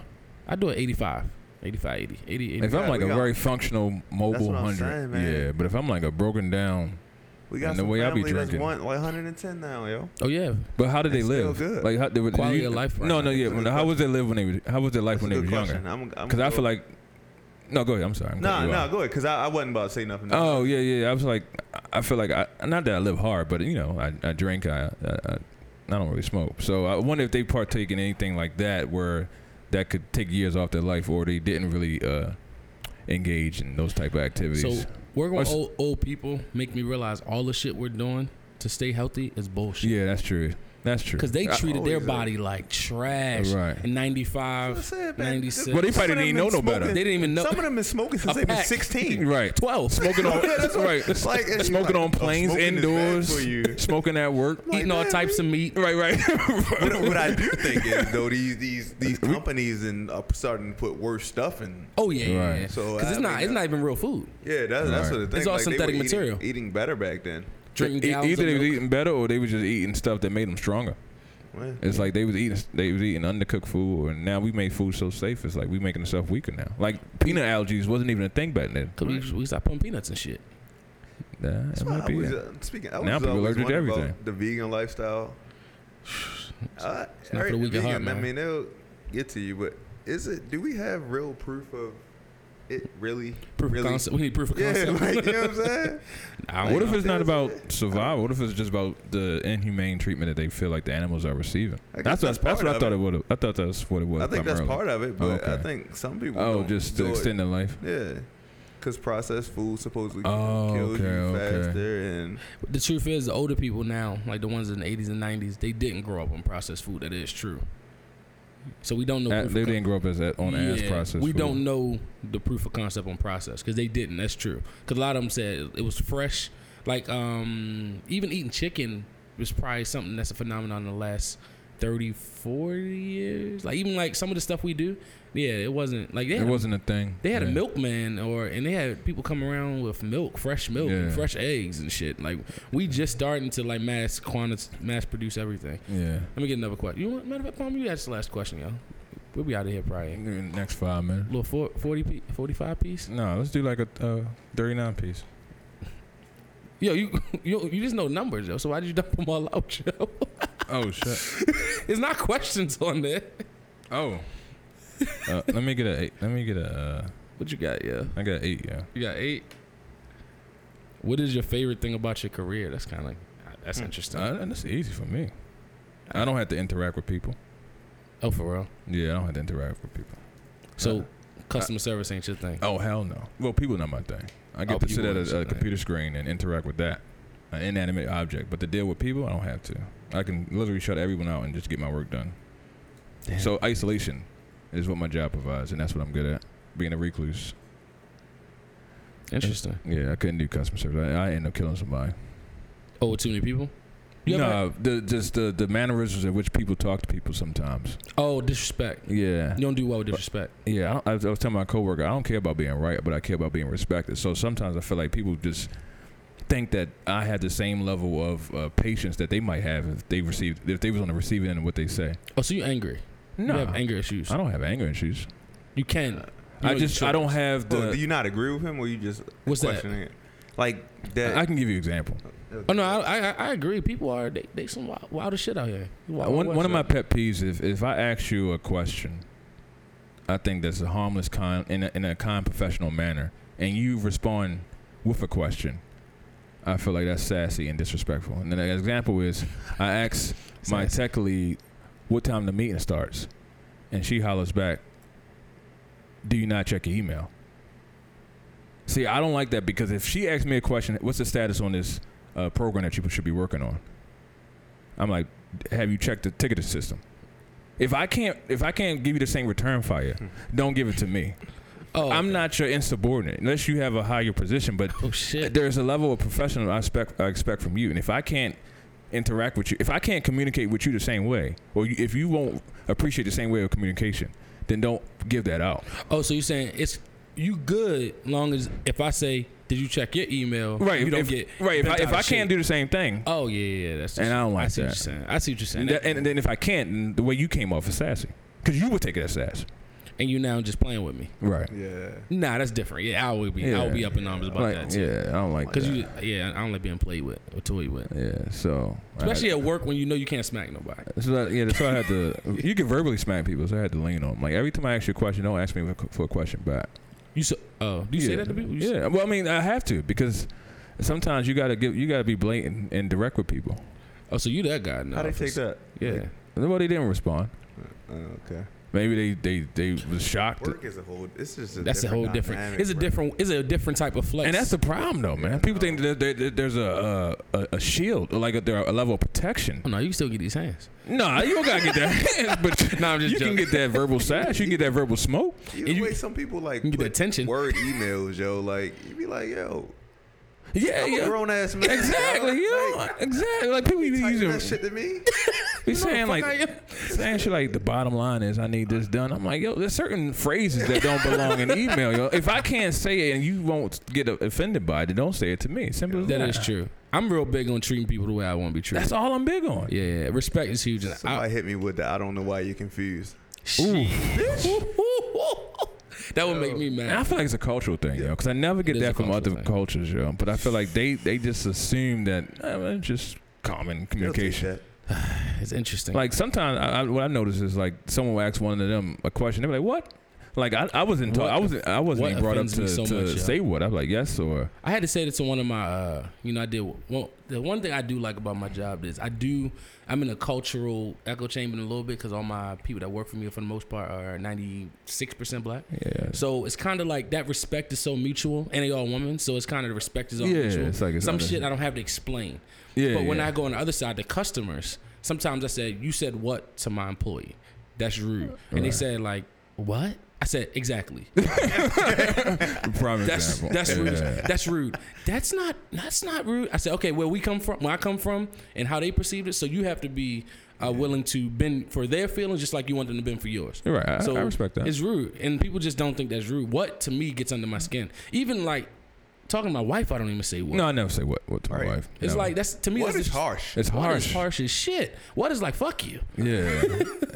[SPEAKER 2] I do an 85, 85, 80, 80, 80.
[SPEAKER 4] If
[SPEAKER 3] got-
[SPEAKER 4] I'm like
[SPEAKER 3] we
[SPEAKER 4] a
[SPEAKER 3] got-
[SPEAKER 4] very functional mobile
[SPEAKER 3] what I'm
[SPEAKER 4] hundred,
[SPEAKER 3] saying, man.
[SPEAKER 4] yeah. But if I'm like a broken down,
[SPEAKER 3] We got
[SPEAKER 4] And the
[SPEAKER 3] some
[SPEAKER 4] way I be
[SPEAKER 3] family that's
[SPEAKER 4] drinking.
[SPEAKER 3] want like 110 now, yo.
[SPEAKER 2] Oh yeah,
[SPEAKER 4] but how did they
[SPEAKER 3] It's still
[SPEAKER 4] live?
[SPEAKER 3] good.
[SPEAKER 4] Like how they were
[SPEAKER 2] Quality
[SPEAKER 4] you-
[SPEAKER 2] of life right
[SPEAKER 4] No,
[SPEAKER 2] now.
[SPEAKER 4] no, yeah.
[SPEAKER 3] That's a
[SPEAKER 4] but
[SPEAKER 3] good
[SPEAKER 4] how was their live when they was? How was their life when
[SPEAKER 3] That's
[SPEAKER 4] they
[SPEAKER 3] a
[SPEAKER 4] was
[SPEAKER 3] good question.
[SPEAKER 4] younger?
[SPEAKER 3] I'm, I'm
[SPEAKER 4] Because
[SPEAKER 3] gonna
[SPEAKER 4] I
[SPEAKER 3] go-
[SPEAKER 4] feel like, no, go ahead. I'm sorry. I'm
[SPEAKER 3] Nah,
[SPEAKER 4] cutting you
[SPEAKER 3] nah,
[SPEAKER 4] off.
[SPEAKER 3] go ahead. Because I, I wasn't about to say nothing.
[SPEAKER 4] Oh yeah, yeah. I was like, I feel like I not that I live hard, but you know, I, I drink, I, I I I don't really smoke. So I wonder if they partake in anything like that, where that could take years off their life, or they didn't really uh, engage in those type of
[SPEAKER 2] So
[SPEAKER 4] activities.
[SPEAKER 2] working with
[SPEAKER 4] What's-
[SPEAKER 2] old, old people make me realize all the shit we're doing to stay healthy is bullshit.
[SPEAKER 4] yeah, that's true. That's true.
[SPEAKER 2] Cause they
[SPEAKER 4] I-
[SPEAKER 2] treated their
[SPEAKER 3] always, uh,
[SPEAKER 2] body like trash.
[SPEAKER 4] Right.
[SPEAKER 2] In
[SPEAKER 3] I
[SPEAKER 2] 95,
[SPEAKER 3] said, man,
[SPEAKER 2] 96.
[SPEAKER 4] Well, they
[SPEAKER 3] Some
[SPEAKER 4] probably
[SPEAKER 3] of them
[SPEAKER 4] didn't
[SPEAKER 3] been
[SPEAKER 4] know no better.
[SPEAKER 2] They
[SPEAKER 3] smoking-
[SPEAKER 2] didn't even know.
[SPEAKER 3] Some of them been smoking since
[SPEAKER 2] A
[SPEAKER 3] they been
[SPEAKER 2] pack.
[SPEAKER 3] 16.
[SPEAKER 4] right.
[SPEAKER 2] 12.
[SPEAKER 4] Smoking on right,
[SPEAKER 3] It's like- it's
[SPEAKER 4] smoking
[SPEAKER 3] like,
[SPEAKER 4] on
[SPEAKER 3] oh,
[SPEAKER 4] planes,
[SPEAKER 3] smoking is bad for you.
[SPEAKER 4] indoors, smoking at work.
[SPEAKER 3] Like,
[SPEAKER 2] eating all
[SPEAKER 3] man,
[SPEAKER 2] types of meat.
[SPEAKER 4] Right, right.
[SPEAKER 3] What, what I do think is though these these these companies and are starting to put worse stuff in.
[SPEAKER 2] Oh yeah, yeah,
[SPEAKER 4] Right.
[SPEAKER 2] yeah.
[SPEAKER 3] So,
[SPEAKER 2] Cause
[SPEAKER 3] I
[SPEAKER 2] it's not,
[SPEAKER 3] mean, E-,
[SPEAKER 2] it's not even real food.
[SPEAKER 3] Yeah, that's that's
[SPEAKER 4] Right.
[SPEAKER 3] what the thing.
[SPEAKER 2] all
[SPEAKER 3] like, they were
[SPEAKER 2] synthetic
[SPEAKER 3] eating-
[SPEAKER 2] material.
[SPEAKER 3] Eating better back then.
[SPEAKER 2] Drinking
[SPEAKER 4] E-
[SPEAKER 2] gallons
[SPEAKER 4] either
[SPEAKER 2] of
[SPEAKER 4] they was
[SPEAKER 2] milk.
[SPEAKER 4] eating better or they was just eating stuff that made them stronger.
[SPEAKER 3] Man,
[SPEAKER 4] It's like they was eating they was eating undercooked food, and now we made food so safe. It's like we making ourselves weaker now. Like peanut allergies wasn't even a thing back then.
[SPEAKER 2] Cause we, we stopped putting peanuts and shit.
[SPEAKER 4] Nah, it
[SPEAKER 3] That's why
[SPEAKER 4] might
[SPEAKER 3] I
[SPEAKER 4] be.
[SPEAKER 3] was,
[SPEAKER 4] it.
[SPEAKER 3] uh, speaking, I was
[SPEAKER 4] Now people
[SPEAKER 3] always
[SPEAKER 4] allergic to
[SPEAKER 3] wondering about
[SPEAKER 4] everything.
[SPEAKER 3] The vegan lifestyle. Uh,
[SPEAKER 2] not
[SPEAKER 3] every-
[SPEAKER 2] for the weak of heart,
[SPEAKER 3] I
[SPEAKER 2] man.
[SPEAKER 3] mean, it'll get to you, but is it? Do we have real proof of it? Really?
[SPEAKER 2] Proof
[SPEAKER 3] really?
[SPEAKER 2] of concept. We need proof of
[SPEAKER 3] Yeah,
[SPEAKER 2] concept.
[SPEAKER 3] like, you know what I'm saying?
[SPEAKER 2] I don't
[SPEAKER 4] What if
[SPEAKER 2] know.
[SPEAKER 4] it's not about survival? What if it's just about the inhumane treatment that they feel like the animals are receiving?
[SPEAKER 3] I guess
[SPEAKER 4] That's what,
[SPEAKER 3] that's
[SPEAKER 4] that's
[SPEAKER 3] part
[SPEAKER 4] what I
[SPEAKER 3] of
[SPEAKER 4] thought
[SPEAKER 3] it.
[SPEAKER 4] it would. I thought that's what it was.
[SPEAKER 3] I think that's part of it, but I
[SPEAKER 4] okay.
[SPEAKER 3] think some people.
[SPEAKER 4] Oh,
[SPEAKER 3] don't
[SPEAKER 4] just
[SPEAKER 3] do
[SPEAKER 4] to
[SPEAKER 3] it.
[SPEAKER 4] extend the life.
[SPEAKER 3] Yeah, because processed food supposedly
[SPEAKER 4] Oh,
[SPEAKER 3] kills
[SPEAKER 4] okay,
[SPEAKER 3] you
[SPEAKER 4] okay.
[SPEAKER 3] faster, and
[SPEAKER 2] The truth is, the older people now, like the ones in the 80s and 90s, they didn't grow up on processed food. That is true. So we don't know.
[SPEAKER 4] Uh,
[SPEAKER 2] proof
[SPEAKER 4] they
[SPEAKER 2] of
[SPEAKER 4] didn't grow up as that on ass
[SPEAKER 2] Yeah,
[SPEAKER 4] process.
[SPEAKER 2] We don't know the proof of concept on process because they didn't. That's true. Because a lot of them said it was fresh. Like um, even eating chicken was probably something that's a phenomenon in the last 30, 40 years. Like even like some of the stuff we do, yeah, it wasn't like they
[SPEAKER 4] It
[SPEAKER 2] had,
[SPEAKER 4] wasn't a thing.
[SPEAKER 2] they had a
[SPEAKER 4] Yeah.
[SPEAKER 2] milkman or and they had people come around with milk, fresh milk, and
[SPEAKER 4] Yeah.
[SPEAKER 2] fresh eggs and shit. Like we just starting to like mass quanti- mass produce everything.
[SPEAKER 4] Yeah.
[SPEAKER 2] Let me get another question. You want matter of fact, Palm, you ask the last question, yo. We'll be out of here probably
[SPEAKER 4] Next five minutes.
[SPEAKER 2] little four, 40 pe- 45 piece.
[SPEAKER 4] No, let's do like a uh, 39 piece.
[SPEAKER 2] Yo, you, you you just know numbers, yo. So why did you dump them all out, yo?
[SPEAKER 4] Oh, shit.
[SPEAKER 2] There's not questions on there.
[SPEAKER 4] Oh. uh, let me get a eight. Let me get a. Uh,
[SPEAKER 2] What you got, yeah?
[SPEAKER 4] I got eight. Yeah.
[SPEAKER 2] You got eight. What is your favorite thing about your career? That's kind of that's interesting.
[SPEAKER 4] Uh, that's easy for me. I don't have to interact with people.
[SPEAKER 2] oh, for real.
[SPEAKER 4] Yeah, I don't have to interact with people.
[SPEAKER 2] So
[SPEAKER 4] Uh,
[SPEAKER 2] customer service ain't your thing.
[SPEAKER 4] Oh hell no. Well, people not my thing. I get
[SPEAKER 2] Oh,
[SPEAKER 4] to sit
[SPEAKER 2] people
[SPEAKER 4] at
[SPEAKER 2] is
[SPEAKER 4] a,
[SPEAKER 2] your
[SPEAKER 4] a
[SPEAKER 2] thing.
[SPEAKER 4] computer screen and interact with that, an inanimate object. But to deal with people, I don't have to. I can literally shut everyone out and just get my work done.
[SPEAKER 2] Damn.
[SPEAKER 4] So isolation is what my job provides, and that's what I'm good at. Being a recluse.
[SPEAKER 2] interesting.
[SPEAKER 4] Yeah, I couldn't do customer service. I, I end up killing somebody.
[SPEAKER 2] Oh, with too many people. You ever-
[SPEAKER 4] No, the just the the mannerisms in which people talk to people sometimes.
[SPEAKER 2] Oh, disrespect.
[SPEAKER 4] Yeah,
[SPEAKER 2] You don't do well with disrespect.
[SPEAKER 4] yeah. I, don't- I was I was telling my coworker, I don't care about being right, but I care about being respected. So sometimes I feel like people just think that I had the same level of uh, patience that they might have if they received if they was on the receiving end of what they say.
[SPEAKER 2] Oh, so you angry?
[SPEAKER 4] No,
[SPEAKER 2] you have anger issues.
[SPEAKER 4] I don't have anger issues.
[SPEAKER 2] You can. you
[SPEAKER 4] I
[SPEAKER 2] know
[SPEAKER 4] just
[SPEAKER 2] you
[SPEAKER 4] I don't have the.
[SPEAKER 3] Oh, do you not agree with him, or you just
[SPEAKER 2] What's that?
[SPEAKER 3] questioning it? Like that?
[SPEAKER 4] I can give you an example.
[SPEAKER 2] Oh no, I, I I agree. People are they, they some wild, wild as shit out here. Wild
[SPEAKER 4] one,
[SPEAKER 2] West
[SPEAKER 4] one of my
[SPEAKER 2] out here.
[SPEAKER 4] pet peeves if if I ask you a question, I think that's a harmless kind in a, in a kind professional manner, and you respond with a question. I feel like that's sassy and disrespectful. And then an example is I ask my
[SPEAKER 2] Sassy.
[SPEAKER 4] tech lead what time the meeting starts, and she hollers back, "Do you not check your email?" See, I don't like that because if she asks me a question, what's the status on this uh, program that you should be working on? I'm like, have you checked the ticketing system? If I can't, if I can't give you the same return fire, don't give it to me.
[SPEAKER 2] Oh,
[SPEAKER 4] I'm
[SPEAKER 2] okay.
[SPEAKER 4] not your insubordinate unless you have a higher position. But
[SPEAKER 2] Oh shit.
[SPEAKER 4] there's a level of professional I expect I expect from you, and if I can't interact with you, if I can't communicate with you the same way, or you, if you won't appreciate the same way of communication, then don't give that out.
[SPEAKER 2] Oh, so you saying it's you good long as if I say did you check your email?
[SPEAKER 4] Right.
[SPEAKER 2] You don't
[SPEAKER 4] if,
[SPEAKER 2] get
[SPEAKER 4] right. If I,
[SPEAKER 2] bent
[SPEAKER 4] if
[SPEAKER 2] out of
[SPEAKER 4] I can't
[SPEAKER 2] shape.
[SPEAKER 4] do the same thing,
[SPEAKER 2] Oh yeah, yeah. yeah, That's
[SPEAKER 4] And I don't
[SPEAKER 2] I
[SPEAKER 4] like
[SPEAKER 2] see
[SPEAKER 4] that.
[SPEAKER 2] What you're saying. I see what you're saying.
[SPEAKER 4] that- and then if I can't, then the way you came off is sassy, because you would take it as sass.
[SPEAKER 2] and you now just playing with me.
[SPEAKER 4] Right.
[SPEAKER 3] yeah.
[SPEAKER 2] Nah, that's different. Yeah, I would be. I would be up in arms about
[SPEAKER 4] Like,
[SPEAKER 2] that.
[SPEAKER 4] Yeah, I don't like
[SPEAKER 2] Because
[SPEAKER 4] that.
[SPEAKER 2] you, yeah, I don't like being played with or toyed with,
[SPEAKER 4] Yeah, so
[SPEAKER 2] especially at work when you know you can't smack nobody.
[SPEAKER 4] I, so that, yeah, that's why I had to. you can verbally smack people, so I had to lean on. 'em. Like every time I ask you a question, don't ask me for a question back.
[SPEAKER 2] You so, oh, do you
[SPEAKER 4] yeah.
[SPEAKER 2] say that to people? You say-
[SPEAKER 4] yeah, well, I mean, I have to because sometimes you gotta give, you gotta be blatant and direct with people.
[SPEAKER 2] Oh, so you that guy? in the
[SPEAKER 3] How they take
[SPEAKER 2] office.
[SPEAKER 3] that?
[SPEAKER 2] Yeah.
[SPEAKER 4] Well, they didn't respond.
[SPEAKER 3] Uh, okay.
[SPEAKER 4] Maybe they they they was shocked.
[SPEAKER 3] Work is a whole. It's just a
[SPEAKER 2] That's a whole different.
[SPEAKER 3] dynamic,
[SPEAKER 2] It's a
[SPEAKER 3] bro.
[SPEAKER 2] different. It's a different type of flex.
[SPEAKER 4] And that's the problem, though, man. People think that there- there- there's a a, a- a shield, like a, there- a level of protection.
[SPEAKER 2] Oh, no, you can still get these hands.
[SPEAKER 4] Nah, you don't gotta get that. but
[SPEAKER 2] No, I'm just
[SPEAKER 4] you
[SPEAKER 2] joking.
[SPEAKER 4] can get that verbal sash. You can get that verbal smoke.
[SPEAKER 2] and
[SPEAKER 3] You know
[SPEAKER 2] you-
[SPEAKER 3] the way some people like
[SPEAKER 2] you get the
[SPEAKER 3] put
[SPEAKER 2] attention.
[SPEAKER 3] word emails, yo. Like you be like, yo,
[SPEAKER 4] Yeah,
[SPEAKER 3] I'm
[SPEAKER 4] yeah.
[SPEAKER 3] a grown ass man.
[SPEAKER 4] Exactly,
[SPEAKER 3] yo.
[SPEAKER 4] yeah,
[SPEAKER 3] Like,
[SPEAKER 4] exactly. Like people be
[SPEAKER 3] you typing
[SPEAKER 4] using,
[SPEAKER 3] that shit to me.
[SPEAKER 4] be saying
[SPEAKER 2] fuck I am.
[SPEAKER 4] like, saying shit like, the bottom line is I need this done. I'm like, yo, there's certain phrases that don't belong in email. Yo, if I can't say it and you won't get offended by it, then don't say it to me. Simple as
[SPEAKER 2] That
[SPEAKER 4] that.
[SPEAKER 2] is true. I'm real big on treating people the way I want to be treated.
[SPEAKER 4] That's all I'm big on.
[SPEAKER 2] yeah, yeah, respect is huge. And I,
[SPEAKER 3] Somebody hit me with the I don't know why you're confused.
[SPEAKER 2] that would make me mad.
[SPEAKER 4] And I feel like it's a cultural thing, yo, because I never
[SPEAKER 2] It
[SPEAKER 4] get
[SPEAKER 2] is a
[SPEAKER 4] that from
[SPEAKER 2] cultural
[SPEAKER 4] other
[SPEAKER 2] thing.
[SPEAKER 4] cultures, yo. But I feel like they they just assume that eh, well, it's just common
[SPEAKER 3] They'll take
[SPEAKER 4] communication.
[SPEAKER 3] that.
[SPEAKER 2] It's interesting.
[SPEAKER 4] Like sometimes I, I, what I notice is like someone will ask one of them a question. They're like, "What?" Like I, I wasn't taught,
[SPEAKER 2] What-
[SPEAKER 4] I wasn't I
[SPEAKER 2] what
[SPEAKER 4] wasn't even brought up
[SPEAKER 2] offends me
[SPEAKER 4] to,
[SPEAKER 2] so
[SPEAKER 4] to
[SPEAKER 2] much, yo?
[SPEAKER 4] say what. I was like, "Yes" or
[SPEAKER 2] I had to say this to one of my, uh, you know, I did. Well, the one thing I do like about my job is I do. I'm in a cultural echo chamber in a little bit because all my people that work for me, for the most part, are 96 percent black.
[SPEAKER 4] yeah.
[SPEAKER 2] So it's kind of like that respect is so mutual, and they all women. So it's kind of the respect is all
[SPEAKER 4] Yeah,
[SPEAKER 2] mutual.
[SPEAKER 4] it's like it's
[SPEAKER 2] Some
[SPEAKER 4] not-
[SPEAKER 2] shit I don't have to explain.
[SPEAKER 4] Yeah,
[SPEAKER 2] but when
[SPEAKER 4] yeah.
[SPEAKER 2] I go on the other side, the customers, sometimes I said, "You said what to my employee? That's rude." And they
[SPEAKER 4] Right.
[SPEAKER 2] said, "Like what?" I said, "Exactly."
[SPEAKER 4] Prime
[SPEAKER 2] That's
[SPEAKER 4] example.
[SPEAKER 2] that's
[SPEAKER 4] yeah.
[SPEAKER 2] rude. That's rude. That's not that's not rude. I said, okay, where we come from, where I come from, and how they perceived it. So you have to be uh, willing to bend for their feelings, just like you want them to bend for yours.
[SPEAKER 4] You're right. I,
[SPEAKER 2] So
[SPEAKER 4] I respect that.
[SPEAKER 2] It's rude, and people just don't think that's rude. What to me gets under my skin. Even like talking to my wife, I don't even say what.
[SPEAKER 4] No, I never say what, what to my
[SPEAKER 3] Right.
[SPEAKER 4] wife.
[SPEAKER 2] it's
[SPEAKER 4] Never.
[SPEAKER 2] like that's to me.
[SPEAKER 3] What
[SPEAKER 2] that's
[SPEAKER 3] is
[SPEAKER 2] just-
[SPEAKER 3] harsh?
[SPEAKER 4] it's
[SPEAKER 2] What is
[SPEAKER 4] harsh.
[SPEAKER 2] harsh as shit. What is like fuck you?
[SPEAKER 4] Yeah,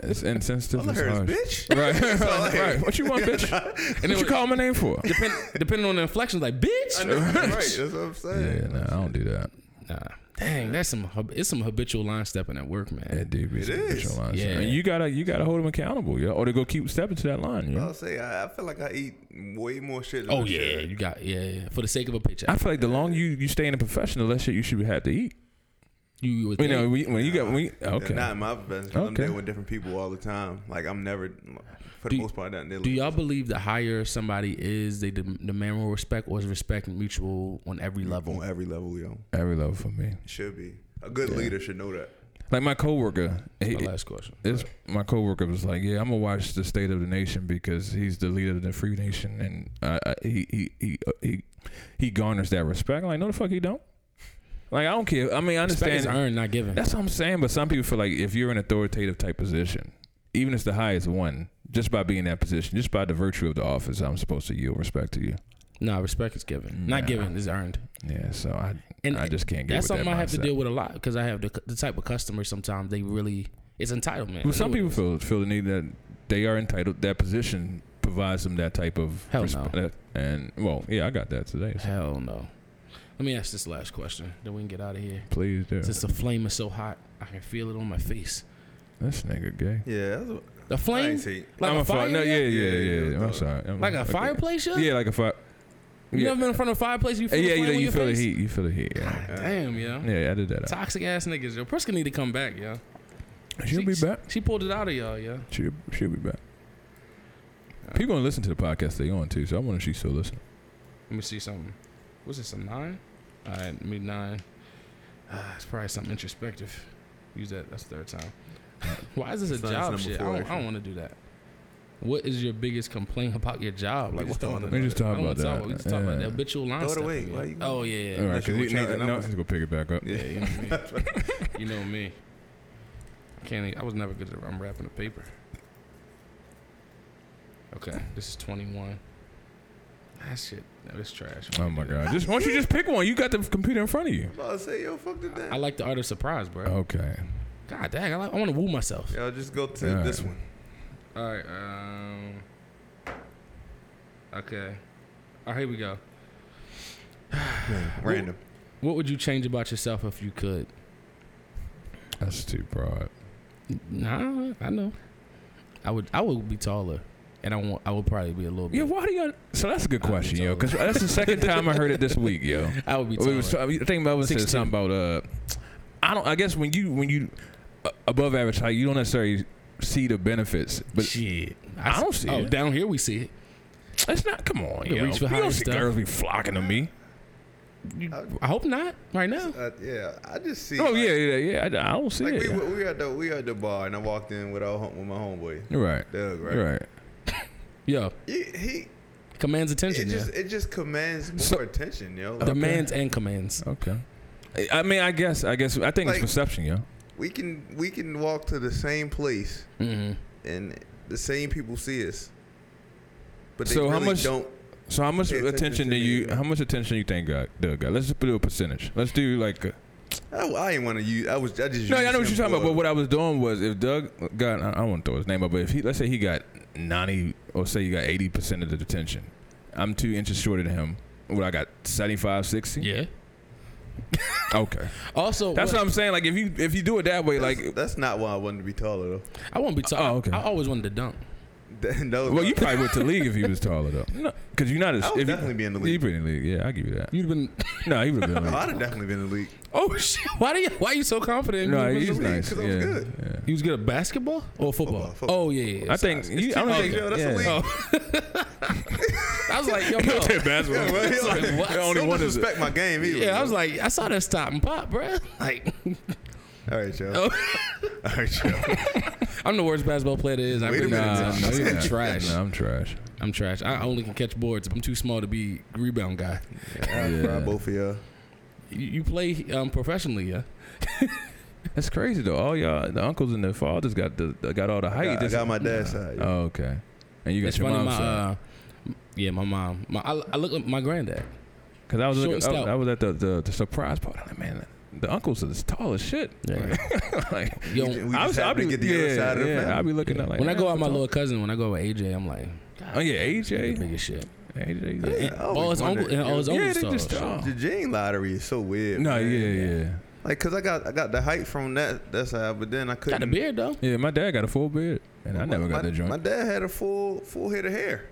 [SPEAKER 4] it's insensitive.
[SPEAKER 3] I
[SPEAKER 4] It's
[SPEAKER 3] heard
[SPEAKER 4] harsh.
[SPEAKER 3] it's bitch.
[SPEAKER 4] Right,
[SPEAKER 3] all I
[SPEAKER 4] right,
[SPEAKER 3] heard.
[SPEAKER 4] right. What you want, bitch?
[SPEAKER 2] then
[SPEAKER 4] what you
[SPEAKER 2] we-
[SPEAKER 4] call my name for?
[SPEAKER 2] Depend, depending on the inflection, like bitch.
[SPEAKER 3] right. That's what I'm saying.
[SPEAKER 4] Yeah, no, I don't do that.
[SPEAKER 2] Nah, dang, that's some hab- it's some habitual line stepping at work, man.
[SPEAKER 4] It do be some
[SPEAKER 3] is.
[SPEAKER 4] official lines.
[SPEAKER 2] Yeah.
[SPEAKER 4] and you gotta you gotta hold them accountable, yeah, or they go keep stepping to that line. Yeah,
[SPEAKER 3] I'll say I, I feel like I eat way more shit. Than
[SPEAKER 2] Oh
[SPEAKER 3] I should.
[SPEAKER 2] yeah, you got yeah, yeah. For the sake of a paycheck,
[SPEAKER 4] I feel like the longer you you stay in a profession, the less shit you should have to eat.
[SPEAKER 2] you, you would
[SPEAKER 4] You know,
[SPEAKER 2] think.
[SPEAKER 4] we, when you got we okay.
[SPEAKER 3] Not in my business. I'm
[SPEAKER 4] Okay.
[SPEAKER 3] dealing with different people all the time. Like I'm never, for the
[SPEAKER 2] Do-
[SPEAKER 3] most part, not dealing.
[SPEAKER 2] Do y'all believe the higher somebody is, they dem- demand more respect, or is respect mutual on every level?
[SPEAKER 3] on every level, yo.
[SPEAKER 4] Every level for me.
[SPEAKER 3] Should be a good leader should know that.
[SPEAKER 4] Like my coworker, he,
[SPEAKER 2] My last question.
[SPEAKER 4] it's, my coworker was like, "Yeah, I'm gonna watch the state of the nation because he's the leader of the free nation, and I, I, he he he uh, he he garners that respect." I'm like, no, the fuck he don't. Like I don't care. I mean, I
[SPEAKER 2] Respect is
[SPEAKER 4] understand.
[SPEAKER 2] earned, not given.
[SPEAKER 4] That's what I'm saying. But some people feel like if you're in authoritative type position, even if it's the highest one, just by being in that position, just by the virtue of the office, I'm supposed to yield respect to you.
[SPEAKER 2] no, respect is given, not
[SPEAKER 4] Nah.
[SPEAKER 2] given is earned.
[SPEAKER 4] Yeah. So I
[SPEAKER 2] And
[SPEAKER 4] I just can't get
[SPEAKER 2] that's
[SPEAKER 4] with that
[SPEAKER 2] something I have to
[SPEAKER 4] mindset.
[SPEAKER 2] deal with a lot because I have the, the type of customers sometimes they really it's entitlement. I
[SPEAKER 4] Well, some
[SPEAKER 2] know it
[SPEAKER 4] people
[SPEAKER 2] is.
[SPEAKER 4] feel feel the need that they are entitled. That position provides them that type of
[SPEAKER 2] Hell
[SPEAKER 4] resp-
[SPEAKER 2] no.
[SPEAKER 4] that- And well, yeah, I got that today. So
[SPEAKER 2] hell no. Let me ask this last question, then we can get out of here.
[SPEAKER 4] please do.
[SPEAKER 2] Since the flame is so hot, I can feel it on my face.
[SPEAKER 4] This nigga gay.
[SPEAKER 3] Yeah, that's what,
[SPEAKER 2] The
[SPEAKER 3] I
[SPEAKER 2] flame,
[SPEAKER 3] ain't see.
[SPEAKER 2] like
[SPEAKER 4] I'm
[SPEAKER 2] a
[SPEAKER 4] a fi-
[SPEAKER 2] fire,
[SPEAKER 4] No, yeah,
[SPEAKER 2] yet?
[SPEAKER 4] yeah,
[SPEAKER 3] Yeah,
[SPEAKER 4] yeah.
[SPEAKER 3] yeah,
[SPEAKER 4] I'm
[SPEAKER 3] no.
[SPEAKER 4] sorry. I'm-
[SPEAKER 2] like a
[SPEAKER 4] okay.
[SPEAKER 2] fireplace. yet?
[SPEAKER 4] Yeah, like a fire.
[SPEAKER 2] You
[SPEAKER 4] yeah.
[SPEAKER 2] never been in front of a fireplace? You
[SPEAKER 4] Yeah,
[SPEAKER 2] feel the
[SPEAKER 4] yeah,
[SPEAKER 2] flame
[SPEAKER 4] yeah,
[SPEAKER 2] on
[SPEAKER 4] you
[SPEAKER 2] your
[SPEAKER 4] feel the
[SPEAKER 2] face?
[SPEAKER 4] heat. You feel the heat. Yeah,
[SPEAKER 2] God damn, yo.
[SPEAKER 4] yeah, yeah I did that. out.
[SPEAKER 2] Toxic ass niggas, yo. Priska need to come back, yo.
[SPEAKER 4] She'll
[SPEAKER 2] She-
[SPEAKER 4] be
[SPEAKER 2] she-
[SPEAKER 4] back.
[SPEAKER 2] She pulled it out of y'all, yo.
[SPEAKER 4] She'll, she'll be back. People gonna listen to the podcast they on too, so I wonder if she's still listening.
[SPEAKER 2] Let me see something. Was this a nine? All right, me nine. Ah, it's probably something introspective. Use that. That's the third time. Why is this a
[SPEAKER 3] Science
[SPEAKER 2] job
[SPEAKER 3] number
[SPEAKER 2] shit?
[SPEAKER 3] four,
[SPEAKER 2] I don't, I
[SPEAKER 3] actually.
[SPEAKER 2] don't want to do that. What is your biggest complaint about your job?
[SPEAKER 3] We
[SPEAKER 2] Like, what
[SPEAKER 3] just
[SPEAKER 2] the
[SPEAKER 3] talked
[SPEAKER 2] fuck?
[SPEAKER 3] about
[SPEAKER 4] We just
[SPEAKER 2] I
[SPEAKER 4] talk
[SPEAKER 2] don't wanna
[SPEAKER 4] about
[SPEAKER 2] talk
[SPEAKER 4] that.
[SPEAKER 2] about- We just talk about the
[SPEAKER 4] Yeah.
[SPEAKER 2] habitual line
[SPEAKER 3] Throw it
[SPEAKER 2] stuff.
[SPEAKER 3] away.
[SPEAKER 2] nigga.
[SPEAKER 3] Why you-
[SPEAKER 2] oh yeah, yeah.
[SPEAKER 4] All right,
[SPEAKER 3] Unless you
[SPEAKER 4] 'cause he-
[SPEAKER 3] reach out
[SPEAKER 4] no,
[SPEAKER 3] that
[SPEAKER 4] no,
[SPEAKER 3] number.
[SPEAKER 4] he's gonna pick it back up.
[SPEAKER 3] yeah.
[SPEAKER 2] Yeah, you know me. you know me. I can't. e- I was never good at I'm wrapping a paper. Okay, this is 21. That shit. That is trash.
[SPEAKER 4] Oh my god! Just why don't you just pick one? You got the computer in front of you.
[SPEAKER 3] I'm about to say, yo, fuck the damn.
[SPEAKER 2] I like the art of surprise, bro.
[SPEAKER 4] Okay.
[SPEAKER 2] God dang, I, like, I want to woo myself.
[SPEAKER 3] Yo, just go to
[SPEAKER 4] All
[SPEAKER 3] this
[SPEAKER 4] right.
[SPEAKER 3] one.
[SPEAKER 2] All right. Um. Okay. All right, here we go.
[SPEAKER 3] Random.
[SPEAKER 2] What would you change about yourself if you could?
[SPEAKER 4] That's too broad.
[SPEAKER 2] Nah, I know. I would. I would be taller, and I want. I would probably be a little bit.
[SPEAKER 4] Yeah, why do you? So that's a good
[SPEAKER 2] I'll be
[SPEAKER 4] question, yo.
[SPEAKER 2] taller.
[SPEAKER 4] Because that's the second time I heard it this week, yo.
[SPEAKER 2] I would be taller.
[SPEAKER 4] We Oh, was, I think about was saying
[SPEAKER 2] 6'2".
[SPEAKER 4] something about uh, I don't. I guess when you when you uh, above average height, you don't necessarily see the benefits, but
[SPEAKER 2] shit,
[SPEAKER 4] I don't see
[SPEAKER 2] Oh,
[SPEAKER 4] it.
[SPEAKER 2] down here we see it.
[SPEAKER 4] it's not. Come on,
[SPEAKER 2] You
[SPEAKER 4] yo.
[SPEAKER 2] reach for
[SPEAKER 4] you
[SPEAKER 2] higher
[SPEAKER 4] don't see
[SPEAKER 2] stuff.
[SPEAKER 4] girls be flocking to me.
[SPEAKER 2] I hope not right now.
[SPEAKER 3] Uh, yeah, I just see.
[SPEAKER 4] Oh
[SPEAKER 3] like-
[SPEAKER 4] yeah, yeah, yeah. I, I don't see
[SPEAKER 3] Like we,
[SPEAKER 4] it.
[SPEAKER 3] we were at the we were at the bar and I walked in with our home, with my homeboy
[SPEAKER 4] You're right.
[SPEAKER 3] Doug right.
[SPEAKER 4] You're right.
[SPEAKER 2] Yo,
[SPEAKER 3] He, he
[SPEAKER 2] commands
[SPEAKER 3] it
[SPEAKER 2] attention.
[SPEAKER 3] just
[SPEAKER 2] yeah.
[SPEAKER 3] it just commands more
[SPEAKER 4] So-
[SPEAKER 3] attention, yo. Like,
[SPEAKER 2] Demands and commands.
[SPEAKER 4] Okay. I- I mean, I guess, I guess, I think
[SPEAKER 3] Like-
[SPEAKER 4] it's perception, yo.
[SPEAKER 3] we can we can walk to the same place
[SPEAKER 2] Mm-hmm.
[SPEAKER 3] and the same people see us, but they
[SPEAKER 4] So how
[SPEAKER 3] really
[SPEAKER 4] much-
[SPEAKER 3] don't.
[SPEAKER 4] So how much
[SPEAKER 3] Pay attention
[SPEAKER 4] attention
[SPEAKER 3] to
[SPEAKER 4] do
[SPEAKER 3] the
[SPEAKER 4] you?
[SPEAKER 3] email.
[SPEAKER 4] How much attention you think God, Doug got? Let's just do a percentage. Let's do like. A,
[SPEAKER 3] I, I ain't want to use. I was I just.
[SPEAKER 4] no, I
[SPEAKER 3] used
[SPEAKER 4] know
[SPEAKER 3] him
[SPEAKER 4] what you're talking about.
[SPEAKER 3] for-
[SPEAKER 4] But what I was doing was if Doug got, I I won't throw his name out, but if he, let's say he got 90, or say you got 80 percent of the attention, I'm two inches shorter than him. What I got 75, 60?
[SPEAKER 2] Yeah.
[SPEAKER 4] Okay.
[SPEAKER 2] Also,
[SPEAKER 4] That's
[SPEAKER 2] what-
[SPEAKER 4] what I'm saying. Like if you if you do it that way,
[SPEAKER 3] that's,
[SPEAKER 4] like
[SPEAKER 3] that's not why I wanted to be taller though.
[SPEAKER 2] I won't be taller.
[SPEAKER 4] Oh, okay.
[SPEAKER 2] I always wanted to dunk.
[SPEAKER 3] That, that was
[SPEAKER 4] well,
[SPEAKER 3] my-
[SPEAKER 4] you probably went to league if he was taller though. No, because you're not as.
[SPEAKER 3] I
[SPEAKER 4] if
[SPEAKER 3] would
[SPEAKER 4] you-
[SPEAKER 3] definitely be in the
[SPEAKER 4] He
[SPEAKER 3] league.
[SPEAKER 4] pretty in the league. Yeah, I give you that.
[SPEAKER 2] You've been.
[SPEAKER 4] No, he would have been. in the
[SPEAKER 3] Oh,
[SPEAKER 4] league.
[SPEAKER 3] I'd have definitely been in the league.
[SPEAKER 2] Oh shit! Why do you? Why are you so confident?
[SPEAKER 4] No,
[SPEAKER 2] You was-
[SPEAKER 4] he's
[SPEAKER 3] league
[SPEAKER 4] nice.
[SPEAKER 3] 'cause
[SPEAKER 4] Yeah,
[SPEAKER 3] I was good.
[SPEAKER 4] yeah.
[SPEAKER 2] He was good at basketball or football?
[SPEAKER 3] Football, football.
[SPEAKER 2] Oh yeah, yeah, yeah.
[SPEAKER 4] I think
[SPEAKER 2] Sorry.
[SPEAKER 4] you, I don't
[SPEAKER 3] two
[SPEAKER 4] think Oh.
[SPEAKER 3] leagues, yo, that's a league.
[SPEAKER 2] I was like, yo, no.
[SPEAKER 3] Yeah, well, he's like,
[SPEAKER 2] What?
[SPEAKER 4] only
[SPEAKER 3] don't
[SPEAKER 4] one is-
[SPEAKER 3] disrespect my game either.
[SPEAKER 2] yeah, I
[SPEAKER 3] yo.
[SPEAKER 2] was like, I saw that stop and pop, bruh. Like,
[SPEAKER 3] all right, yo. All right, yo.
[SPEAKER 2] I'm the worst basketball player there is. I
[SPEAKER 3] Wait a
[SPEAKER 2] really
[SPEAKER 3] minute,
[SPEAKER 2] am.
[SPEAKER 4] Nah, no, you're
[SPEAKER 2] I'm
[SPEAKER 4] not.
[SPEAKER 2] trash.
[SPEAKER 4] No, I'm trash.
[SPEAKER 2] I'm trash. I only can catch boards. I'm too small to be rebound guy.
[SPEAKER 3] I'll fry both of y'all.
[SPEAKER 2] You, you play um, professionally, yeah.
[SPEAKER 4] That's crazy though. All y'all, the uncles and the fathers got the got all the height.
[SPEAKER 3] I, I
[SPEAKER 4] This-
[SPEAKER 3] got my dad's side. yo.
[SPEAKER 4] Oh, okay. And you got
[SPEAKER 2] It's
[SPEAKER 4] your
[SPEAKER 2] funny,
[SPEAKER 4] mom's
[SPEAKER 2] my
[SPEAKER 4] side.
[SPEAKER 2] uh, yeah, my mom. My, I, I look at my granddad.
[SPEAKER 4] Cause I was
[SPEAKER 2] short
[SPEAKER 4] looking,
[SPEAKER 2] and stout.
[SPEAKER 4] I, I was at the, the the surprise party. I'm like, man, the uncles are tall as shit.
[SPEAKER 2] Yeah.
[SPEAKER 4] like,
[SPEAKER 2] Yo,
[SPEAKER 3] We just
[SPEAKER 4] I was, I'll
[SPEAKER 3] happen
[SPEAKER 4] be
[SPEAKER 3] to get the
[SPEAKER 4] yeah,
[SPEAKER 3] other side of the
[SPEAKER 4] yeah,
[SPEAKER 3] family.
[SPEAKER 4] I'll be looking at like
[SPEAKER 2] when I go
[SPEAKER 4] "Yeah,
[SPEAKER 2] out with my
[SPEAKER 4] what's
[SPEAKER 2] little
[SPEAKER 4] up?"
[SPEAKER 2] cousin, when I go with AJ, I'm like,
[SPEAKER 4] Oh yeah,
[SPEAKER 2] the
[SPEAKER 4] AJ,
[SPEAKER 2] biggest shit.
[SPEAKER 4] AJ.
[SPEAKER 3] Yeah,
[SPEAKER 4] Yeah,
[SPEAKER 3] I
[SPEAKER 2] All
[SPEAKER 3] always
[SPEAKER 2] his uncle
[SPEAKER 3] wondered,
[SPEAKER 2] and all his
[SPEAKER 4] yeah
[SPEAKER 2] uncles.
[SPEAKER 4] they just
[SPEAKER 2] tall.
[SPEAKER 4] tall.
[SPEAKER 3] The Jane lottery is so weird.
[SPEAKER 4] No,
[SPEAKER 3] man.
[SPEAKER 4] yeah, yeah,
[SPEAKER 3] Like, cause I got I got the height from that that side, but then I couldn't.
[SPEAKER 2] Got a beard though.
[SPEAKER 4] yeah. My dad got a full beard, and I
[SPEAKER 3] my-
[SPEAKER 4] never got
[SPEAKER 3] my,
[SPEAKER 4] that joint.
[SPEAKER 3] My dad had a full full head of hair.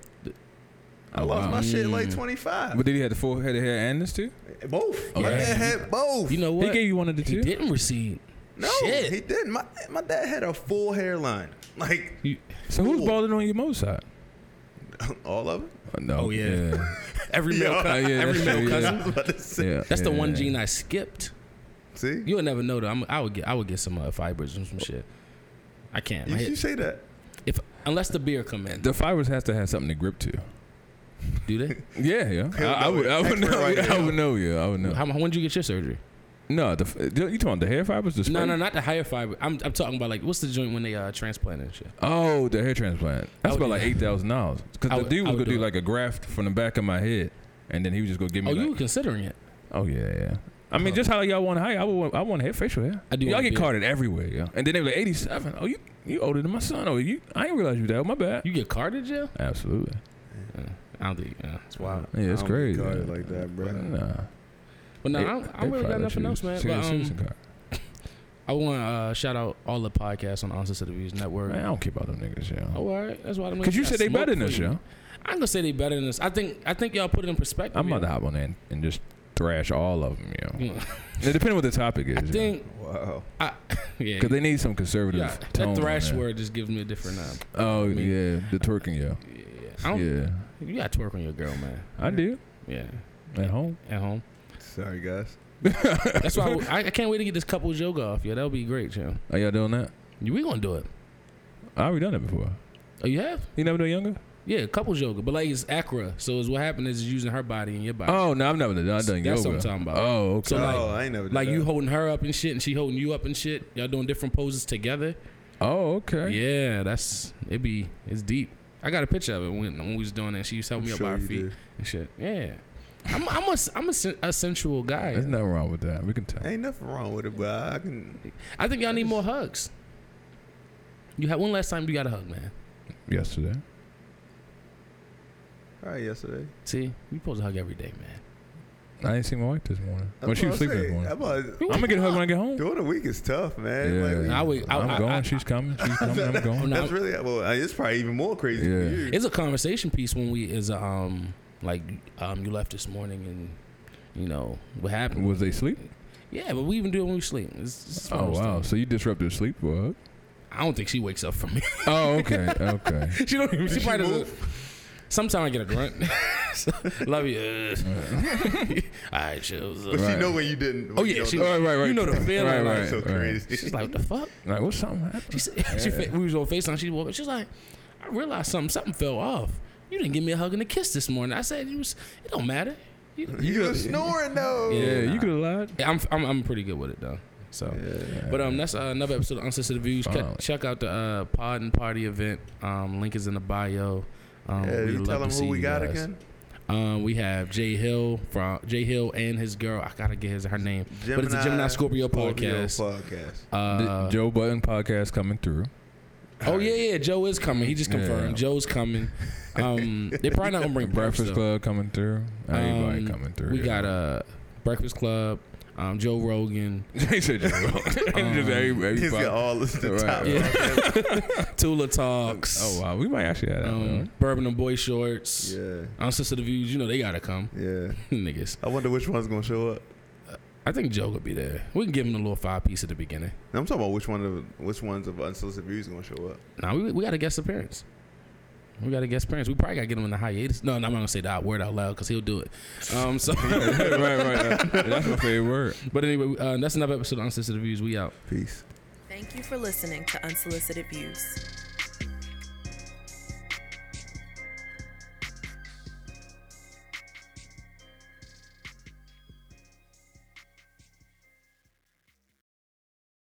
[SPEAKER 3] I
[SPEAKER 4] Oh,
[SPEAKER 3] lost
[SPEAKER 4] wow.
[SPEAKER 3] my shit like
[SPEAKER 2] Mm.
[SPEAKER 3] twenty five.
[SPEAKER 4] But did he have the full head of hair and this too?
[SPEAKER 3] Both. My
[SPEAKER 4] yeah.
[SPEAKER 3] dad had both.
[SPEAKER 2] You know what?
[SPEAKER 4] He gave you one of the
[SPEAKER 2] He
[SPEAKER 4] two.
[SPEAKER 2] didn't receive.
[SPEAKER 3] no,
[SPEAKER 2] shit.
[SPEAKER 3] he didn't. My my dad had a full hairline. Like
[SPEAKER 2] You-
[SPEAKER 4] So who's
[SPEAKER 3] Cool.
[SPEAKER 4] balling on your mom's side?
[SPEAKER 3] all of it.
[SPEAKER 4] Uh, No.
[SPEAKER 2] Oh, yeah. every
[SPEAKER 3] Yo.
[SPEAKER 2] male, cou-
[SPEAKER 4] Oh, yeah,
[SPEAKER 2] every
[SPEAKER 4] that's
[SPEAKER 2] male
[SPEAKER 4] true, yeah.
[SPEAKER 2] cousin.
[SPEAKER 3] I was about to say.
[SPEAKER 4] Yeah,
[SPEAKER 2] That's the
[SPEAKER 4] yeah,
[SPEAKER 2] one
[SPEAKER 4] yeah.
[SPEAKER 2] gene I skipped.
[SPEAKER 3] See,
[SPEAKER 2] You'll never know though. I'm, I would get I would get some uh, fibers and some shit. I can't.
[SPEAKER 3] you,
[SPEAKER 2] My
[SPEAKER 3] you
[SPEAKER 2] head-
[SPEAKER 3] say that.
[SPEAKER 2] if unless the beer come in,
[SPEAKER 4] The fibers has to have something to grip to.
[SPEAKER 2] do they?
[SPEAKER 4] Yeah, yeah. I,
[SPEAKER 3] Hell
[SPEAKER 4] I
[SPEAKER 3] no,
[SPEAKER 4] would, I would
[SPEAKER 3] expert
[SPEAKER 4] know.
[SPEAKER 3] right
[SPEAKER 4] I
[SPEAKER 3] there.
[SPEAKER 4] would know. Yeah, I would know.
[SPEAKER 2] How, when did you get your surgery?
[SPEAKER 4] No, the f- you talking about the hair fibers? The
[SPEAKER 2] No,
[SPEAKER 4] spray?
[SPEAKER 2] no, not the higher fiber. I'm, I'm talking about like what's the joint when they uh transplant and shit.
[SPEAKER 4] Oh, the hair transplant.
[SPEAKER 2] I
[SPEAKER 4] That's
[SPEAKER 2] would
[SPEAKER 4] about
[SPEAKER 2] do
[SPEAKER 4] like
[SPEAKER 2] that.
[SPEAKER 4] eight thousand dollars.
[SPEAKER 2] I
[SPEAKER 4] Because the
[SPEAKER 2] would-
[SPEAKER 4] dude
[SPEAKER 2] I
[SPEAKER 4] was
[SPEAKER 2] would
[SPEAKER 4] gonna
[SPEAKER 2] do
[SPEAKER 4] do
[SPEAKER 2] it.
[SPEAKER 4] like a graft from the back of my head, and then he was just gonna give me.
[SPEAKER 2] Oh,
[SPEAKER 4] like,
[SPEAKER 2] you were considering it.
[SPEAKER 4] oh yeah, yeah. I mean, just how y'all want hair. I want, I want hair, facial hair.
[SPEAKER 2] I do
[SPEAKER 4] Y'all
[SPEAKER 2] want a
[SPEAKER 4] get
[SPEAKER 2] beard.
[SPEAKER 4] carded everywhere, yo. And then they were like 87. Oh, you you older than my son. Oh, you. I didn't realize you that. old. My bad.
[SPEAKER 2] You get carded, jail?
[SPEAKER 4] Absolutely.
[SPEAKER 2] I don't think. Uh, it's wild.
[SPEAKER 4] Yeah, it's
[SPEAKER 3] I don't be
[SPEAKER 4] crazy.
[SPEAKER 3] guarded
[SPEAKER 4] man.
[SPEAKER 3] like that, bro.
[SPEAKER 4] Nah.
[SPEAKER 2] But no,
[SPEAKER 4] They-
[SPEAKER 2] I, don't, I don't
[SPEAKER 4] they
[SPEAKER 2] really got
[SPEAKER 4] probably let
[SPEAKER 2] nothing
[SPEAKER 4] you
[SPEAKER 2] else, man.
[SPEAKER 4] see
[SPEAKER 2] But,
[SPEAKER 4] the
[SPEAKER 2] um,
[SPEAKER 4] citizen card.
[SPEAKER 2] I want to uh, shout out all the podcasts on the Uncensored Reviews Network.
[SPEAKER 4] Man, I don't care about them niggas, yo.
[SPEAKER 2] Oh, all right, that's why. I'm
[SPEAKER 4] Because you said they better than us, yo.
[SPEAKER 2] I'm gonna say they better than us. I think. I think y'all put it in perspective.
[SPEAKER 4] I'm
[SPEAKER 2] yo.
[SPEAKER 4] about to hop on there and, and just thrash all of them, yo.
[SPEAKER 2] Yeah.
[SPEAKER 4] It depends what the topic is.
[SPEAKER 2] I think.
[SPEAKER 3] Wow.
[SPEAKER 2] Yeah.
[SPEAKER 4] Because they need some conservative
[SPEAKER 2] yeah, that
[SPEAKER 4] tone. on
[SPEAKER 2] thrash
[SPEAKER 4] there.
[SPEAKER 2] word just gives me a different. Uh,
[SPEAKER 4] Oh,
[SPEAKER 2] mean-
[SPEAKER 4] yeah. The twerking, yo.
[SPEAKER 2] yeah. I don't,
[SPEAKER 4] yeah.
[SPEAKER 2] You got to twerk on your girl, man.
[SPEAKER 4] I do.
[SPEAKER 2] Yeah.
[SPEAKER 4] At home.
[SPEAKER 2] At home.
[SPEAKER 3] Sorry, guys.
[SPEAKER 2] That's why I, I can't wait to get this couples yoga off. Yeah, that'll be great, yo.
[SPEAKER 4] Are y'all doing that?
[SPEAKER 2] You- We gonna do it.
[SPEAKER 4] I already done that before.
[SPEAKER 2] Oh, you have?
[SPEAKER 4] You never done younger?
[SPEAKER 2] Yeah, couples yoga, but like it's acra. So it's what happened is it's using her body and your body.
[SPEAKER 4] Oh, no, I've never done I've done
[SPEAKER 2] That's
[SPEAKER 4] yoga.
[SPEAKER 2] what I'm talking about.
[SPEAKER 4] Oh, okay.
[SPEAKER 2] So, like-
[SPEAKER 3] oh, I ain't never did
[SPEAKER 2] Like
[SPEAKER 3] that.
[SPEAKER 2] you holding her up and shit, and she holding you up and shit. Y'all doing different poses together.
[SPEAKER 4] oh, okay.
[SPEAKER 2] Yeah, that's it. Be it's deep. I got a picture of it when, when we was doing that. She used to help
[SPEAKER 3] I'm
[SPEAKER 2] me
[SPEAKER 3] sure
[SPEAKER 2] up by
[SPEAKER 3] you
[SPEAKER 2] her feet
[SPEAKER 3] did.
[SPEAKER 2] and shit. Yeah, I'm I'm a I'm a, sen- a sensual guy.
[SPEAKER 4] There's nothing wrong with that. We can tell.
[SPEAKER 3] Ain't nothing wrong with it, but I can.
[SPEAKER 2] I think y'all need more hugs. You had one last time you got a hug, man.
[SPEAKER 4] Yesterday.
[SPEAKER 3] All right, yesterday.
[SPEAKER 2] See, we supposed to hug every day, man.
[SPEAKER 4] I didn't see my wife this morning.
[SPEAKER 3] That's
[SPEAKER 4] Well, she
[SPEAKER 3] what
[SPEAKER 4] was
[SPEAKER 3] I'm
[SPEAKER 4] sleeping this
[SPEAKER 3] saying.
[SPEAKER 4] morning.
[SPEAKER 3] I'm about-
[SPEAKER 4] I'm gonna get a hug when I get home.
[SPEAKER 3] During the week is tough, man. Like,
[SPEAKER 4] Yeah.
[SPEAKER 3] we-
[SPEAKER 2] I would- I-
[SPEAKER 4] I'm
[SPEAKER 2] I-
[SPEAKER 4] going.
[SPEAKER 2] I-
[SPEAKER 4] she's coming. She's coming. I'm
[SPEAKER 2] Oh,
[SPEAKER 4] going.
[SPEAKER 2] no,
[SPEAKER 3] that's
[SPEAKER 2] I'm-
[SPEAKER 3] really well. It's probably even more crazy.
[SPEAKER 4] Yeah.
[SPEAKER 3] For you.
[SPEAKER 2] it's a conversation piece when we is um like um you left this morning and you know what happened.
[SPEAKER 4] Was they sleep?
[SPEAKER 3] Mm.
[SPEAKER 2] Yeah, but we even do it when we sleep. It's, it's one
[SPEAKER 4] Oh
[SPEAKER 2] of those
[SPEAKER 4] wow!
[SPEAKER 2] things.
[SPEAKER 4] So you disrupted sleep for a hug?
[SPEAKER 2] I don't think she wakes up from me.
[SPEAKER 4] Oh okay, okay.
[SPEAKER 2] she don't even. She
[SPEAKER 3] she
[SPEAKER 2] probably doesn't. Sometimes I get a grunt. So, Love you. All right, chills.
[SPEAKER 3] But she
[SPEAKER 4] Right.
[SPEAKER 3] know when you didn't.
[SPEAKER 2] Oh, yeah,
[SPEAKER 3] you
[SPEAKER 2] she-
[SPEAKER 4] All right, right, right.
[SPEAKER 2] You know the feeling,
[SPEAKER 4] Right,
[SPEAKER 2] like,
[SPEAKER 4] right,
[SPEAKER 3] That's so
[SPEAKER 4] right.
[SPEAKER 3] crazy.
[SPEAKER 2] She's like, what the fuck?
[SPEAKER 4] Like what's something
[SPEAKER 2] She
[SPEAKER 4] happened?
[SPEAKER 2] said, she
[SPEAKER 4] Yeah.
[SPEAKER 2] fa- we was on FaceTime. She woke up. She was like, I realized something. Something fell off. You didn't give me a hug and a kiss this morning. I said, it, was, it don't matter. You,
[SPEAKER 3] you were snoring though.
[SPEAKER 4] Yeah,
[SPEAKER 2] nah.
[SPEAKER 4] you could have lied.
[SPEAKER 2] Yeah, I'm, I'm I'm pretty good with it though. So, but um, that's uh, another episode of Uncensored Views. Check,
[SPEAKER 4] Alright.
[SPEAKER 2] check out the uh, Pod and Party event. Um, link is in the bio. Um,
[SPEAKER 3] Yeah,
[SPEAKER 2] we'd
[SPEAKER 3] you
[SPEAKER 2] love
[SPEAKER 3] tell
[SPEAKER 2] to
[SPEAKER 3] them
[SPEAKER 2] see
[SPEAKER 3] who we
[SPEAKER 2] you
[SPEAKER 3] got
[SPEAKER 2] guys.
[SPEAKER 3] again.
[SPEAKER 2] Um, we have Jay Hill from Jay Hill and his girl. I gotta get his her name, but it's a Gemini Scorpio, podcast.
[SPEAKER 3] podcast.
[SPEAKER 2] Uh,
[SPEAKER 4] The Joe Button podcast coming through.
[SPEAKER 2] oh yeah, yeah. Joe is coming. He just confirmed
[SPEAKER 4] Yeah.
[SPEAKER 2] Joe's coming. Um, they probably not gonna bring Breakfast
[SPEAKER 4] Breakfast
[SPEAKER 2] Club.
[SPEAKER 4] Club coming through. Everybody
[SPEAKER 2] Um,
[SPEAKER 4] coming through.
[SPEAKER 2] We
[SPEAKER 4] yeah.
[SPEAKER 2] got uh, Breakfast Club. Um, Joe Rogan,
[SPEAKER 4] they said Joe. Just
[SPEAKER 2] Um,
[SPEAKER 4] every- every
[SPEAKER 3] He's got
[SPEAKER 4] pod-
[SPEAKER 3] all this the
[SPEAKER 4] Right,
[SPEAKER 3] top.
[SPEAKER 2] right.
[SPEAKER 3] podcasts.
[SPEAKER 2] Tula Talks.
[SPEAKER 4] Oh wow, we might actually have that.
[SPEAKER 2] um,
[SPEAKER 4] one.
[SPEAKER 2] Bourbon and Boy Shorts. Um,
[SPEAKER 3] Yeah,
[SPEAKER 2] Unsolicited views, you know they gotta come,
[SPEAKER 3] yeah.
[SPEAKER 2] niggas.
[SPEAKER 3] I wonder which one's gonna show up.
[SPEAKER 2] I think Joe could be there. We can give him a little five piece at the beginning.
[SPEAKER 3] Now, I'm talking about which one of which ones of unsolicited views gonna show up.
[SPEAKER 2] Now we, we got a guest appearance. We got a guest appearance. We probably gotta get him in the hiatus. No, no, I'm not gonna say that word out loud because he'll do it. Um, so,
[SPEAKER 4] right, right, right. That's my favorite word.
[SPEAKER 2] but anyway, uh, that's another episode of Unsolicited Views. We out.
[SPEAKER 3] Peace.
[SPEAKER 1] Thank you for listening to Unsolicited Views.